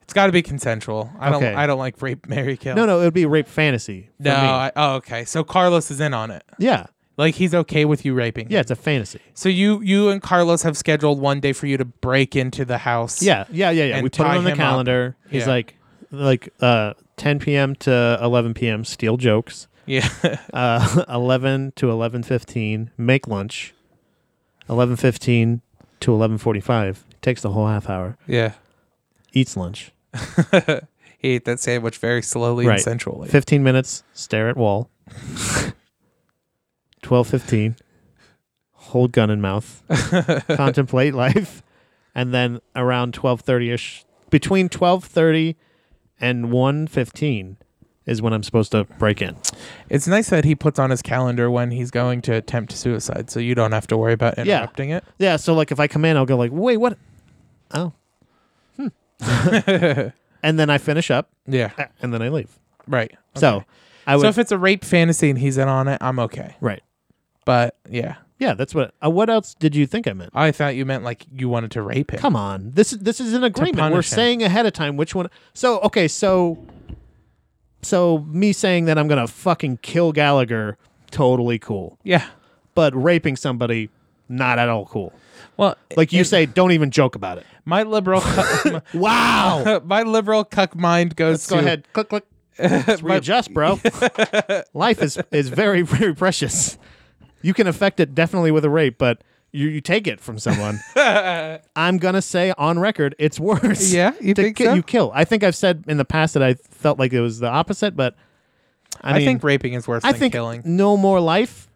Speaker 1: It's got to be consensual. I don't.
Speaker 3: Okay.
Speaker 1: I don't like rape, marry, kill.
Speaker 3: No, no, it would be rape fantasy. for
Speaker 1: No.
Speaker 3: me.
Speaker 1: I, oh, okay. So Carlos is in on it.
Speaker 3: yeah.
Speaker 1: Like he's okay with you raping.
Speaker 3: Yeah,
Speaker 1: him.
Speaker 3: it's a fantasy.
Speaker 1: So you you and Carlos have scheduled one day for you to break into the house.
Speaker 3: Yeah, yeah, yeah, yeah.
Speaker 1: And
Speaker 3: we put it
Speaker 1: tie
Speaker 3: on the
Speaker 1: him up.
Speaker 3: calendar. He's
Speaker 1: Yeah.
Speaker 3: like like uh 10 p.m. to 11 p.m. steal jokes.
Speaker 1: Yeah.
Speaker 3: Uh 11 to 11:15 make lunch. 11:15 to 11:45 takes the whole half hour.
Speaker 1: yeah.
Speaker 3: Eats lunch.
Speaker 1: He ate that sandwich very slowly
Speaker 3: Right.
Speaker 1: and sensually.
Speaker 3: 15 minutes stare at wall 12 15 hold gun in mouth, contemplate life, and then around twelve thirty ish, between twelve thirty and one fifteen, is when I'm supposed to break in.
Speaker 1: It's nice that he puts on his calendar when he's going to attempt suicide, so you don't have to worry about interrupting it.
Speaker 3: Yeah, so like if I come in, I'll go like, wait, what? Oh, hmm. and then I finish up,
Speaker 1: Yeah,
Speaker 3: uh, and then I leave.
Speaker 1: right.
Speaker 3: So I would
Speaker 1: so if it's a rape fantasy and he's in on it, I'm okay.
Speaker 3: right.
Speaker 1: But yeah,
Speaker 3: Yeah, that's what. Uh, what else did you think I meant?
Speaker 1: I thought you meant like you wanted to rape him.
Speaker 3: Come on, this is this is an agreement. We're
Speaker 1: punish him.
Speaker 3: saying ahead of time which one. So okay, so so me saying that I'm gonna fucking kill Gallagher, totally cool.
Speaker 1: Yeah.
Speaker 3: But raping somebody, not at all cool.
Speaker 1: Well,
Speaker 3: Like you
Speaker 1: it-
Speaker 3: say, don't even joke about it.
Speaker 1: my liberal, cuck,
Speaker 3: Wow.
Speaker 1: my, liberal cuck mind goes
Speaker 3: Let's go
Speaker 1: to
Speaker 3: ahead. Click click. Let's readjust, bro. Life is is very very precious. You can affect it definitely with a rape, but you, you take it from someone. I'm gonna say on record, it's worse.
Speaker 1: Yeah, you
Speaker 3: to
Speaker 1: think
Speaker 3: ki-
Speaker 1: so?
Speaker 3: You kill. I think I've said in the past that I felt like it was the opposite, but I,
Speaker 1: I,
Speaker 3: mean,
Speaker 1: think raping is worse
Speaker 3: I
Speaker 1: than
Speaker 3: think
Speaker 1: killing.
Speaker 3: no more life.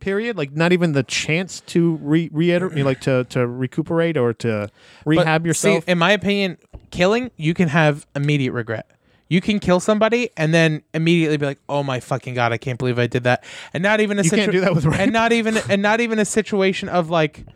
Speaker 3: Period. Like not even the chance to re- reiterate, like to to recuperate or to
Speaker 1: But
Speaker 3: rehab
Speaker 1: see,
Speaker 3: yourself.
Speaker 1: in my opinion, killing you can have immediate regret. You can kill somebody and then immediately be like, "Oh my fucking god, I can't believe I did that." And not even a
Speaker 3: You can't do that with rape.
Speaker 1: and not even and not even a situation of like,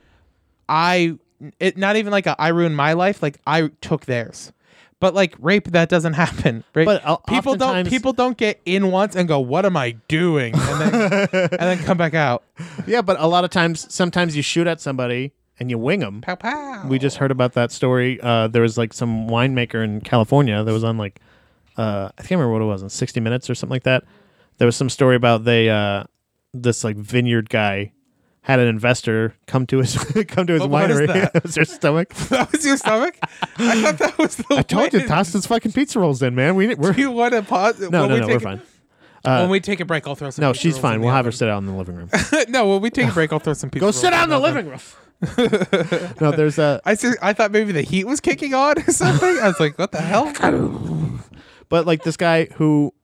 Speaker 1: I it not even like a, I ruined my life. Like I took theirs. But like rape, that doesn't happen. Right?
Speaker 3: But, uh,
Speaker 1: people don't
Speaker 3: oftentimes-
Speaker 1: people don't get in once and go, "What am I doing?" and then and then come back out.
Speaker 3: yeah, but a lot of times, sometimes you shoot at somebody and you wing them.
Speaker 1: Pow pow.
Speaker 3: We just heard about that story. Uh, there was like some winemaker in California that was on like uh, I can't remember what it was, on 60 Minutes or something like that. There was some story about they uh, this like vineyard guy had an investor come to his come to his
Speaker 1: What- what is
Speaker 3: winery.
Speaker 1: that?
Speaker 3: it was their stomach.
Speaker 1: that was your stomach. I thought that was the.
Speaker 3: I told you,
Speaker 1: way-
Speaker 3: toss those fucking pizza rolls in, man. We we're
Speaker 1: Do you want to pause?
Speaker 3: no
Speaker 1: when
Speaker 3: no
Speaker 1: we
Speaker 3: no,
Speaker 1: take
Speaker 3: we're
Speaker 1: a- Uh,
Speaker 3: fine.
Speaker 1: when we take a break, I'll throw some.
Speaker 3: No,
Speaker 1: pizza
Speaker 3: she's
Speaker 1: rolls
Speaker 3: fine.
Speaker 1: in
Speaker 3: We'll
Speaker 1: the
Speaker 3: have her
Speaker 1: oven.
Speaker 3: sit out in the living room.
Speaker 1: no, when we take a break, I'll throw some. Pizza
Speaker 3: Go
Speaker 1: rolls
Speaker 3: sit out in the
Speaker 1: oven.
Speaker 3: living room. no, there's a
Speaker 1: I ser- I thought maybe the heat was kicking on or something. I was like, what the hell?
Speaker 3: But like this guy who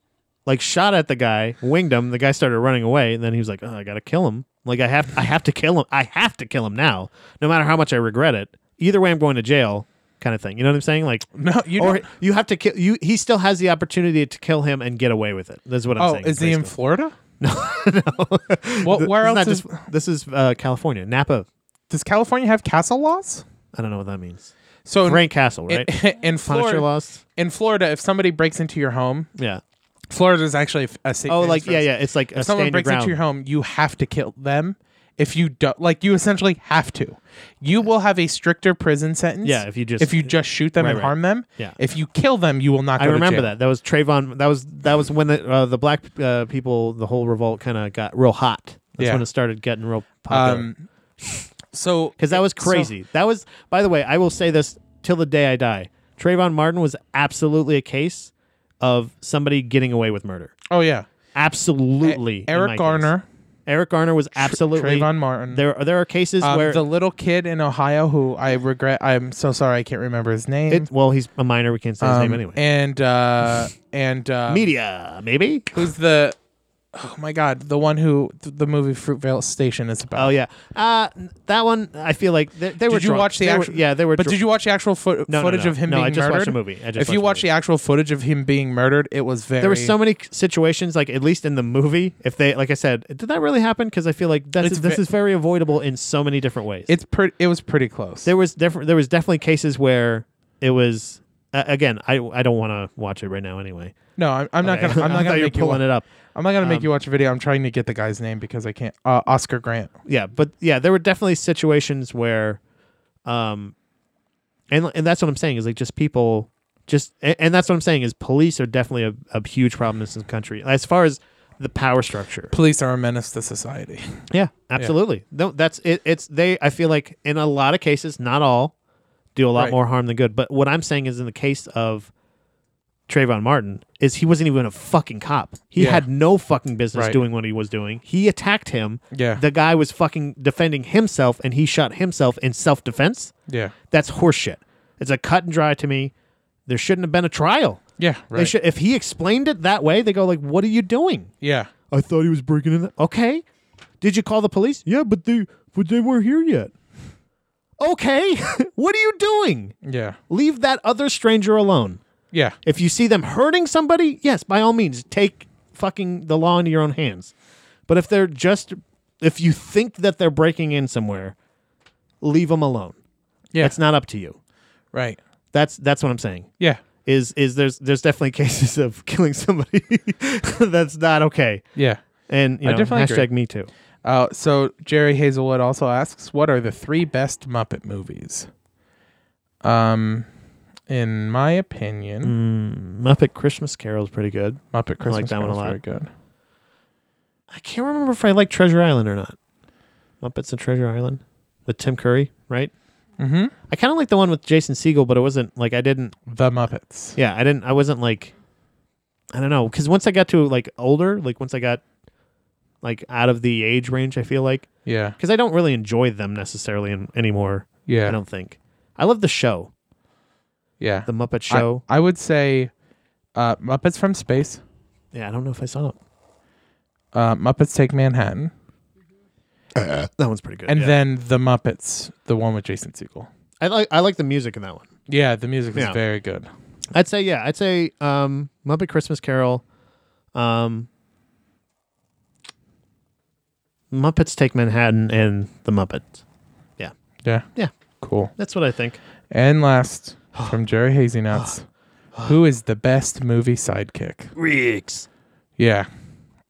Speaker 3: like shot at the guy, winged him, the guy started running away, and then he was like, Oh, I gotta kill him. Like I have I have to kill him. I have to kill him now, no matter how much I regret it. Either way I'm going to jail kind of thing. You know what I'm saying? Like
Speaker 1: No, you.
Speaker 3: or
Speaker 1: don't-
Speaker 3: you have to kill you he still has the opportunity to kill him and get away with it. That's what I'm
Speaker 1: oh,
Speaker 3: saying.
Speaker 1: is he in
Speaker 3: basically.
Speaker 1: Florida? No, no. What?
Speaker 3: Th-
Speaker 1: Where
Speaker 3: this
Speaker 1: else?
Speaker 3: not
Speaker 1: Is,
Speaker 3: just- this is uh, California, Napa.
Speaker 1: does California have castle laws?
Speaker 3: I don't know what that means.
Speaker 1: So in,
Speaker 3: Frank Castle,
Speaker 1: in,
Speaker 3: right?
Speaker 1: in
Speaker 3: Punisher
Speaker 1: Florida,
Speaker 3: lost.
Speaker 1: in Florida, if somebody breaks into your home,
Speaker 3: Yeah.
Speaker 1: Florida is actually a state.
Speaker 3: Oh,
Speaker 1: famous
Speaker 3: like
Speaker 1: for
Speaker 3: yeah,
Speaker 1: this.
Speaker 3: yeah. It's like a
Speaker 1: if someone
Speaker 3: stand
Speaker 1: breaks
Speaker 3: your ground.
Speaker 1: into your home, you have to kill them. If you don't, like, you essentially have to. You will have a stricter prison sentence.
Speaker 3: Yeah, if you just-
Speaker 1: if you just shoot them
Speaker 3: Right,
Speaker 1: and
Speaker 3: right.
Speaker 1: harm them.
Speaker 3: Yeah.
Speaker 1: If you kill them, you will not. Go
Speaker 3: I
Speaker 1: to
Speaker 3: remember
Speaker 1: jail.
Speaker 3: that. That was Trayvon. That was that was when the uh, the black uh, people, the whole revolt, kind of got real hot. That's
Speaker 1: Yeah.
Speaker 3: when it started getting real popular.
Speaker 1: Um, so
Speaker 3: Because that was
Speaker 1: so-
Speaker 3: crazy. that was, by the way, I will say this till the day I die. Trayvon Martin was absolutely a case of somebody getting away with murder.
Speaker 1: oh yeah,
Speaker 3: Absolutely, in my
Speaker 1: E, Eric
Speaker 3: case.
Speaker 1: Garner,
Speaker 3: Eric Garner was absolutely
Speaker 1: Trayvon Martin.
Speaker 3: There, there are cases
Speaker 1: um,
Speaker 3: where
Speaker 1: the little kid in Ohio who I regret. I'm so sorry, I can't remember his name.
Speaker 3: it, well, he's a minor. We can't say his
Speaker 1: Um,
Speaker 3: name anyway.
Speaker 1: And uh, and uh,
Speaker 3: Media, maybe.
Speaker 1: who's the. Oh my God! The one who th- the movie Fruitvale Station is about.
Speaker 3: Oh yeah, uh, that one. I feel like they, they were.
Speaker 1: Did you
Speaker 3: drunk.
Speaker 1: watch the
Speaker 3: They were-
Speaker 1: actual?
Speaker 3: yeah, they were.
Speaker 1: But
Speaker 3: dr-
Speaker 1: did you watch the actual foot
Speaker 3: No, no,
Speaker 1: footage
Speaker 3: no.
Speaker 1: of him
Speaker 3: No, I
Speaker 1: being
Speaker 3: just watched
Speaker 1: murdered?
Speaker 3: the movie. I just
Speaker 1: if you watch
Speaker 3: watched the
Speaker 1: the actual footage of him being murdered, it was very.
Speaker 3: there were so many situations like at least in the movie if they like i said did that really happen because i feel like that's,
Speaker 1: It's
Speaker 3: this
Speaker 1: ve-
Speaker 3: is very avoidable in so many different ways
Speaker 1: It's pretty. It was pretty close.
Speaker 3: there was different there was definitely cases where it was uh, again i i don't want to watch it right now anyway
Speaker 1: no, I'm, I'm not gonna. I'm not gonna
Speaker 3: you're
Speaker 1: make you.
Speaker 3: pulling
Speaker 1: Watch,
Speaker 3: it up Um,
Speaker 1: I'm not gonna make you watch a video. I'm trying to get the guy's name because I can't. Uh, Oscar Grant.
Speaker 3: yeah but yeah there were definitely situations where um and and that's what i'm saying is like just people just and, and that's what i'm saying is police are definitely a, a huge problem in this country as far as the power structure
Speaker 1: Police are a menace to society.
Speaker 3: Yeah, absolutely. No, that's it. It's they. I feel like in a lot of cases, not all, do a lot
Speaker 1: Right.
Speaker 3: more harm than good. But what I'm saying is, in the case of Trayvon Martin, is he wasn't even a fucking cop. He
Speaker 1: Yeah.
Speaker 3: had no fucking business
Speaker 1: Right.
Speaker 3: doing what he was doing. He attacked him.
Speaker 1: Yeah.
Speaker 3: the guy was fucking defending himself, and he shot himself in self defense.
Speaker 1: Yeah.
Speaker 3: That's horseshit. It's a cut and dry to me. There shouldn't have been a trial.
Speaker 1: Yeah. Right.
Speaker 3: They should. If he explained it that way, they go like, "What are you doing?"
Speaker 1: yeah.
Speaker 3: I thought he was breaking in. The- okay. Did you call the police? Yeah, but they But they weren't here yet. Okay. what are you doing?
Speaker 1: Yeah.
Speaker 3: Leave that other stranger alone.
Speaker 1: Yeah.
Speaker 3: If you see them hurting somebody, yes, by all means, take fucking the law into your own hands. But if they're just, if you think that they're breaking in somewhere, leave them alone.
Speaker 1: Yeah.
Speaker 3: That's not up to you.
Speaker 1: right.
Speaker 3: That's that's what I'm saying.
Speaker 1: Yeah.
Speaker 3: Is is there's there's definitely cases of killing somebody that's not okay.
Speaker 1: Yeah.
Speaker 3: And you
Speaker 1: I
Speaker 3: know,
Speaker 1: definitely
Speaker 3: hashtag
Speaker 1: agree.
Speaker 3: me too.
Speaker 1: Uh, so Jerry Hazelwood also asks, "What are the three best Muppet movies?" Um, in my
Speaker 3: Hmm.
Speaker 1: opinion,
Speaker 3: Muppet Christmas Carol is pretty good.
Speaker 1: Muppet Christmas
Speaker 3: that one a
Speaker 1: Carol's
Speaker 3: lot.
Speaker 1: very good.
Speaker 3: I can't remember if I like Treasure Island or not. Muppets and Treasure Island with Tim Curry, right?
Speaker 1: Mhm.
Speaker 3: I kind of like the one with Jason Segel, but it wasn't like I didn't.
Speaker 1: The Muppets.
Speaker 3: Yeah, I didn't. I wasn't like, I don't know, because once I got to like older, like once I got like out of the age range, I feel like
Speaker 1: Yeah.
Speaker 3: because I don't really enjoy them necessarily an anymore.
Speaker 1: Yeah.
Speaker 3: I don't think I love the show,
Speaker 1: yeah.
Speaker 3: the Muppet
Speaker 1: I-
Speaker 3: Show.
Speaker 1: I, would say uh, Muppets from Space,
Speaker 3: yeah, I don't know if I saw it.
Speaker 1: uh, Muppets Take Manhattan,
Speaker 3: That one's pretty good.
Speaker 1: and
Speaker 3: yeah.
Speaker 1: then The Muppets, the one with Jason Segel.
Speaker 3: I like I like the music in that one.
Speaker 1: Yeah, the music is
Speaker 3: Yeah.
Speaker 1: very good.
Speaker 3: I'd say yeah. I'd say um, Muppet Christmas Carol, um, Muppets Take Manhattan, and the Muppets. Yeah,
Speaker 1: Yeah.
Speaker 3: Yeah.
Speaker 1: Cool.
Speaker 3: that's what I think.
Speaker 1: And last from Jerry Hazynuts, who is the best movie sidekick?
Speaker 3: Riggs,
Speaker 1: Yeah,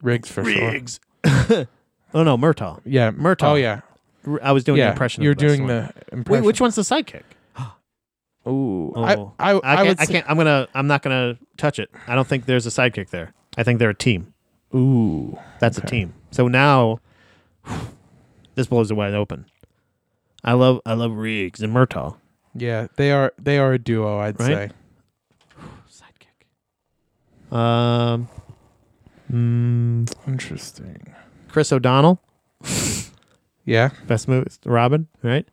Speaker 1: Riggs for sure.
Speaker 3: Riggs. oh no, Murtaugh.
Speaker 1: Yeah,
Speaker 3: Murtaugh.
Speaker 1: Oh yeah,
Speaker 3: R- I was doing
Speaker 1: yeah.
Speaker 3: the impression.
Speaker 1: You're
Speaker 3: of the best
Speaker 1: doing
Speaker 3: one.
Speaker 1: the
Speaker 3: Wait,
Speaker 1: impression.
Speaker 3: which one's the sidekick?
Speaker 1: Ooh,
Speaker 3: Oh.
Speaker 1: I, I, I,
Speaker 3: can't,
Speaker 1: would.
Speaker 3: I
Speaker 1: say-
Speaker 3: can't. I'm gonna. I'm not gonna touch it. I don't think there's a sidekick there. I think they're a team.
Speaker 1: Ooh,
Speaker 3: That's a team. So now this blows it wide open. I love I love Riggs and Murtaugh.
Speaker 1: yeah. They are they are a duo. I'd
Speaker 3: Right?
Speaker 1: say.
Speaker 3: Sidekick. Um mm,
Speaker 1: Interesting.
Speaker 3: Chris O'Donnell,
Speaker 1: Yeah.
Speaker 3: best movie Robin, right?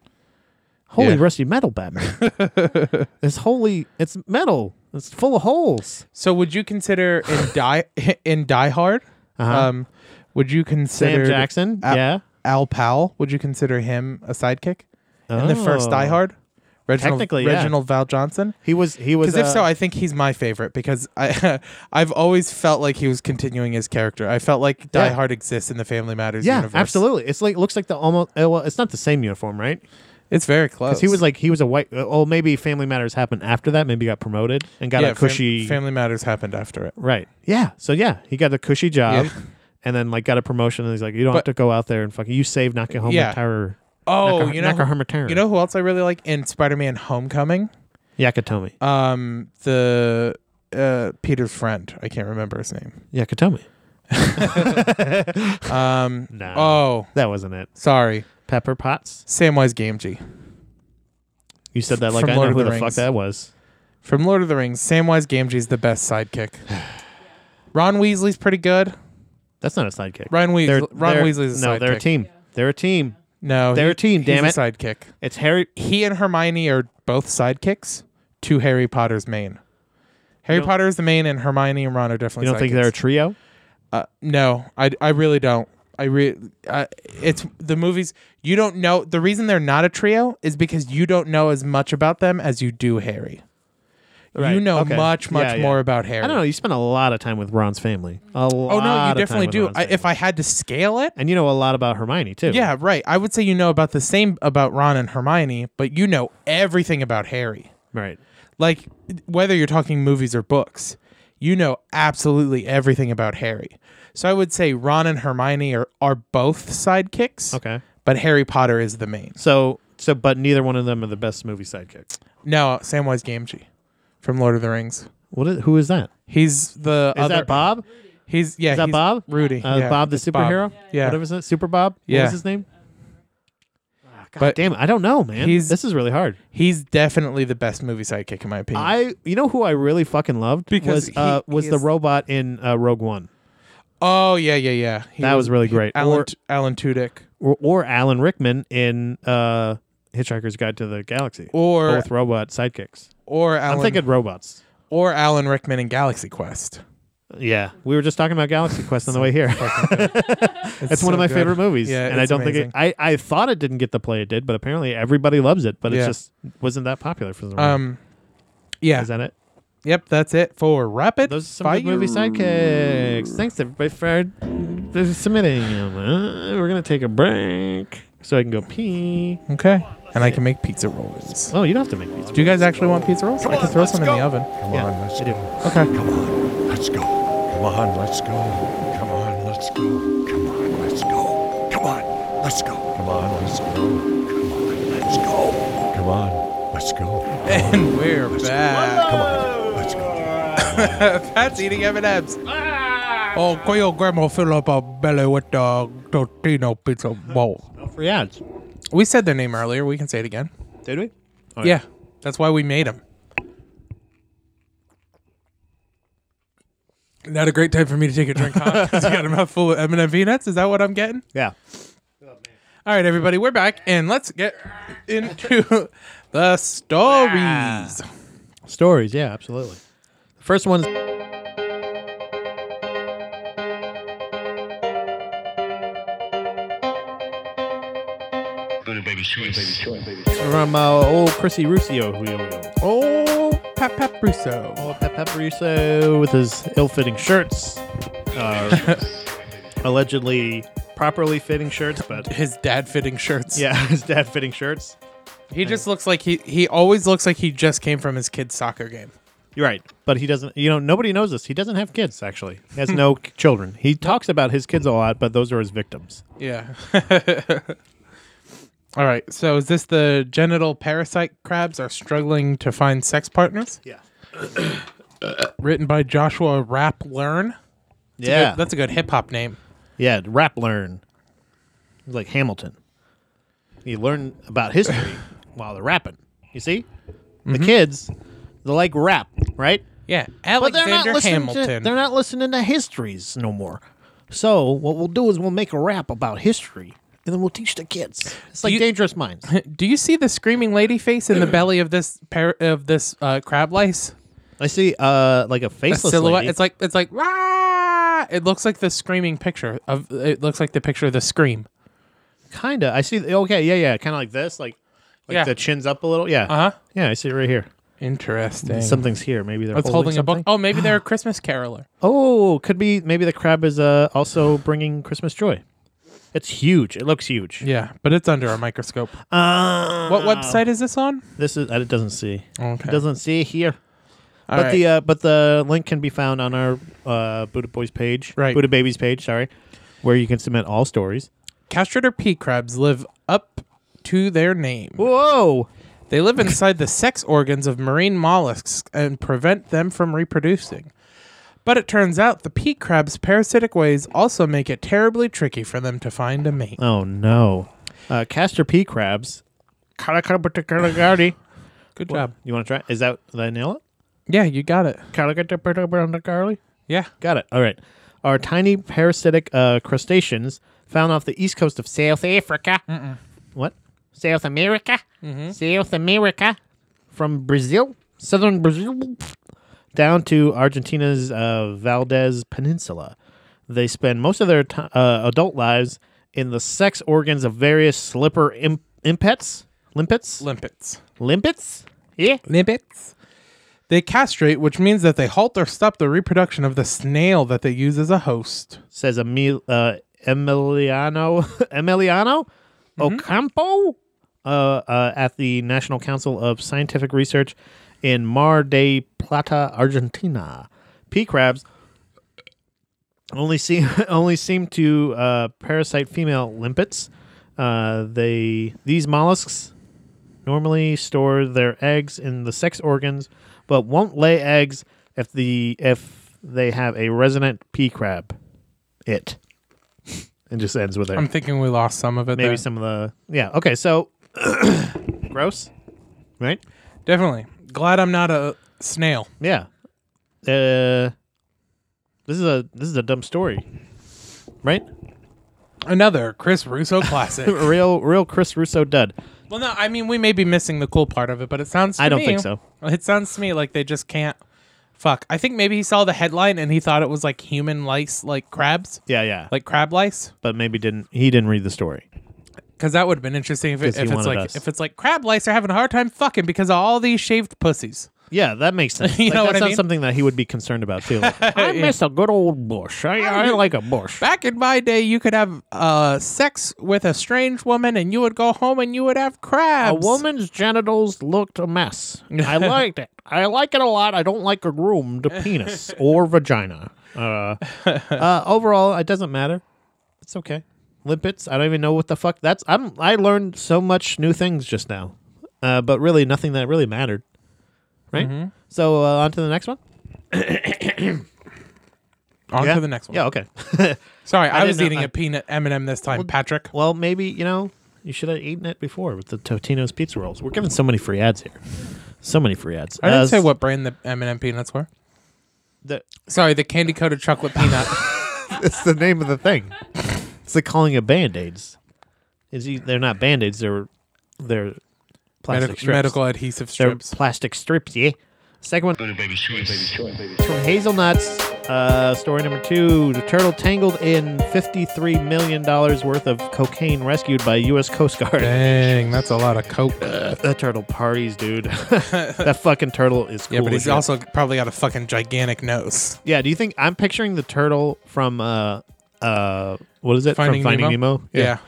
Speaker 3: Holy
Speaker 1: Yeah.
Speaker 3: rusty metal Batman. it's holy it's metal. It's full of holes.
Speaker 1: So would you consider in Die in Die Hard?
Speaker 3: Uh-huh.
Speaker 1: Um, would you consider
Speaker 3: Sam Jackson.
Speaker 1: Al-
Speaker 3: yeah.
Speaker 1: Al Powell? Would you consider him a sidekick in the first Die
Speaker 3: Oh.
Speaker 1: Hard? Reginald,
Speaker 3: Technically, yeah.
Speaker 1: Reginald Val Johnson.
Speaker 3: He was he was
Speaker 1: Because if
Speaker 3: uh,
Speaker 1: so, I think he's my favorite because I I've always felt like he was continuing his character. I felt like Die
Speaker 3: Yeah.
Speaker 1: Hard exists in the Family Matters
Speaker 3: yeah,
Speaker 1: universe.
Speaker 3: absolutely. It's like looks like the almost uh, well, it's not the same uniform, right?
Speaker 1: It's very close.
Speaker 3: Because he was like he was a white. uh, Oh, maybe Family Matters happened after that. Maybe he got promoted and got
Speaker 1: yeah,
Speaker 3: a
Speaker 1: fam-
Speaker 3: cushy.
Speaker 1: Family Matters happened after it.
Speaker 3: right. Yeah. So yeah, he got a cushy job,
Speaker 1: Yeah.
Speaker 3: and then like got a promotion. And he's like, you don't have
Speaker 1: But-
Speaker 3: to go out there and fucking. You save Nakahoma
Speaker 1: Yeah.
Speaker 3: Terror.
Speaker 1: Oh,
Speaker 3: Naka-
Speaker 1: you know,
Speaker 3: Naka
Speaker 1: who-
Speaker 3: Herma Terror.
Speaker 1: you know who else I really like in Spider-Man: Homecoming?
Speaker 3: Yakatomi.
Speaker 1: Um, the uh Peter's friend. I can't remember his name.
Speaker 3: Yakatomi.
Speaker 1: Um,
Speaker 3: No.
Speaker 1: oh,
Speaker 3: That wasn't it.
Speaker 1: sorry,
Speaker 3: Pepper Potts.
Speaker 1: Samwise Gamgee
Speaker 3: You said that like
Speaker 1: From
Speaker 3: I know
Speaker 1: Lord of
Speaker 3: who
Speaker 1: the
Speaker 3: the, fuck
Speaker 1: Rings.
Speaker 3: that was.
Speaker 1: from Lord of the Rings. Samwise Gamgee's the best sidekick. Ron Weasley's pretty good.
Speaker 3: That's not a sidekick.
Speaker 1: Ryan Weas-
Speaker 3: They're-
Speaker 1: Ron
Speaker 3: they're-
Speaker 1: Weasley's a
Speaker 3: no. They're a
Speaker 1: sidekick.
Speaker 3: team. They're a team.
Speaker 1: No,
Speaker 3: They're a team, damn
Speaker 1: he's a
Speaker 3: it.
Speaker 1: sidekick.
Speaker 3: It's Harry.
Speaker 1: He and Hermione are both sidekicks to Harry Potter's main. Harry
Speaker 3: don't-
Speaker 1: Potter is the main, and Hermione and Ron are definitely.
Speaker 3: You don't think
Speaker 1: sidekicks.
Speaker 3: they're a trio?
Speaker 1: Uh, no, I, I really don't. I re I, it's the movies you don't know. The reason they're not a trio is because you don't know as much about them as you do Harry.
Speaker 3: Right,
Speaker 1: You know
Speaker 3: okay.
Speaker 1: much much
Speaker 3: Yeah, yeah.
Speaker 1: more about Harry.
Speaker 3: I don't know. You spend a lot of time with Ron's family. A lot.
Speaker 1: Oh no, you
Speaker 3: of time
Speaker 1: definitely
Speaker 3: with
Speaker 1: do.
Speaker 3: Ron's
Speaker 1: I,
Speaker 3: family.
Speaker 1: if I had to scale it,
Speaker 3: and you know a lot about Hermione too.
Speaker 1: yeah, right. I would say you know about the same about Ron and Hermione, but you know everything about Harry.
Speaker 3: right.
Speaker 1: like whether you're talking movies or books, you know absolutely everything about Harry. So I would say Ron and Hermione are, are both sidekicks.
Speaker 3: Okay.
Speaker 1: But Harry Potter is the main.
Speaker 3: So so, but neither one of them are the best movie sidekick.
Speaker 1: No, Samwise Gamgee from Lord of the Rings.
Speaker 3: What is, who is that?
Speaker 1: He's the
Speaker 3: Is
Speaker 1: other
Speaker 3: that Bob?
Speaker 1: He's yeah.
Speaker 3: Is that
Speaker 1: he's
Speaker 3: Bob?
Speaker 1: Rudy.
Speaker 3: Uh,
Speaker 1: yeah,
Speaker 3: Bob the
Speaker 1: it's Bob.
Speaker 3: superhero.
Speaker 1: Yeah.
Speaker 3: Whatever his name. Super Bob. What
Speaker 1: Yeah.
Speaker 3: was his name? Ah, God
Speaker 1: But-
Speaker 3: damn it! I don't know, man.
Speaker 1: He's-
Speaker 3: this is really hard.
Speaker 1: He's definitely the best movie sidekick in my opinion.
Speaker 3: I you know who I really fucking loved
Speaker 1: Because
Speaker 3: was uh,
Speaker 1: he-
Speaker 3: was
Speaker 1: he
Speaker 3: the
Speaker 1: is-
Speaker 3: robot in uh, Rogue One
Speaker 1: oh yeah yeah yeah. He
Speaker 3: That was really great.
Speaker 1: Alan
Speaker 3: Or-
Speaker 1: Alan Tudyk
Speaker 3: or, or Alan Rickman in uh, Hitchhiker's Guide to the Galaxy.
Speaker 1: or
Speaker 3: both robot sidekicks.
Speaker 1: or
Speaker 3: I'm
Speaker 1: Alan
Speaker 3: thinking robots.
Speaker 1: or Alan Rickman in Galaxy Quest.
Speaker 3: Yeah, we were just talking about Galaxy Quest on the way here.
Speaker 1: It's
Speaker 3: It's one
Speaker 1: so
Speaker 3: of my
Speaker 1: good.
Speaker 3: favorite movies.
Speaker 1: Yeah,
Speaker 3: and I
Speaker 1: it's
Speaker 3: don't
Speaker 1: amazing.
Speaker 3: think it, I I thought it didn't get the play it did, but apparently everybody loves it. But it
Speaker 1: Yeah.
Speaker 3: just wasn't that popular for some reason.
Speaker 1: Um, yeah.
Speaker 3: Is that it?
Speaker 1: Yep, that's it for rapid
Speaker 3: Those are some
Speaker 1: fire.
Speaker 3: good movie sidekicks. Thanks everybody for uh, submitting them. Uh, we're gonna take a break so I can go pee.
Speaker 1: Okay, and I can make pizza rolls.
Speaker 3: Oh, you don't have to make these.
Speaker 1: Do you guys actually want pizza rolls? I can throw some in the oven.
Speaker 6: Come
Speaker 3: Yeah,
Speaker 6: on, let's
Speaker 3: I
Speaker 6: go.
Speaker 3: do.
Speaker 1: Okay.
Speaker 6: Come on, let's go. Come on, let's go. Come on, let's go. Come on, let's go. Come on, let's go. Come on, let's go. Come on, let's go. Come on, let's go.
Speaker 1: And we're back.
Speaker 6: Come on, let's go.
Speaker 1: Pat's eating M&M's. Oh, can your grandma fill up our belly with the Totino pizza bowl?
Speaker 3: No free ads.
Speaker 1: We said their name earlier. We can say it again.
Speaker 3: Did we? All right.
Speaker 1: Yeah, that's why we made them. Not a great time for me to take a drink, huh? 'Cause you got a mouthful of M&M peanuts. Is that what I'm getting?
Speaker 3: Yeah.
Speaker 1: All right, everybody, we're back, and let's get into the stories.
Speaker 3: Stories. Yeah, absolutely. The first one. From uh, old Chrissy Ruscio, who we all know.
Speaker 1: Oh, Pap Pap Russo.
Speaker 3: Old Pep Pepperuso with his ill-fitting shirts, uh, allegedly properly fitting shirts, but
Speaker 1: His dad fitting shirts.
Speaker 3: yeah, his dad fitting shirts.
Speaker 1: He just looks like he he always looks like he just came from his kid's soccer game.
Speaker 3: You're right, but he doesn't. You know, nobody knows this. He doesn't have kids. Actually, he has no k- children. He talks about his kids a lot, but those are his victims.
Speaker 1: Yeah. All right. So is this the genital parasite crabs are struggling to find sex partners?
Speaker 3: Yeah.
Speaker 1: Written by Joshua Rap Learn.
Speaker 3: Yeah,
Speaker 1: That's a good hip hop name.
Speaker 3: yeah. Rap learn, He's like Hamilton. You learn about history while they're rapping. You see, the kids, they like rap, right?
Speaker 1: Yeah.
Speaker 3: But they're not
Speaker 1: Alexander
Speaker 3: listening to
Speaker 1: Hamilton.
Speaker 3: they're not listening to histories no more. So what we'll do is we'll make a rap about history, and then we'll teach the kids. It's like
Speaker 1: You-
Speaker 3: Dangerous Minds.
Speaker 1: Do you see the screaming lady face in the belly of this pair of this uh, crab lice?
Speaker 3: I see, uh, like a
Speaker 1: A
Speaker 3: faceless
Speaker 1: silhouette.
Speaker 3: lady.
Speaker 1: It's like it's like rah! It looks like the screaming picture of. It looks like the picture of the scream.
Speaker 3: kind of. I see. Okay, yeah, yeah, kind of like this, like like
Speaker 1: Yeah.
Speaker 3: the chin's up a little. Yeah,
Speaker 1: Uh huh.
Speaker 3: yeah. I see it right here.
Speaker 1: Interesting.
Speaker 3: Something's here. Maybe they're
Speaker 1: It's holding, a book.
Speaker 3: something.
Speaker 1: Oh, maybe they're a Christmas caroler.
Speaker 3: Oh, could be. Maybe the crab is uh, also bringing Christmas joy. It's huge. It looks huge.
Speaker 1: Yeah, but it's under a microscope.
Speaker 3: Uh,
Speaker 1: What website is this on?
Speaker 3: This is. uh, It doesn't see.
Speaker 1: Okay.
Speaker 3: It doesn't see here.
Speaker 1: All
Speaker 3: but
Speaker 1: right.
Speaker 3: the uh, but the link can be found on our uh, Buddha Boys page,
Speaker 1: Right.
Speaker 3: Buddha Babies page, sorry, where you can submit all stories.
Speaker 1: castrator pea crabs live up to their name.
Speaker 3: Whoa!
Speaker 1: They live inside the sex organs of marine mollusks and prevent them from reproducing. But it turns out the pea crab's parasitic ways also make it terribly tricky for them to find a mate.
Speaker 3: Oh no! Uh, castor pea crabs. Kalakatapatakalagardi.
Speaker 1: Good job.
Speaker 3: you want to try? Is that did I nail it?
Speaker 1: Yeah, you got it.
Speaker 3: Kalakatapatakalagardi.
Speaker 1: Yeah.
Speaker 3: Got it. All right. Are tiny parasitic uh, crustaceans found off the east coast of South Africa? What? South America? South America? From Brazil? Southern Brazil? Down to Argentina's uh, Valdez Peninsula. They spend most of their ti uh, adult lives in the sex organs of various slipper imp- impets? Limpets?
Speaker 1: Limpets.
Speaker 3: Limpets? Yeah.
Speaker 1: Limpets. They castrate, which means that they halt or stop the reproduction of the snail that they use as a host.
Speaker 3: says Emil, uh, Emiliano Emiliano Ocampo uh, uh, at the National Council of Scientific Research in Mar de Plata, Argentina. Pea crabs only seem only seem to uh, parasite female limpets. Uh, they these mollusks normally store their eggs in the sex organs, but won't lay eggs if the if they have a resident pea crab. It and just ends with there.
Speaker 1: I'm thinking we lost some of it.
Speaker 3: Maybe
Speaker 1: there.
Speaker 3: some of the yeah. Okay, so gross, right?
Speaker 1: Definitely. Glad I'm not a snail.
Speaker 3: Yeah. Uh, this is a this is a dumb story, right?
Speaker 1: Another Chris Russo classic.
Speaker 3: A real real Chris Russo dud.
Speaker 1: well, no, I mean we may be missing the cool part of it, but it sounds. To
Speaker 3: I don't
Speaker 1: me-
Speaker 3: think so.
Speaker 1: It sounds to me like they just can't Fuck. I think maybe he saw the headline and he thought it was like human lice, like crabs,
Speaker 3: Yeah, yeah.
Speaker 1: like crab lice,
Speaker 3: but maybe didn't he didn't read the story.
Speaker 1: because that would have been interesting if, it,
Speaker 3: 'Cause he
Speaker 1: if it's
Speaker 3: wanted
Speaker 1: like
Speaker 3: us.
Speaker 1: if it's like crab lice are having a hard time fucking because of all these shaved pussies.
Speaker 3: Yeah, that makes sense.
Speaker 1: You
Speaker 3: Like,
Speaker 1: know what
Speaker 3: that's
Speaker 1: I
Speaker 3: not
Speaker 1: mean?
Speaker 3: something that he would be concerned about too. Like, I
Speaker 1: Yeah.
Speaker 3: miss a good old bush. I, I like a bush.
Speaker 1: Back in my day, you could have uh, sex with a strange woman, and you would go home and you would have
Speaker 3: A
Speaker 1: crabs.
Speaker 3: woman's genitals looked a mess. I liked it. I like it a lot. I don't like a groomed penis or vagina. Uh, uh, overall, it doesn't matter. It's okay. Limpets. I don't even know what the fuck that's. I'm. I learned so much new things just now, uh, but really nothing that really mattered. Right.
Speaker 1: Mm-hmm.
Speaker 3: So uh, on to the next one.
Speaker 1: On
Speaker 3: yeah.
Speaker 1: to the next one.
Speaker 3: Yeah. Okay.
Speaker 1: Sorry, I,
Speaker 3: didn't
Speaker 1: was
Speaker 3: know-
Speaker 1: eating
Speaker 3: I-
Speaker 1: a peanut M and m this time, Patrick.
Speaker 3: Well, maybe you know you should have eaten it before with the Totino's pizza rolls. We're giving so many free ads here. So many free ads.
Speaker 1: I didn't
Speaker 3: Uh,
Speaker 1: say what brand the M and m peanuts were.
Speaker 3: the-
Speaker 1: Sorry, the candy coated chocolate peanut.
Speaker 3: it's the name of the thing. It's like calling it band aids. Is he, they're not band aids. They're they're plastic
Speaker 1: Medical,
Speaker 3: strips.
Speaker 1: medical adhesive
Speaker 3: they're
Speaker 1: strips.
Speaker 3: plastic strips. Yeah. Second one. From hazelnuts. Uh, story number two: The turtle tangled in fifty-three million dollars worth of cocaine rescued by U.S. Coast Guard.
Speaker 1: Dang, that's a lot of coke.
Speaker 3: That turtle parties, dude. that fucking turtle is cool.
Speaker 1: yeah, but
Speaker 3: as
Speaker 1: he's
Speaker 3: shit.
Speaker 1: also probably got a fucking gigantic nose.
Speaker 3: Yeah, do you think I'm picturing the turtle from uh uh what is it
Speaker 1: Finding
Speaker 3: from Finding
Speaker 1: Nemo?
Speaker 3: Nemo?
Speaker 1: Yeah.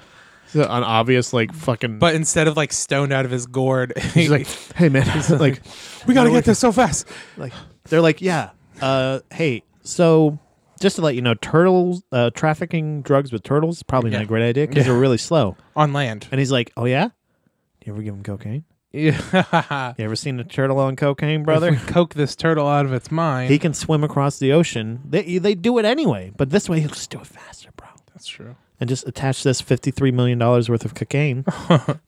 Speaker 3: It's an obvious like fucking
Speaker 1: But instead of like stoned out of his gourd,
Speaker 3: he's like, "Hey man, he's like
Speaker 1: we gotta
Speaker 3: "You know
Speaker 1: get this so fast.
Speaker 3: what?" Like they're like, "Yeah. Uh hey, so just to let you know, turtles uh trafficking drugs with turtles is probably not
Speaker 1: Yeah.
Speaker 3: a great idea because
Speaker 1: Yeah.
Speaker 3: they're really slow."
Speaker 1: On land.
Speaker 3: And he's like, "Oh yeah? You ever give him cocaine?
Speaker 1: Yeah.
Speaker 3: You ever seen a turtle on cocaine, brother?"
Speaker 1: If we coke this turtle out of its mind.
Speaker 3: He can swim across the ocean. They they do it anyway, but this way he'll just do it faster, bro.
Speaker 1: That's true.
Speaker 3: And just attach this fifty three million dollars worth of cocaine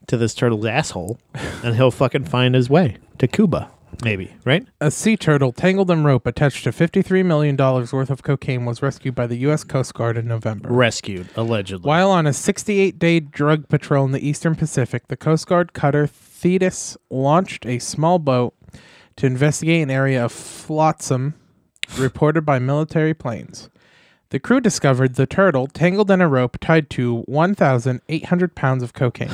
Speaker 3: to this turtle's asshole, and he'll fucking find his way to Cuba, maybe. Right?
Speaker 1: A sea turtle tangled in rope attached to $53 million worth of cocaine was rescued by the U.S. Coast Guard in November.
Speaker 3: Rescued allegedly.
Speaker 1: While on a 68 day drug patrol in the eastern Pacific, the Coast Guard cutter Thetis launched a small boat to investigate an area of flotsam reported by military planes. The crew discovered the turtle tangled in a rope tied to 1,800 pounds of cocaine.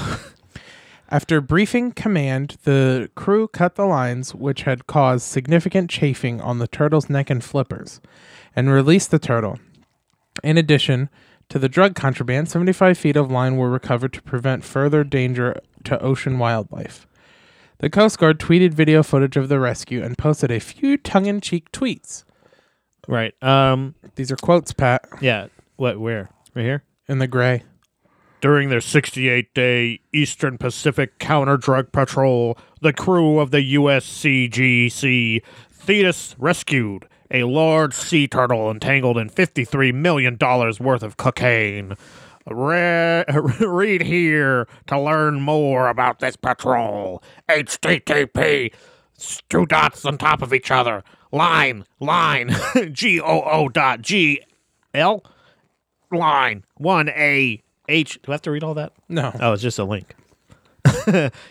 Speaker 1: After briefing command, the crew cut the lines, which had caused significant chafing on the turtle's neck and flippers, and released the turtle. In addition to the drug contraband, 75 feet of line were recovered to prevent further danger to ocean wildlife. The Coast Guard tweeted video footage of the rescue and posted a few tongue in cheek tweets.
Speaker 3: Right. Um.
Speaker 1: These are quotes, Pat,
Speaker 3: Yeah. What? Where? Right here.
Speaker 1: in the gray.
Speaker 3: During their 68 day Eastern Pacific counter drug patrol, the crew of the USCGC Thetis rescued a large sea turtle entangled in $53 million worth of cocaine. Re- read here to learn more about this patrol. HTTP, s- two dots on top of each other. Line, line, G O O dot G L line one A H. Do I have to read all that?
Speaker 1: No.
Speaker 3: Oh, it's just a link.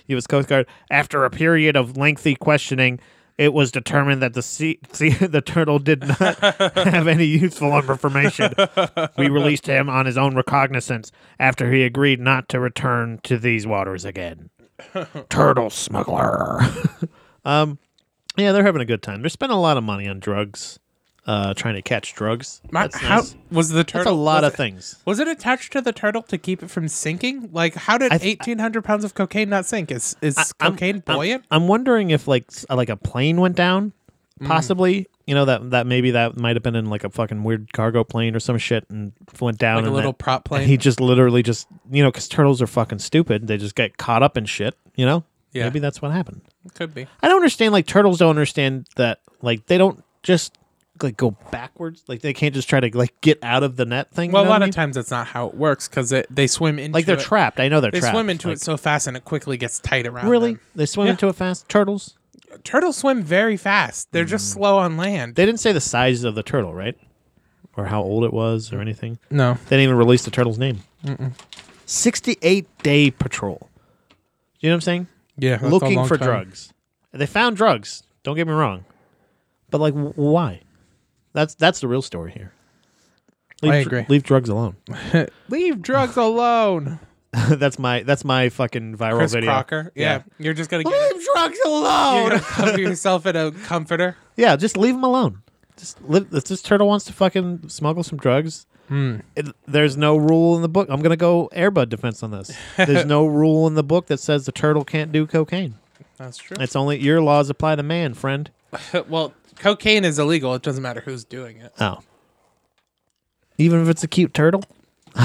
Speaker 3: U.S. Coast Guard. After a period of lengthy questioning, it was determined that the sea, sea, the turtle did not have any useful information. We released him on his own recognizance after he agreed not to return to these waters again. turtle smuggler. um, yeah, they're having a good time. They're spending a lot of money on drugs, uh, trying to catch drugs.
Speaker 1: My-
Speaker 3: That's
Speaker 1: how
Speaker 3: nice.
Speaker 1: was the turtle?
Speaker 3: That's a lot
Speaker 1: was
Speaker 3: of
Speaker 1: it-
Speaker 3: things.
Speaker 1: Was it attached to the turtle to keep it from sinking? Like, how did
Speaker 3: I th-
Speaker 1: 1,800 pounds of cocaine not sink? Is is
Speaker 3: I'm-
Speaker 1: cocaine
Speaker 3: I'm-
Speaker 1: buoyant?
Speaker 3: I'm, wondering if like s- like a plane went down,
Speaker 1: Mm.
Speaker 3: possibly. You know that that maybe that might have been in like a fucking weird cargo plane or some shit and f- went down
Speaker 1: Like a
Speaker 3: and
Speaker 1: little
Speaker 3: that-
Speaker 1: prop
Speaker 3: and
Speaker 1: plane?
Speaker 3: he just literally just you know because turtles are fucking stupid. They just get caught up in shit. You know.
Speaker 1: Yeah.
Speaker 3: Maybe that's what happened.
Speaker 1: Could be.
Speaker 3: I don't understand. Like turtles don't understand that. Like they don't just like go backwards. Like they can't just try to like get out of the net thing. you
Speaker 1: Well, a
Speaker 3: know what
Speaker 1: lot
Speaker 3: I
Speaker 1: of
Speaker 3: mean?
Speaker 1: times that's not how it works because they swim into
Speaker 3: Like they're
Speaker 1: it.
Speaker 3: trapped. I know they're
Speaker 1: They
Speaker 3: trapped.
Speaker 1: swim into
Speaker 3: Like,
Speaker 1: it so fast and it quickly gets tight around.
Speaker 3: Really?
Speaker 1: them.
Speaker 3: They swim
Speaker 1: Yeah.
Speaker 3: into it fast. Turtles.
Speaker 1: Turtles swim very fast. They're just slow on land.
Speaker 3: Mm. They didn't say the size of the turtle, right? Or how old it was or anything.
Speaker 1: no.
Speaker 3: They didn't even release the turtle's name. 68 day patrol. You know what I'm saying?
Speaker 1: Yeah. that's a
Speaker 3: Looking
Speaker 1: long
Speaker 3: for
Speaker 1: time.
Speaker 3: drugs. They found drugs. Don't get me wrong. But like, w- why? That's that's the real story here. Leave,
Speaker 1: I
Speaker 3: dr-
Speaker 1: agree.
Speaker 3: leave drugs alone.
Speaker 1: Leave drugs alone.
Speaker 3: that's my that's my fucking viral
Speaker 1: Chris
Speaker 3: video.
Speaker 1: Crocker. Yeah.
Speaker 3: Yeah.
Speaker 1: You're just gonna get
Speaker 3: Leave drugs
Speaker 1: you're
Speaker 3: alone.
Speaker 1: gonna cover yourself in a comforter.
Speaker 3: yeah, just leave them alone. Just live, if this turtle wants to fucking smuggle some drugs.
Speaker 1: Hmm.
Speaker 3: It, there's no rule in the book. I'm gonna go airbud defense on this. There's no rule in the book that says the turtle can't do cocaine.
Speaker 1: That's true.
Speaker 3: It's only your laws apply to man, friend.
Speaker 1: well, cocaine is illegal. It doesn't matter who's doing it.
Speaker 3: Oh. Even if it's a cute turtle?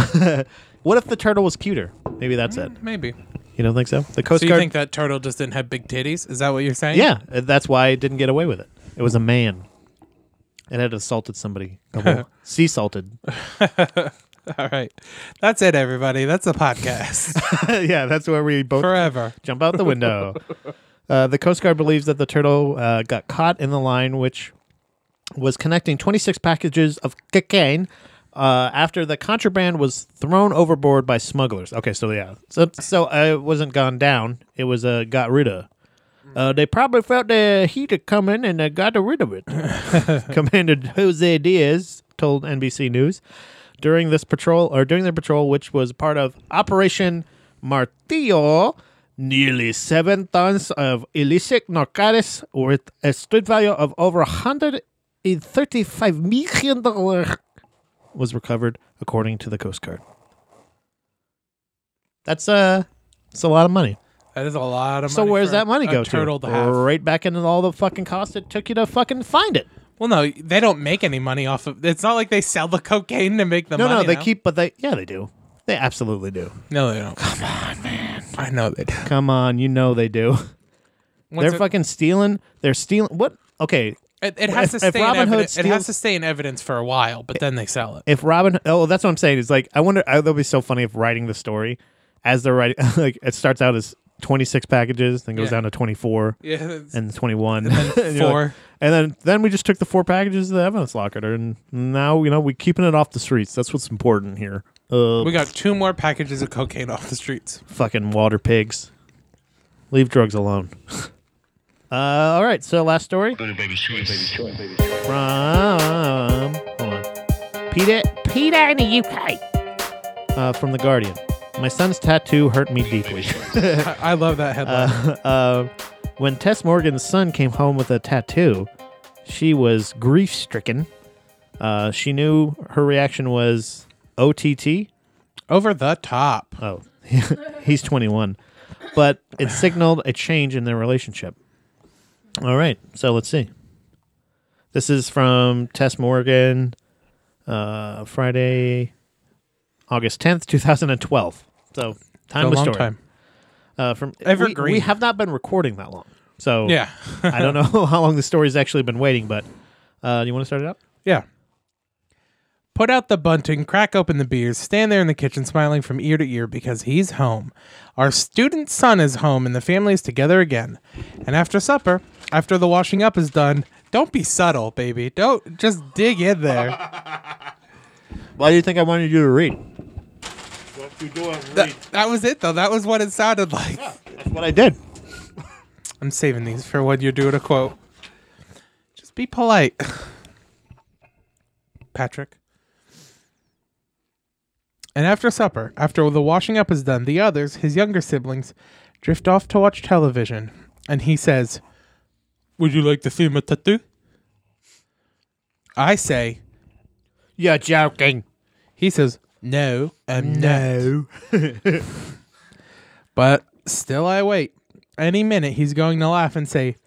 Speaker 3: what if the turtle was cuter? Maybe that's it.
Speaker 1: Maybe.
Speaker 3: You don't think so? The Coast
Speaker 1: Hmm. So you
Speaker 3: Guard.
Speaker 1: think that turtle just didn't have big titties? Is that what you're saying?
Speaker 3: yeah, uh, that's why it didn't get away with it. It was a man. It had assaulted somebody. A whole- sea salted.
Speaker 1: All right. That's it, everybody. That's the podcast
Speaker 3: yeah, that's where we both
Speaker 1: forever.
Speaker 3: jump out the window. uh, the Coast Guard believes that the turtle uh, got caught in the line, which was connecting 26 packages of cocaine. Uh, after the contraband was thrown overboard by smugglers. Okay, so yeah, so so uh, it wasn't gone down. It was uh, got rid of. Uh, they probably felt the heat had come in and they got rid of it. Commander Jose Diaz told NBC News during this patrol or during their patrol, which was part of Operation Martillo. Nearly seven tons of illicit narcotics with a street value of over 135 million dollars was recovered, according to the Coast Guard. That's uh, it's a lot of money.
Speaker 1: That is a lot of money.
Speaker 3: So where's
Speaker 1: for
Speaker 3: that money
Speaker 1: a
Speaker 3: go
Speaker 1: turtle
Speaker 3: to?
Speaker 1: to have.
Speaker 3: Right back into all the fucking cost it took you to fucking find it.
Speaker 1: Well, no, they don't make any money off of. It's not like they sell the cocaine to make the
Speaker 3: no,
Speaker 1: money.
Speaker 3: no, they
Speaker 1: now.
Speaker 3: keep, but they yeah, they do. They absolutely do.
Speaker 1: No, they don't. Come on, man. I know they do.
Speaker 3: Come on, you know they do.
Speaker 1: What's
Speaker 3: They're
Speaker 1: it-
Speaker 3: fucking stealing. They're stealing. What? Okay,
Speaker 1: It, it has
Speaker 3: If-
Speaker 1: to
Speaker 3: if
Speaker 1: stay.
Speaker 3: Robin
Speaker 1: in
Speaker 3: Hood
Speaker 1: evidence, it has
Speaker 3: steals-
Speaker 1: to stay in evidence for a while, but then they sell it.
Speaker 3: if Robin, oh, that's what I'm saying. Is like, I wonder. I, that'll be so funny if writing the story as they're writing, like it starts out as 26 packages, then goes
Speaker 1: Yeah.
Speaker 3: down to 24
Speaker 1: Yeah, that's-
Speaker 3: and 21 and then
Speaker 1: four.
Speaker 3: and then then we just took the four packages of the evidence locker, and now you know we keeping it off the streets. That's what's important here. Uh,
Speaker 1: we got two more packages of cocaine off the streets.
Speaker 3: fucking water pigs. Leave drugs alone. uh, all right, so last story from hold on, Peter, Peter in the UK, uh, from the Guardian. My son's tattoo hurt me deeply.
Speaker 1: I, I love that headline.
Speaker 3: uh, when Tess Morgan's son came home with a tattoo, she was grief stricken. Uh, she knew her reaction was OTT,
Speaker 1: Over the top.
Speaker 3: Oh, he's 21. But it signaled a change in their relationship. All right, so let's see. This is from Tess Morgan, uh, Friday, August 10th, 2012. So, time
Speaker 1: a
Speaker 3: was
Speaker 1: long
Speaker 3: story.
Speaker 1: time.
Speaker 3: Uh, from we- We,
Speaker 1: Evergreen.
Speaker 3: have not been recording that long. So,
Speaker 1: Yeah,
Speaker 3: I don't know how long the story's actually been waiting, but uh, you want to start it up?
Speaker 1: yeah. Put out the bunting, crack open the beers, stand there in the kitchen smiling from ear to ear because he's home. Our student son is home and the family is together again. And after supper, after the washing up is done, don't be subtle, baby. Don't just dig in there.
Speaker 3: Why do you think I wanted you to read?
Speaker 1: That, that was it, though. That was what it sounded like.
Speaker 3: That's what I did.
Speaker 1: I'm saving these for when you're doing a quote. Just be polite. Patrick. And after supper, after the washing up is done, the others, his younger siblings, drift off to watch television. And he says, Would you like to see my tattoo? I say,
Speaker 3: You're joking.
Speaker 1: He says, No, I'm no. but still, I wait. Any minute, he's going to laugh and say,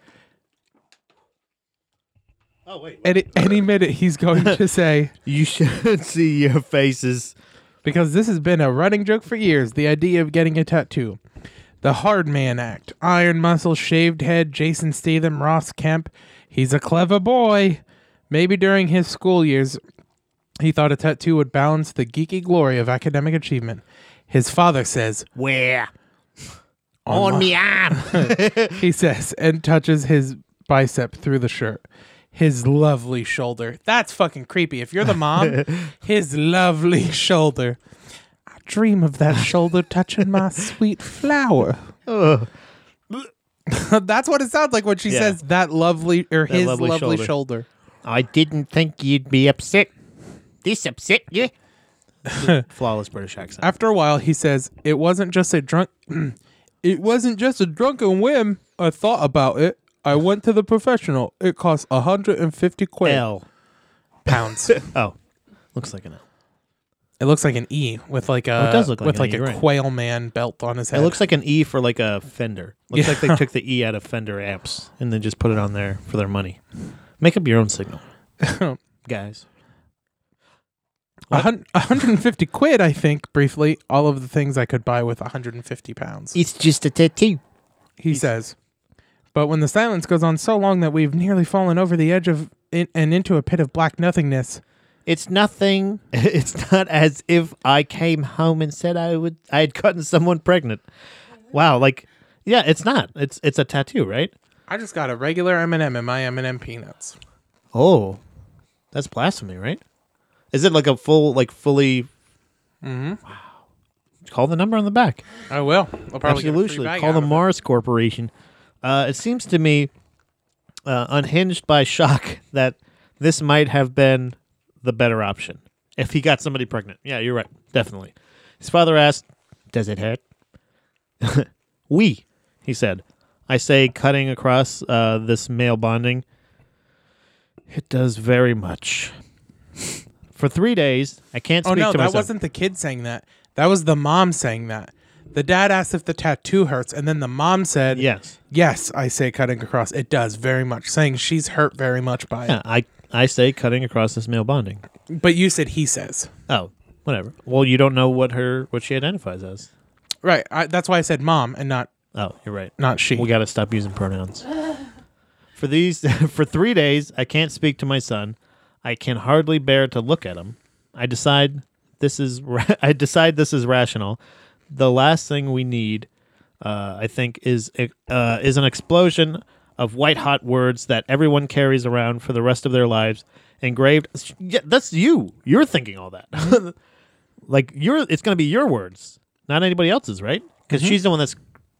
Speaker 3: Oh, wait.
Speaker 1: any, any minute, he's going to say,
Speaker 3: You should see your faces.
Speaker 1: because this has been a running joke for years the idea of getting a tattoo. The hard man act. Iron muscle, shaved head, Jason Statham, Ross Kemp. He's a clever boy. Maybe during his school years, he thought a tattoo would balance the geeky glory of academic achievement. His father says,
Speaker 3: Where? On, me arm.
Speaker 1: he says, and touches his bicep through the shirt. His lovely shoulder. That's fucking creepy. If you're the mom, his lovely shoulder. I dream of that shoulder touching my sweet flower. That's what it sounds like when she
Speaker 3: Yeah.
Speaker 1: says that lovely or his
Speaker 3: lovely
Speaker 1: lovely,
Speaker 3: shoulder.
Speaker 1: shoulder.
Speaker 3: I didn't think you'd be upset. This upset you? Flawless British accent.
Speaker 1: After a while, he says, "It wasn't just a drunk. it wasn't just a drunken whim. I thought about it. I went to the professional. It cost hundred and fifty quid
Speaker 3: L.
Speaker 1: pounds.
Speaker 3: Oh, looks like an L.
Speaker 1: It looks like an E with like a
Speaker 3: it does look like
Speaker 1: with
Speaker 3: an
Speaker 1: like
Speaker 3: E,
Speaker 1: a
Speaker 3: you're right.
Speaker 1: quail man belt on his
Speaker 3: It
Speaker 1: head.
Speaker 3: looks like an E for like a Fender. Looks
Speaker 1: Yeah.
Speaker 3: like they took the E out of Fender amps and then just put it on there for their money. Make up your own signal, guys.
Speaker 1: A hun- a hundred and fifty quid. I think briefly all of the things I could buy with hundred and fifty pounds.
Speaker 3: It's just a tattoo.
Speaker 1: he says. But when the silence goes on so long that we've nearly fallen over the edge of in, and into a pit of black nothingness,
Speaker 3: It's nothing. It's not as if I came home and said I would. I had gotten someone pregnant. Wow, like, yeah, it's not. It's it's a tattoo, right?
Speaker 1: I just got a regular M&M in my M&M peanuts.
Speaker 3: Oh, that's blasphemy, right? Is it like a full, like fully? Mm-hmm. Wow. Call the number on the back.
Speaker 1: I will. Oh, I'll probably get a free
Speaker 3: Absolutely.
Speaker 1: bag
Speaker 3: Call
Speaker 1: out
Speaker 3: the
Speaker 1: of it.
Speaker 3: Mars Corporation. Uh, it seems to me uh, unhinged by shock that this might have been the better option if he got somebody pregnant. Yeah, you're right. Definitely. His father asked, Does it hurt? we, he said. I say, cutting across uh, this male bonding, it does very much. For three days, I can't
Speaker 1: Oh
Speaker 3: speak
Speaker 1: no,
Speaker 3: to
Speaker 1: that
Speaker 3: myself.
Speaker 1: wasn't the kid saying that. That was the mom saying that. The dad asked if the tattoo hurts, and then the mom said,
Speaker 3: Yes.
Speaker 1: yes, I say cutting across. It does very much, saying she's hurt very much by
Speaker 3: Yeah, I, I say, cutting across this male bonding.
Speaker 1: it. But you said he says.
Speaker 3: Oh, whatever. Well, you don't know what her what she identifies as.
Speaker 1: Right. I, that's why I said mom and not
Speaker 3: Oh, you're right.
Speaker 1: not she.
Speaker 3: We got to stop using pronouns. for these for 3 days I can't speak to my son. I can hardly bear to look at him. I decide this is ra- I decide this is rational. The last thing we need uh, I think is uh, is an explosion of white hot words that everyone carries around for the rest of their lives engraved yeah, that's you. You're thinking all that. like your it's going to be your words not anybody else's right because she's the one that's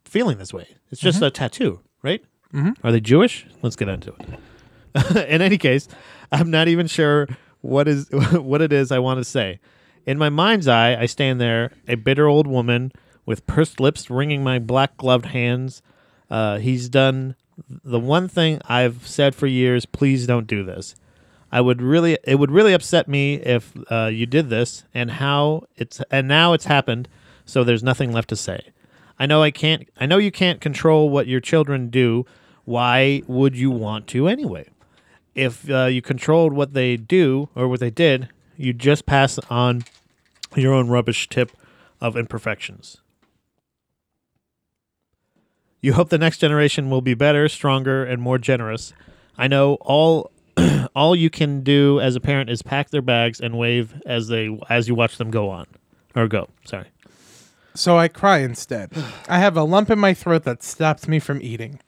Speaker 3: feeling this way it's just a tattoo right mm-hmm. are they jewish let's get into it in any case i'm not even sure what is what it is i want to say in my mind's eye i stand there a bitter old woman with pursed lips wringing my black gloved hands uh, he's done the one thing i've said for years please don't do this I would really, it would really upset me if uh, you did this, and how it's, and now it's happened, so there's nothing left to say. I know I can't, I know you can't control what your children do. Why would you want to anyway? If uh, you controlled what they do or what they did, you just pass on your own rubbish tip of imperfections. You hope the next generation will be better, stronger, and more generous. I know all all you can do as a parent is pack their bags and wave as they as you watch them go on or go. Sorry.
Speaker 1: So I cry instead. I have a lump in my throat that stops me from eating.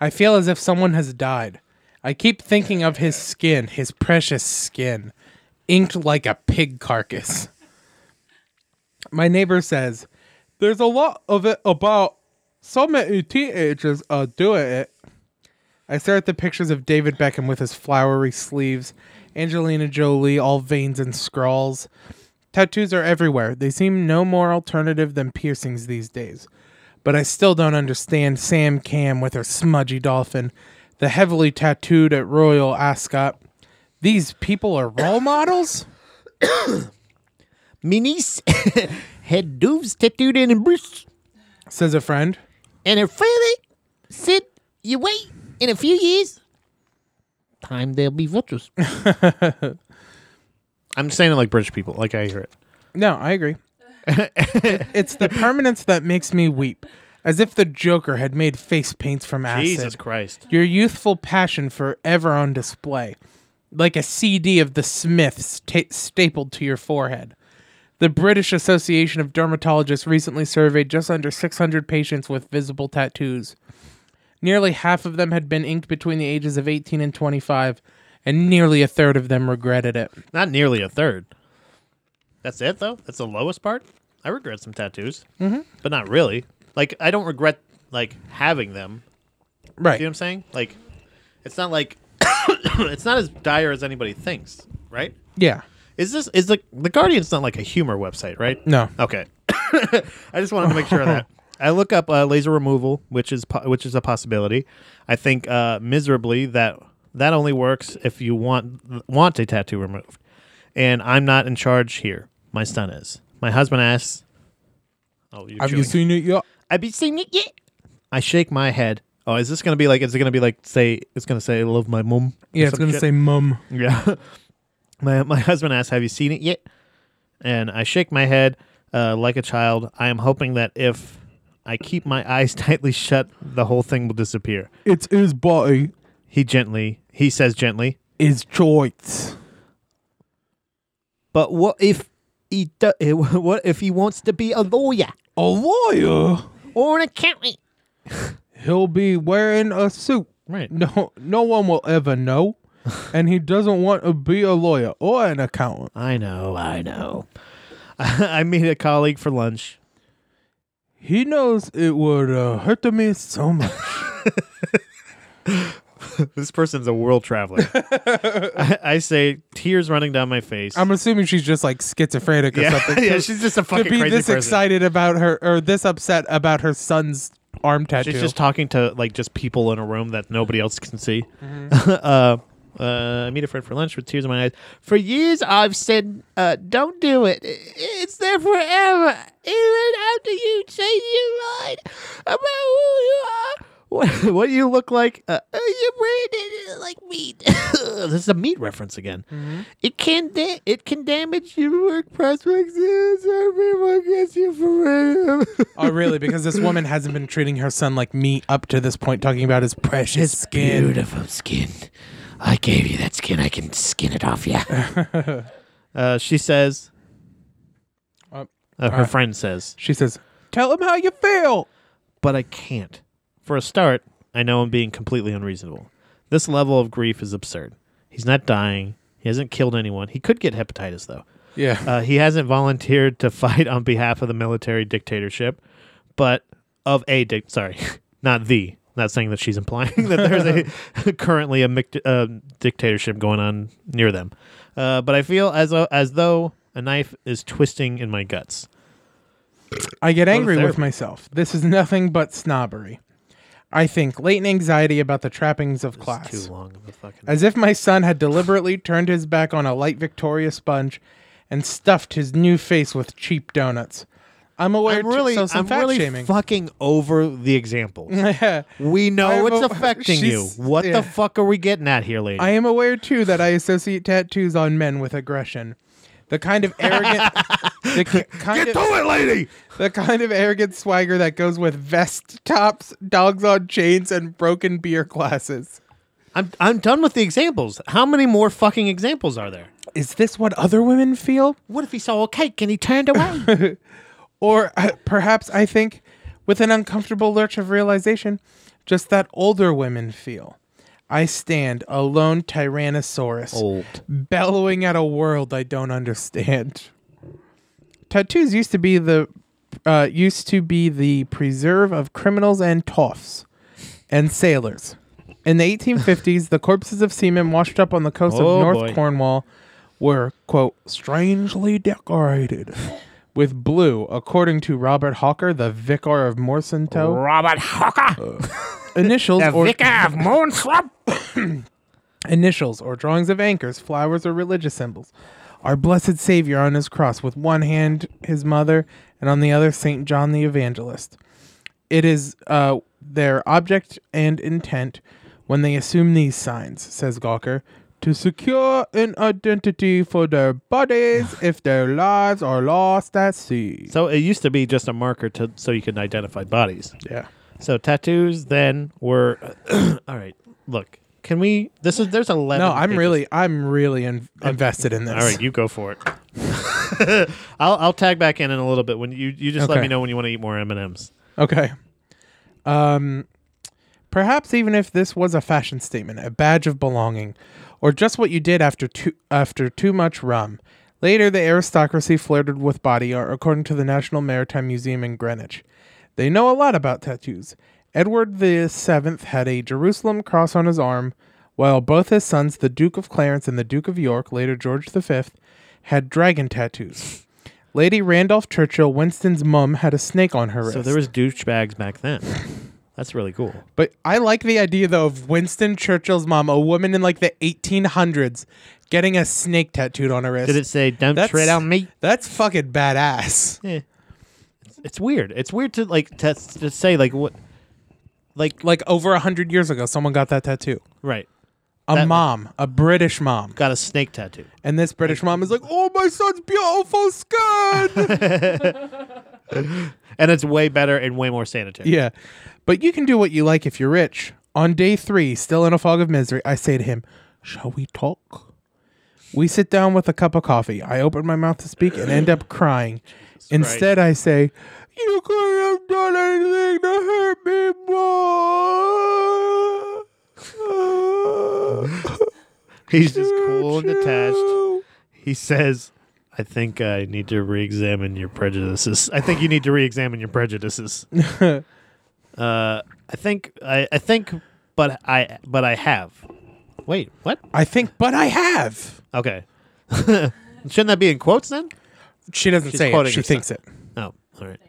Speaker 1: I feel as if someone has died. I keep thinking of his skin, his precious skin, inked like a pig carcass. My neighbor says, There's a lot of it about so many teenagers are doing it. I stare at the pictures of David Beckham with his flowery sleeves, Angelina Jolie, all veins and scrawls. Tattoos are everywhere. They seem no more alternative than piercings these days. But I still don't understand Sam Cam with her smudgy dolphin, the heavily tattooed at Royal Ascot. These people are role models?
Speaker 3: Me niece had doves tattooed in her breast,
Speaker 1: says a friend.
Speaker 3: and her father said, "You wait in a few years, time they'll be vultures." I'm saying it like British people, like I hear it.
Speaker 1: No, I agree. It- it's the permanence that makes me weep, as if the Joker had made face paints from acid.
Speaker 3: Jesus Christ!
Speaker 1: Your youthful passion forever on display, like a CD of the Smiths ta stapled to your forehead. The British Association of Dermatologists recently surveyed just under 600 patients with visible tattoos. Nearly half of them had been inked between the ages of 18 and 25, and nearly a third of them regretted it.
Speaker 3: Not nearly a third. That's it though. That's the lowest part. I regret some tattoos, mm-hmm. but not really. Like I don't regret like having them.
Speaker 1: Right.
Speaker 3: You know what I'm saying? Like, it's not like it's not as dire as anybody thinks, right?
Speaker 1: Yeah.
Speaker 3: Is this is the the Guardian's not like a humor website, right?
Speaker 1: No.
Speaker 3: Okay. I just wanted to make sure of that. I look up uh, laser removal, which is po- which is a possibility. I think uh, miserably that that only works if you want want a tattoo removed, and I'm not in charge here. My son is. My husband asks. Oh, you're
Speaker 1: Have
Speaker 3: chewing.
Speaker 1: you seen it yet?
Speaker 3: I've been seeing it yet. I shake my head. Oh, is this gonna be like? Is it gonna be like? Say it's gonna say I love my mum. or
Speaker 1: Yeah, it's
Speaker 3: some
Speaker 1: gonna
Speaker 3: shit?
Speaker 1: say mum.
Speaker 3: Yeah. my my husband asks, "Have you seen it yet?" And I shake my head uh, like a child. I am hoping that if I keep my eyes tightly shut, the whole thing will disappear.
Speaker 1: It's his body.
Speaker 3: He gently he says gently,
Speaker 1: His joints.
Speaker 3: "But what if he do- what if he wants to be a lawyer
Speaker 1: A lawyer.
Speaker 3: or an accountant?"
Speaker 1: He'll be wearing a suit.
Speaker 3: Right.
Speaker 1: No, no one will ever know. and he doesn't want to be a lawyer or an accountant.
Speaker 3: I know, I know. I meet a colleague for lunch.
Speaker 1: He knows it would uh, hurt to me so much.
Speaker 3: This person's a world traveler. I, I say, tears running down my face.
Speaker 1: I'm assuming she's just like schizophrenic or
Speaker 3: yeah,
Speaker 1: something.
Speaker 3: yeah,
Speaker 1: to-
Speaker 3: she's just a
Speaker 1: to
Speaker 3: fucking
Speaker 1: be
Speaker 3: crazy
Speaker 1: this
Speaker 3: person.
Speaker 1: excited about her or this upset about her son's arm tattoo.
Speaker 3: She's just talking to like just people in a room that nobody else can see. uh, uh, I meet a friend for lunch with tears in my eyes. For years, I've said, uh, "Don't do it. I- It's there forever, even after you change your mind about who you are, what, what you look like. Uh, uh, your brain is uh, like meat. this is a meat reference again. It can da- it can damage your work prospects. and Some people gets you forever."
Speaker 1: oh, really? Because this woman hasn't been treating her son like me up to this point, talking about his precious skin.
Speaker 3: Beautiful skin. I gave you that skin. I can skin it off you. uh, she says.
Speaker 1: Uh,
Speaker 3: uh, her friend says,
Speaker 1: She says, "Tell him how you feel."
Speaker 3: but I can't. For a start, I know I'm being completely unreasonable. This level of grief is absurd. He's not dying. He hasn't killed anyone. He could get hepatitis though.
Speaker 1: Yeah.
Speaker 3: Uh, he hasn't volunteered to fight on behalf of the military dictatorship, but of a dic- sorry, not the. Not saying that she's implying that there's a currently a mic- uh, dictatorship going on near them, uh, but I feel as though, as though a knife is twisting in my guts.
Speaker 1: I get angry with
Speaker 3: therapy.
Speaker 1: myself. This is nothing but snobbery. I think latent anxiety about the trappings of class.
Speaker 3: It's too long of a fucking.
Speaker 1: as if my son had deliberately turned his back on a light Victoria sponge and stuffed his new face with cheap donuts. I'm aware
Speaker 3: I'm really,
Speaker 1: so some
Speaker 3: I'm
Speaker 1: fat
Speaker 3: really
Speaker 1: shaming.
Speaker 3: fucking over the examples. we know
Speaker 1: I'm
Speaker 3: it's
Speaker 1: a-
Speaker 3: affecting you.
Speaker 1: she's-
Speaker 3: What
Speaker 1: yeah.
Speaker 3: the fuck are we getting at here, lady?
Speaker 1: I am aware too that I associate tattoos on men with aggression. The kind of arrogant the ki- kind of,
Speaker 2: it, lady!
Speaker 1: the kind of arrogant swagger that goes with vest tops, dogs on chains and broken beer glasses.
Speaker 3: I'm I'm done with the examples. How many more fucking examples are there?
Speaker 1: Is this what other women feel?
Speaker 3: What if he saw a cake and he turned away?
Speaker 1: Or uh, perhaps I think, with an uncomfortable lurch of realization, just that older women feel. I stand a lone Tyrannosaurus, bellowing at a world I don't understand. Tattoos used to be the uh, used to be the preserve of criminals and toffs and sailors. In the 1850s, the corpses of seamen washed up on the coast
Speaker 3: Oh,
Speaker 1: of North
Speaker 3: boy.
Speaker 1: Cornwall were quote strangely decorated with blue, according to Robert Hawker, the vicar of Morsanto.
Speaker 3: Robert Hawker,
Speaker 1: Initials or
Speaker 3: of Moonswamp.
Speaker 1: initials or drawings of anchors, flowers, or religious symbols. Our blessed Savior on his cross, with one hand his mother, and on the other Saint John the Evangelist. It is uh, their object and intent when they assume these signs, says Gawker, to secure an identity for their bodies if their lives are lost at sea.
Speaker 3: So it used to be just a marker to so you could identify bodies.
Speaker 1: Yeah.
Speaker 3: So tattoos then were all right. Look, can we? This is there's eleven.
Speaker 1: No, I'm
Speaker 3: pages.
Speaker 1: really, I'm really in- invested in this.
Speaker 3: all right. You go for it. I'll I'll tag back in in a little bit when you you just let
Speaker 1: Okay.
Speaker 3: me know when you want to eat more M and M's.
Speaker 1: Okay. Um, perhaps even if this was a fashion statement, a badge of belonging, or just what you did after too after too much rum. Later, the aristocracy flirted with body art, according to the National Maritime Museum in Greenwich. They know a lot about tattoos, Edward the Seventh had a Jerusalem cross on his arm, while both his sons, the Duke of Clarence and the Duke of York, later George V, had dragon tattoos. Lady Randolph Churchill, Winston's mum, had a snake on her wrist.
Speaker 3: So there was douchebags back then. That's really cool.
Speaker 1: But I like the idea though of Winston Churchill's mom, a woman in like the 1800s, getting a snake tattooed on her wrist.
Speaker 3: Did it say "Don't
Speaker 1: That's-
Speaker 3: tread on me"?
Speaker 1: That's fucking badass.
Speaker 3: Yeah. It's, it's weird. It's weird to like to, to say like what, like
Speaker 1: Like over a hundred years ago, someone got that tattoo.
Speaker 3: right.
Speaker 1: A
Speaker 3: That-
Speaker 1: mom, a British mom,
Speaker 3: Got a snake tattoo.
Speaker 1: and this British mom is like, "Oh, my son's beautiful skin."
Speaker 3: and it's way better and way more sanitary.
Speaker 1: yeah, but you can do what you like if you're rich. On day three, still in a fog of misery, I say to him, "Shall we talk?" We sit down with a cup of coffee. I open my mouth to speak and end up crying. Instead, I say, You could have done anything to hurt me more.
Speaker 3: He's just cool and detached. He says, "I think I need to re-examine your prejudices. I think you need to re-examine your prejudices." uh, I think I, I think, but I but I have. Wait, what?
Speaker 1: I think, but I have.
Speaker 3: Okay. Shouldn't that be in quotes then?
Speaker 1: She doesn't
Speaker 3: She's
Speaker 1: say it.
Speaker 3: quoting
Speaker 1: She
Speaker 3: herself.
Speaker 1: thinks it.
Speaker 3: Oh, all right.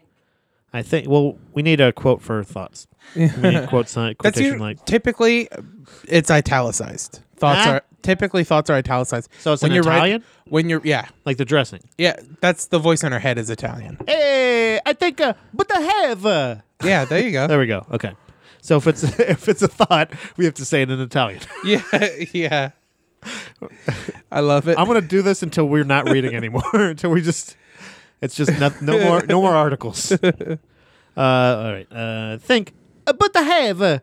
Speaker 3: I think. Well, we need a quote for thoughts. we need quote sign
Speaker 1: That's
Speaker 3: quotation
Speaker 1: usually,
Speaker 3: like.
Speaker 1: typically uh, it's italicized. Thoughts
Speaker 3: Huh?
Speaker 1: are typically thoughts are italicized.
Speaker 3: So it's an
Speaker 1: you're writ-
Speaker 3: Italian?
Speaker 1: when you're yeah
Speaker 3: Like the dressing.
Speaker 1: yeah that's the voice in her head is Italian.
Speaker 3: Hey, I think, uh, but I have. Uh,
Speaker 1: Yeah, there you go.
Speaker 3: There we go. Okay. So if it's if it's a thought, we have to say it in Italian.
Speaker 1: yeah, yeah. I love it.
Speaker 3: I'm gonna do this until we're not reading anymore. until we just, it's just no, no more no more articles. Uh, all right. Uh, think, uh, but I have. Uh,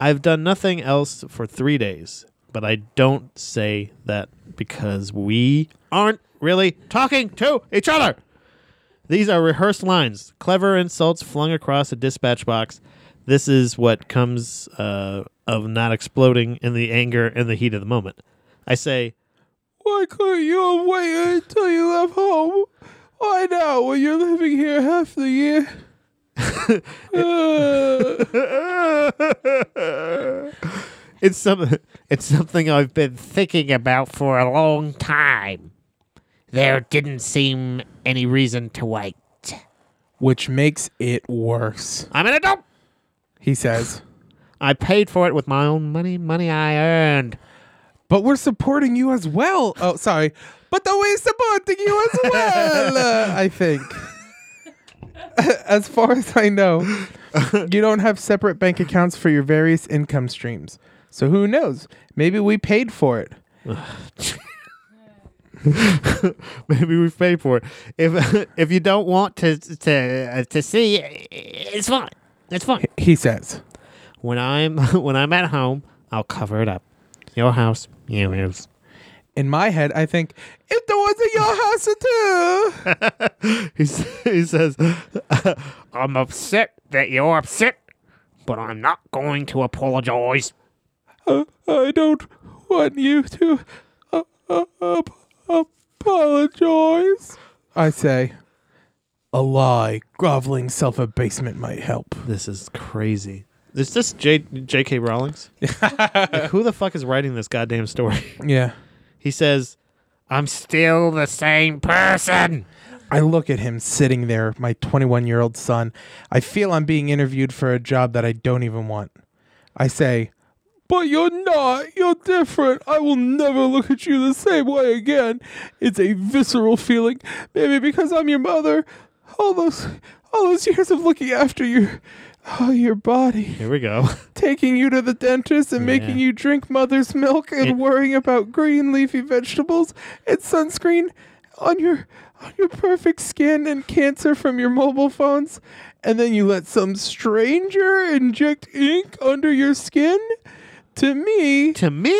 Speaker 3: I've done nothing else for three days, but I don't say that because we aren't really talking to each other. These are rehearsed lines, clever insults flung across a dispatch box. This is what comes uh, of not exploding in the anger and the heat of the moment. I say,
Speaker 1: Why couldn't you have waited until you left home? Why now, when you're living here half the year? Uh,
Speaker 3: it's some it's something I've been thinking about for a long time.
Speaker 7: There didn't seem any reason to wait.
Speaker 1: Which makes it worse,
Speaker 3: I'm an adult.
Speaker 1: he says.
Speaker 3: I paid for it with my own money, money I earned.
Speaker 1: But we're supporting you as well. Oh, sorry. But the way supporting you as well, uh, I think. as far as I know, you don't have separate bank accounts for your various income streams. So who knows? Maybe we paid for it.
Speaker 3: Maybe we paid for it. If if you don't want to to uh, to see,
Speaker 7: It's fine. It's fine.
Speaker 1: He says.
Speaker 3: when I'm when I'm at home, I'll cover it up. Your house, your house.
Speaker 1: In my head, I think if there wasn't your house too.
Speaker 3: He s- he says,
Speaker 7: I'm upset that you're upset, but I'm not going to apologize.
Speaker 1: I don't want you to uh, uh, ap- apologize. I say, a lie, groveling self abasement might help.
Speaker 3: "This is crazy." Is this J J.K. Rowling's? Like, who the fuck is writing this goddamn story?
Speaker 1: Yeah.
Speaker 3: He says, "I'm still the same person."
Speaker 1: I look at him sitting there, my 21 year old son. I feel I'm being interviewed for a job that I don't even want. I say, But you're not. You're different. I will never look at you the same way again. It's a visceral feeling. Maybe because I'm your mother. All those, all those years of looking after your, oh, your body,
Speaker 3: Here we go.
Speaker 1: taking you to the dentist and making
Speaker 3: Yeah.
Speaker 1: you drink mother's milk and
Speaker 3: It-
Speaker 1: worrying about green leafy vegetables and sunscreen on your on your perfect skin and cancer from your mobile phones. And then you let some stranger inject ink under your skin. To me,
Speaker 3: to me,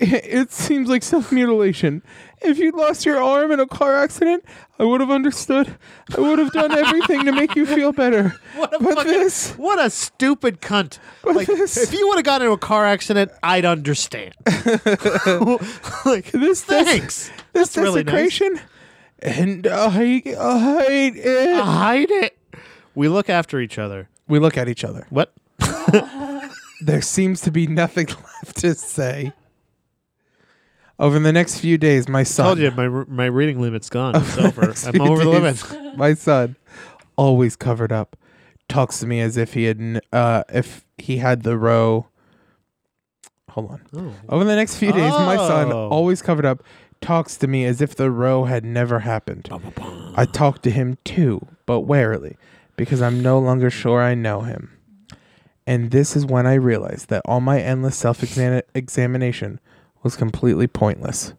Speaker 1: it seems like self mutilation. If you'd lost your arm in a car accident, I would have understood. I would have done everything to make you feel better.
Speaker 3: what a
Speaker 1: but
Speaker 3: fucking,
Speaker 1: this,
Speaker 3: what a stupid cunt! Like,
Speaker 1: this-
Speaker 3: if you would have gotten into a car accident, I'd understand. like,
Speaker 1: this,
Speaker 3: thanks.
Speaker 1: this
Speaker 3: That's really nice.
Speaker 1: desecration, and I, I hate it.
Speaker 3: hide it. We look after each other.
Speaker 1: We look at each other.
Speaker 3: What?
Speaker 1: There seems to be nothing left to say. Over the next few days, my son.
Speaker 3: told you my re- my reading limit's gone. It's over. I'm
Speaker 1: few
Speaker 3: over the limit.
Speaker 1: days, My son, always covered up, talks to me as if he had n- uh if he had the row. Hold on. Over the next few days, my son,
Speaker 3: Oh.
Speaker 1: always covered up, talks to me as if the row had never happened. I talk to him too, but warily, because I'm no longer sure I know him. And this is when I realized that all my endless self examination was completely pointless.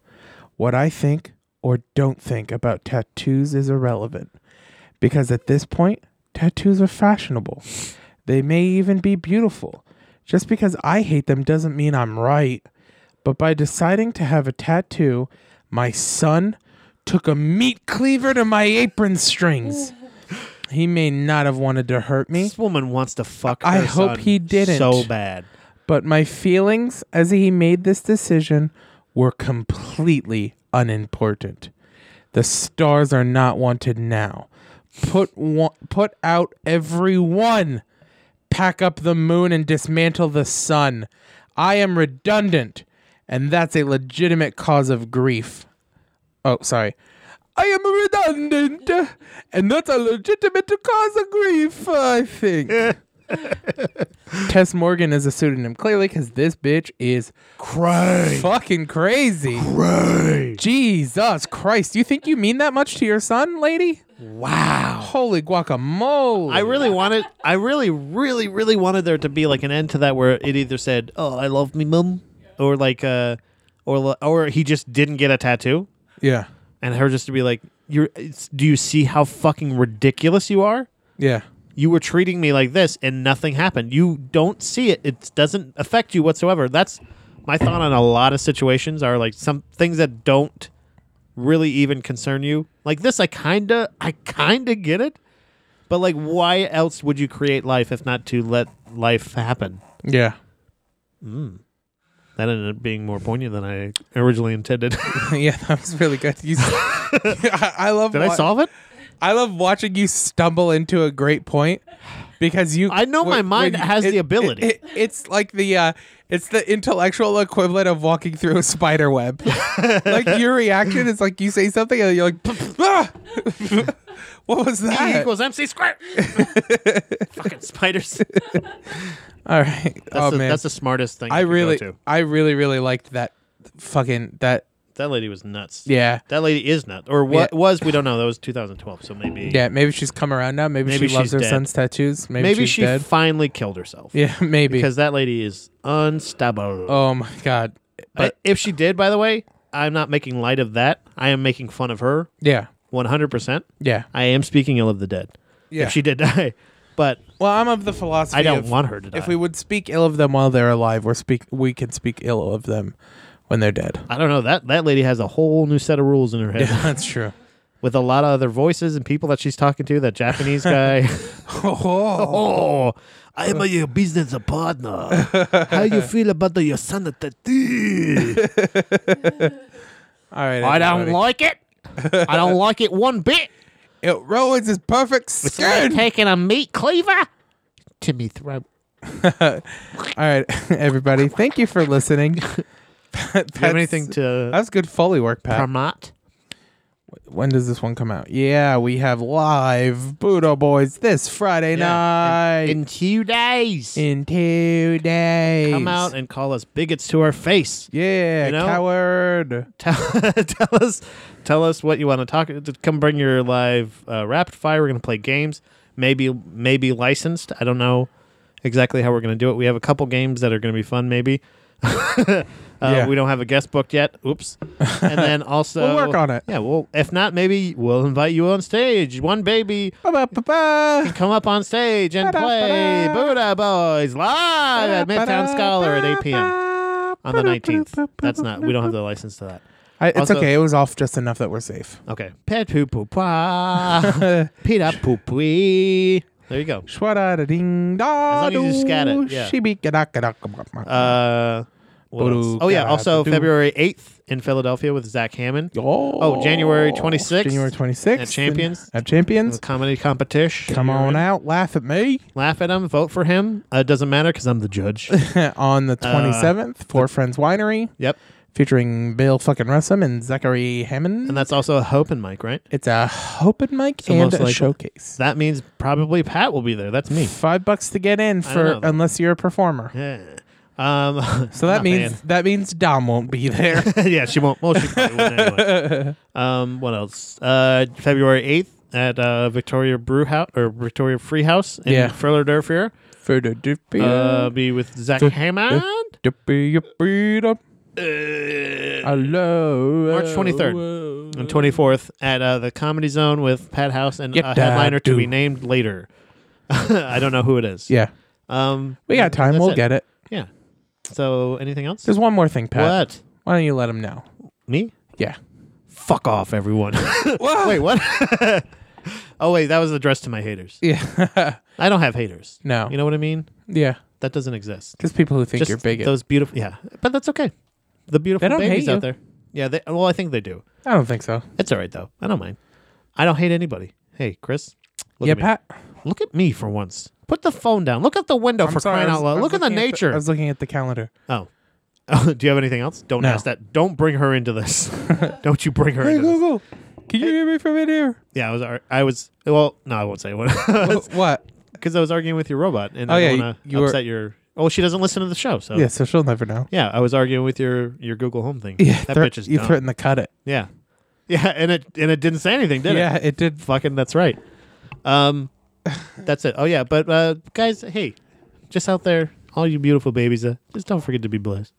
Speaker 1: What I think or don't think about tattoos is irrelevant because at this point, tattoos are fashionable. They may even be beautiful. Just because I hate them doesn't mean I'm right. But by deciding to have a tattoo, my son took a meat cleaver to my apron strings. He may not have wanted to hurt me,
Speaker 3: This woman wants to fuck.
Speaker 1: I
Speaker 3: her
Speaker 1: hope
Speaker 3: son
Speaker 1: he didn't.
Speaker 3: so bad.
Speaker 1: but my feelings as he made this decision were completely unimportant. The stars are not wanted now. Put one, put out every one. Pack up the moon and dismantle the sun. I am redundant, and that's a legitimate cause of grief. Oh, sorry. I am redundant, and that's a legitimate cause of grief, I think. Tess Morgan is a pseudonym, clearly, because this bitch is crazy. Fucking crazy. Crazy. Jesus Christ. You think you mean that much to your son, lady? Wow. Holy guacamole.
Speaker 3: I really wanted. I really, really, really wanted there to be like an end to that where it either said, "Oh, I love me mum," or like, uh, or li- or he just didn't get a tattoo,
Speaker 1: yeah.
Speaker 3: and her just to be like, "You're. It's, do you see how fucking ridiculous you are?
Speaker 1: Yeah.
Speaker 3: You were treating me like this, and nothing happened. You don't see it. It doesn't affect you whatsoever." That's my thought on a lot of situations are like some things that don't really even concern you. Like this, I kinda, I kinda get it. But like, why else would you create life if not to let life happen?
Speaker 1: Yeah.
Speaker 3: That ended up being more poignant than I originally intended.
Speaker 1: yeah, that was really good. You, I, I love
Speaker 3: Did I
Speaker 1: wa-
Speaker 3: solve it?
Speaker 1: I love watching you stumble into a great point because you.
Speaker 3: I know my mind has the ability.
Speaker 1: it- it's like the uh, it's the intellectual equivalent of walking through a spider web. like your reaction is like you say something and you're like, "Ah!" "What was
Speaker 3: E
Speaker 1: that?"
Speaker 3: equals MC squared. Fucking spiders.
Speaker 1: All right.
Speaker 3: That's,
Speaker 1: oh
Speaker 3: the,
Speaker 1: man,
Speaker 3: that's the smartest thing.
Speaker 1: I
Speaker 3: you could go
Speaker 1: really,
Speaker 3: to.
Speaker 1: I really, really liked that fucking that.
Speaker 3: That lady was nuts.
Speaker 1: Yeah,
Speaker 3: That lady is nuts, or what was? We don't know. That was 2012, so maybe.
Speaker 1: yeah. Maybe she's come around now. Maybe,
Speaker 3: Maybe
Speaker 1: she loves
Speaker 3: she's
Speaker 1: her
Speaker 3: dead.
Speaker 1: son's tattoos. Maybe,
Speaker 3: Maybe
Speaker 1: she's
Speaker 3: she
Speaker 1: dead.
Speaker 3: finally killed herself.
Speaker 1: yeah, maybe.
Speaker 3: Because that lady is unstable.
Speaker 1: oh my god.
Speaker 3: but if she did, by the way, I'm not making light of that. I am making fun of her
Speaker 1: Yeah,
Speaker 3: 100. percent
Speaker 1: yeah,
Speaker 3: I am speaking ill of the dead.
Speaker 1: yeah.
Speaker 3: If she did die, but
Speaker 1: Well, I'm of the philosophy.
Speaker 3: I don't
Speaker 1: of
Speaker 3: want her to die.
Speaker 1: If we would speak ill of them while they're alive, we're speak we can speak ill of them when they're dead.
Speaker 3: I don't know that that lady has a whole new set of rules in her head
Speaker 1: That's true.
Speaker 3: with a lot of other voices and people that she's talking to. That Japanese guy. oh, I am your business partner. How you feel about the Yasana tattoo?
Speaker 1: All right.
Speaker 3: I don't
Speaker 1: everybody.
Speaker 3: like it. I don't like it one bit.
Speaker 1: it. Ruins his perfect
Speaker 3: It's like
Speaker 1: skin.
Speaker 3: taking a meat cleaver to me throat.
Speaker 1: All right, everybody. Thank you for listening.
Speaker 3: Do you have anything to
Speaker 1: That's good Foley work, Pat.
Speaker 3: promote?
Speaker 1: when does this one come out? Yeah, we have live Budo Boys this Friday night
Speaker 3: In two days.
Speaker 1: in, two days.
Speaker 3: Come out and call us bigots to our face.
Speaker 1: yeah,
Speaker 3: you know?
Speaker 1: coward.
Speaker 3: Tell, tell us, tell us what you want to talk. to- Come bring your live uh, rapid fire. We're gonna play games. Maybe, maybe licensed. I don't know exactly how we're gonna do it. We have a couple games that are gonna be fun. Maybe. Uh,
Speaker 1: Yeah.
Speaker 3: We don't have a guest booked yet. Oops. And then also,
Speaker 1: We'll work on it.
Speaker 3: Yeah. Well, if not, maybe we'll invite you on stage. One baby.
Speaker 1: Ba-ba-ba-ba.
Speaker 3: come up on stage and play Buddha Boys live at Midtown Scholar at 8 p.m. on the 19th. That's not, we don't have the license to that.
Speaker 1: I, it's
Speaker 3: Also-
Speaker 1: okay. It was off just enough that we're safe.
Speaker 3: Okay. Pet poo poo pa. Pita poo poo. There you go.
Speaker 1: Shwada ding da.
Speaker 3: As long as you just scat it, yeah.
Speaker 1: Shibikadakadakabakma.
Speaker 3: Uh, What else?
Speaker 1: Boodoo,
Speaker 3: Oh yeah.
Speaker 1: uh,
Speaker 3: Also
Speaker 1: boodoo.
Speaker 3: February eighth in Philadelphia with Zach Hammond.
Speaker 1: Oh,
Speaker 3: Oh, January 26th.
Speaker 1: January 26th.
Speaker 3: At Champions.
Speaker 1: At Champions.
Speaker 3: The comedy competition.
Speaker 1: Come on out, laugh at me
Speaker 3: Laugh at him. Vote for him. Uh, it doesn't matter because I'm the judge.
Speaker 1: on
Speaker 3: Uh,
Speaker 1: the 27th, Four Friends Winery,
Speaker 3: yep.
Speaker 1: featuring Bill fucking Russum and Zachary Hammond.
Speaker 3: And that's also a Hope and Mike, right?
Speaker 1: it's a open mic
Speaker 3: So
Speaker 1: and
Speaker 3: most
Speaker 1: a
Speaker 3: likely-
Speaker 1: showcase.
Speaker 3: That means probably Pat will be there. That's me.
Speaker 1: Five bucks to get in for
Speaker 3: know.
Speaker 1: unless you're a performer.
Speaker 3: Yeah. Um,
Speaker 1: So that
Speaker 3: not
Speaker 1: means that means Dom won't be there.
Speaker 3: bad. yeah, she won't. Well, she probably won't anyway. Um, what else? Uh, February eighth at uh, Victoria Brew House or Victoria Free House in
Speaker 1: Yeah.
Speaker 3: Furler Durfier.
Speaker 1: For the dippy,
Speaker 3: Uh, be with Zach Hammond.
Speaker 1: dippy, dippy, dip. Hello.
Speaker 3: uh, March 23rd
Speaker 1: Oh,
Speaker 3: and 24th at uh, the Comedy Zone with Pat House and
Speaker 1: Get
Speaker 3: a headliner to be
Speaker 1: that
Speaker 3: named later. I don't know who it is.
Speaker 1: Yeah,
Speaker 3: Um,
Speaker 1: we got time.
Speaker 3: that's
Speaker 1: We'll get it.
Speaker 3: Yeah. So anything else?
Speaker 1: There's one more thing, Pat.
Speaker 3: what?
Speaker 1: Why don't you let him know?
Speaker 3: Me?
Speaker 1: Yeah.
Speaker 3: Fuck off, everyone. wait, what? oh, wait, that was addressed to my haters.
Speaker 1: Yeah.
Speaker 3: I don't have haters.
Speaker 1: no.
Speaker 3: You know what I mean?
Speaker 1: yeah.
Speaker 3: That doesn't exist.
Speaker 1: Just people who think
Speaker 3: Just
Speaker 1: you're bigot.
Speaker 3: Those beautiful, yeah. But that's okay. The beautiful
Speaker 1: don't hate
Speaker 3: babies
Speaker 1: you.
Speaker 3: out there. Yeah, they, well, I think they do.
Speaker 1: I don't think so.
Speaker 3: It's all right, though. I don't mind. I don't hate anybody. Hey, Chris. Look
Speaker 1: yeah,
Speaker 3: at me.
Speaker 1: Pat.
Speaker 3: Look at me for once. Put the phone down. Look out the window for
Speaker 1: sorry, I
Speaker 3: crying
Speaker 1: was-
Speaker 3: out
Speaker 1: I
Speaker 3: loud.
Speaker 1: was
Speaker 3: Look at the
Speaker 1: looking
Speaker 3: nature.
Speaker 1: I was looking at the calendar.
Speaker 3: oh. Oh, do you have anything else? Don't
Speaker 1: No.
Speaker 3: ask that. Don't bring her into this. Don't you bring her
Speaker 1: Hey
Speaker 3: into this.
Speaker 1: Google, can you hear me from in here?
Speaker 3: Yeah, I was. ar- I was. Well, no, I won't say what.
Speaker 1: Wh- what?
Speaker 3: Because I was arguing with your robot, and
Speaker 1: Oh,
Speaker 3: I
Speaker 1: yeah,
Speaker 3: don't want
Speaker 1: you-
Speaker 3: to
Speaker 1: you were-
Speaker 3: upset your. Oh, she doesn't listen to the show, so
Speaker 1: Yeah, so she'll never know.
Speaker 3: Yeah, I was arguing with your your Google Home thing.
Speaker 1: Yeah,
Speaker 3: that
Speaker 1: thre-
Speaker 3: bitch is
Speaker 1: you
Speaker 3: dumb.
Speaker 1: threatened to cut it.
Speaker 3: Yeah, yeah, and it and it didn't say anything, did
Speaker 1: yeah,
Speaker 3: it?
Speaker 1: it, did.
Speaker 3: fucking, that's right. Um, that's it. Oh yeah, but uh, guys, hey, just out there, all you beautiful babies, uh, just don't forget to be blessed.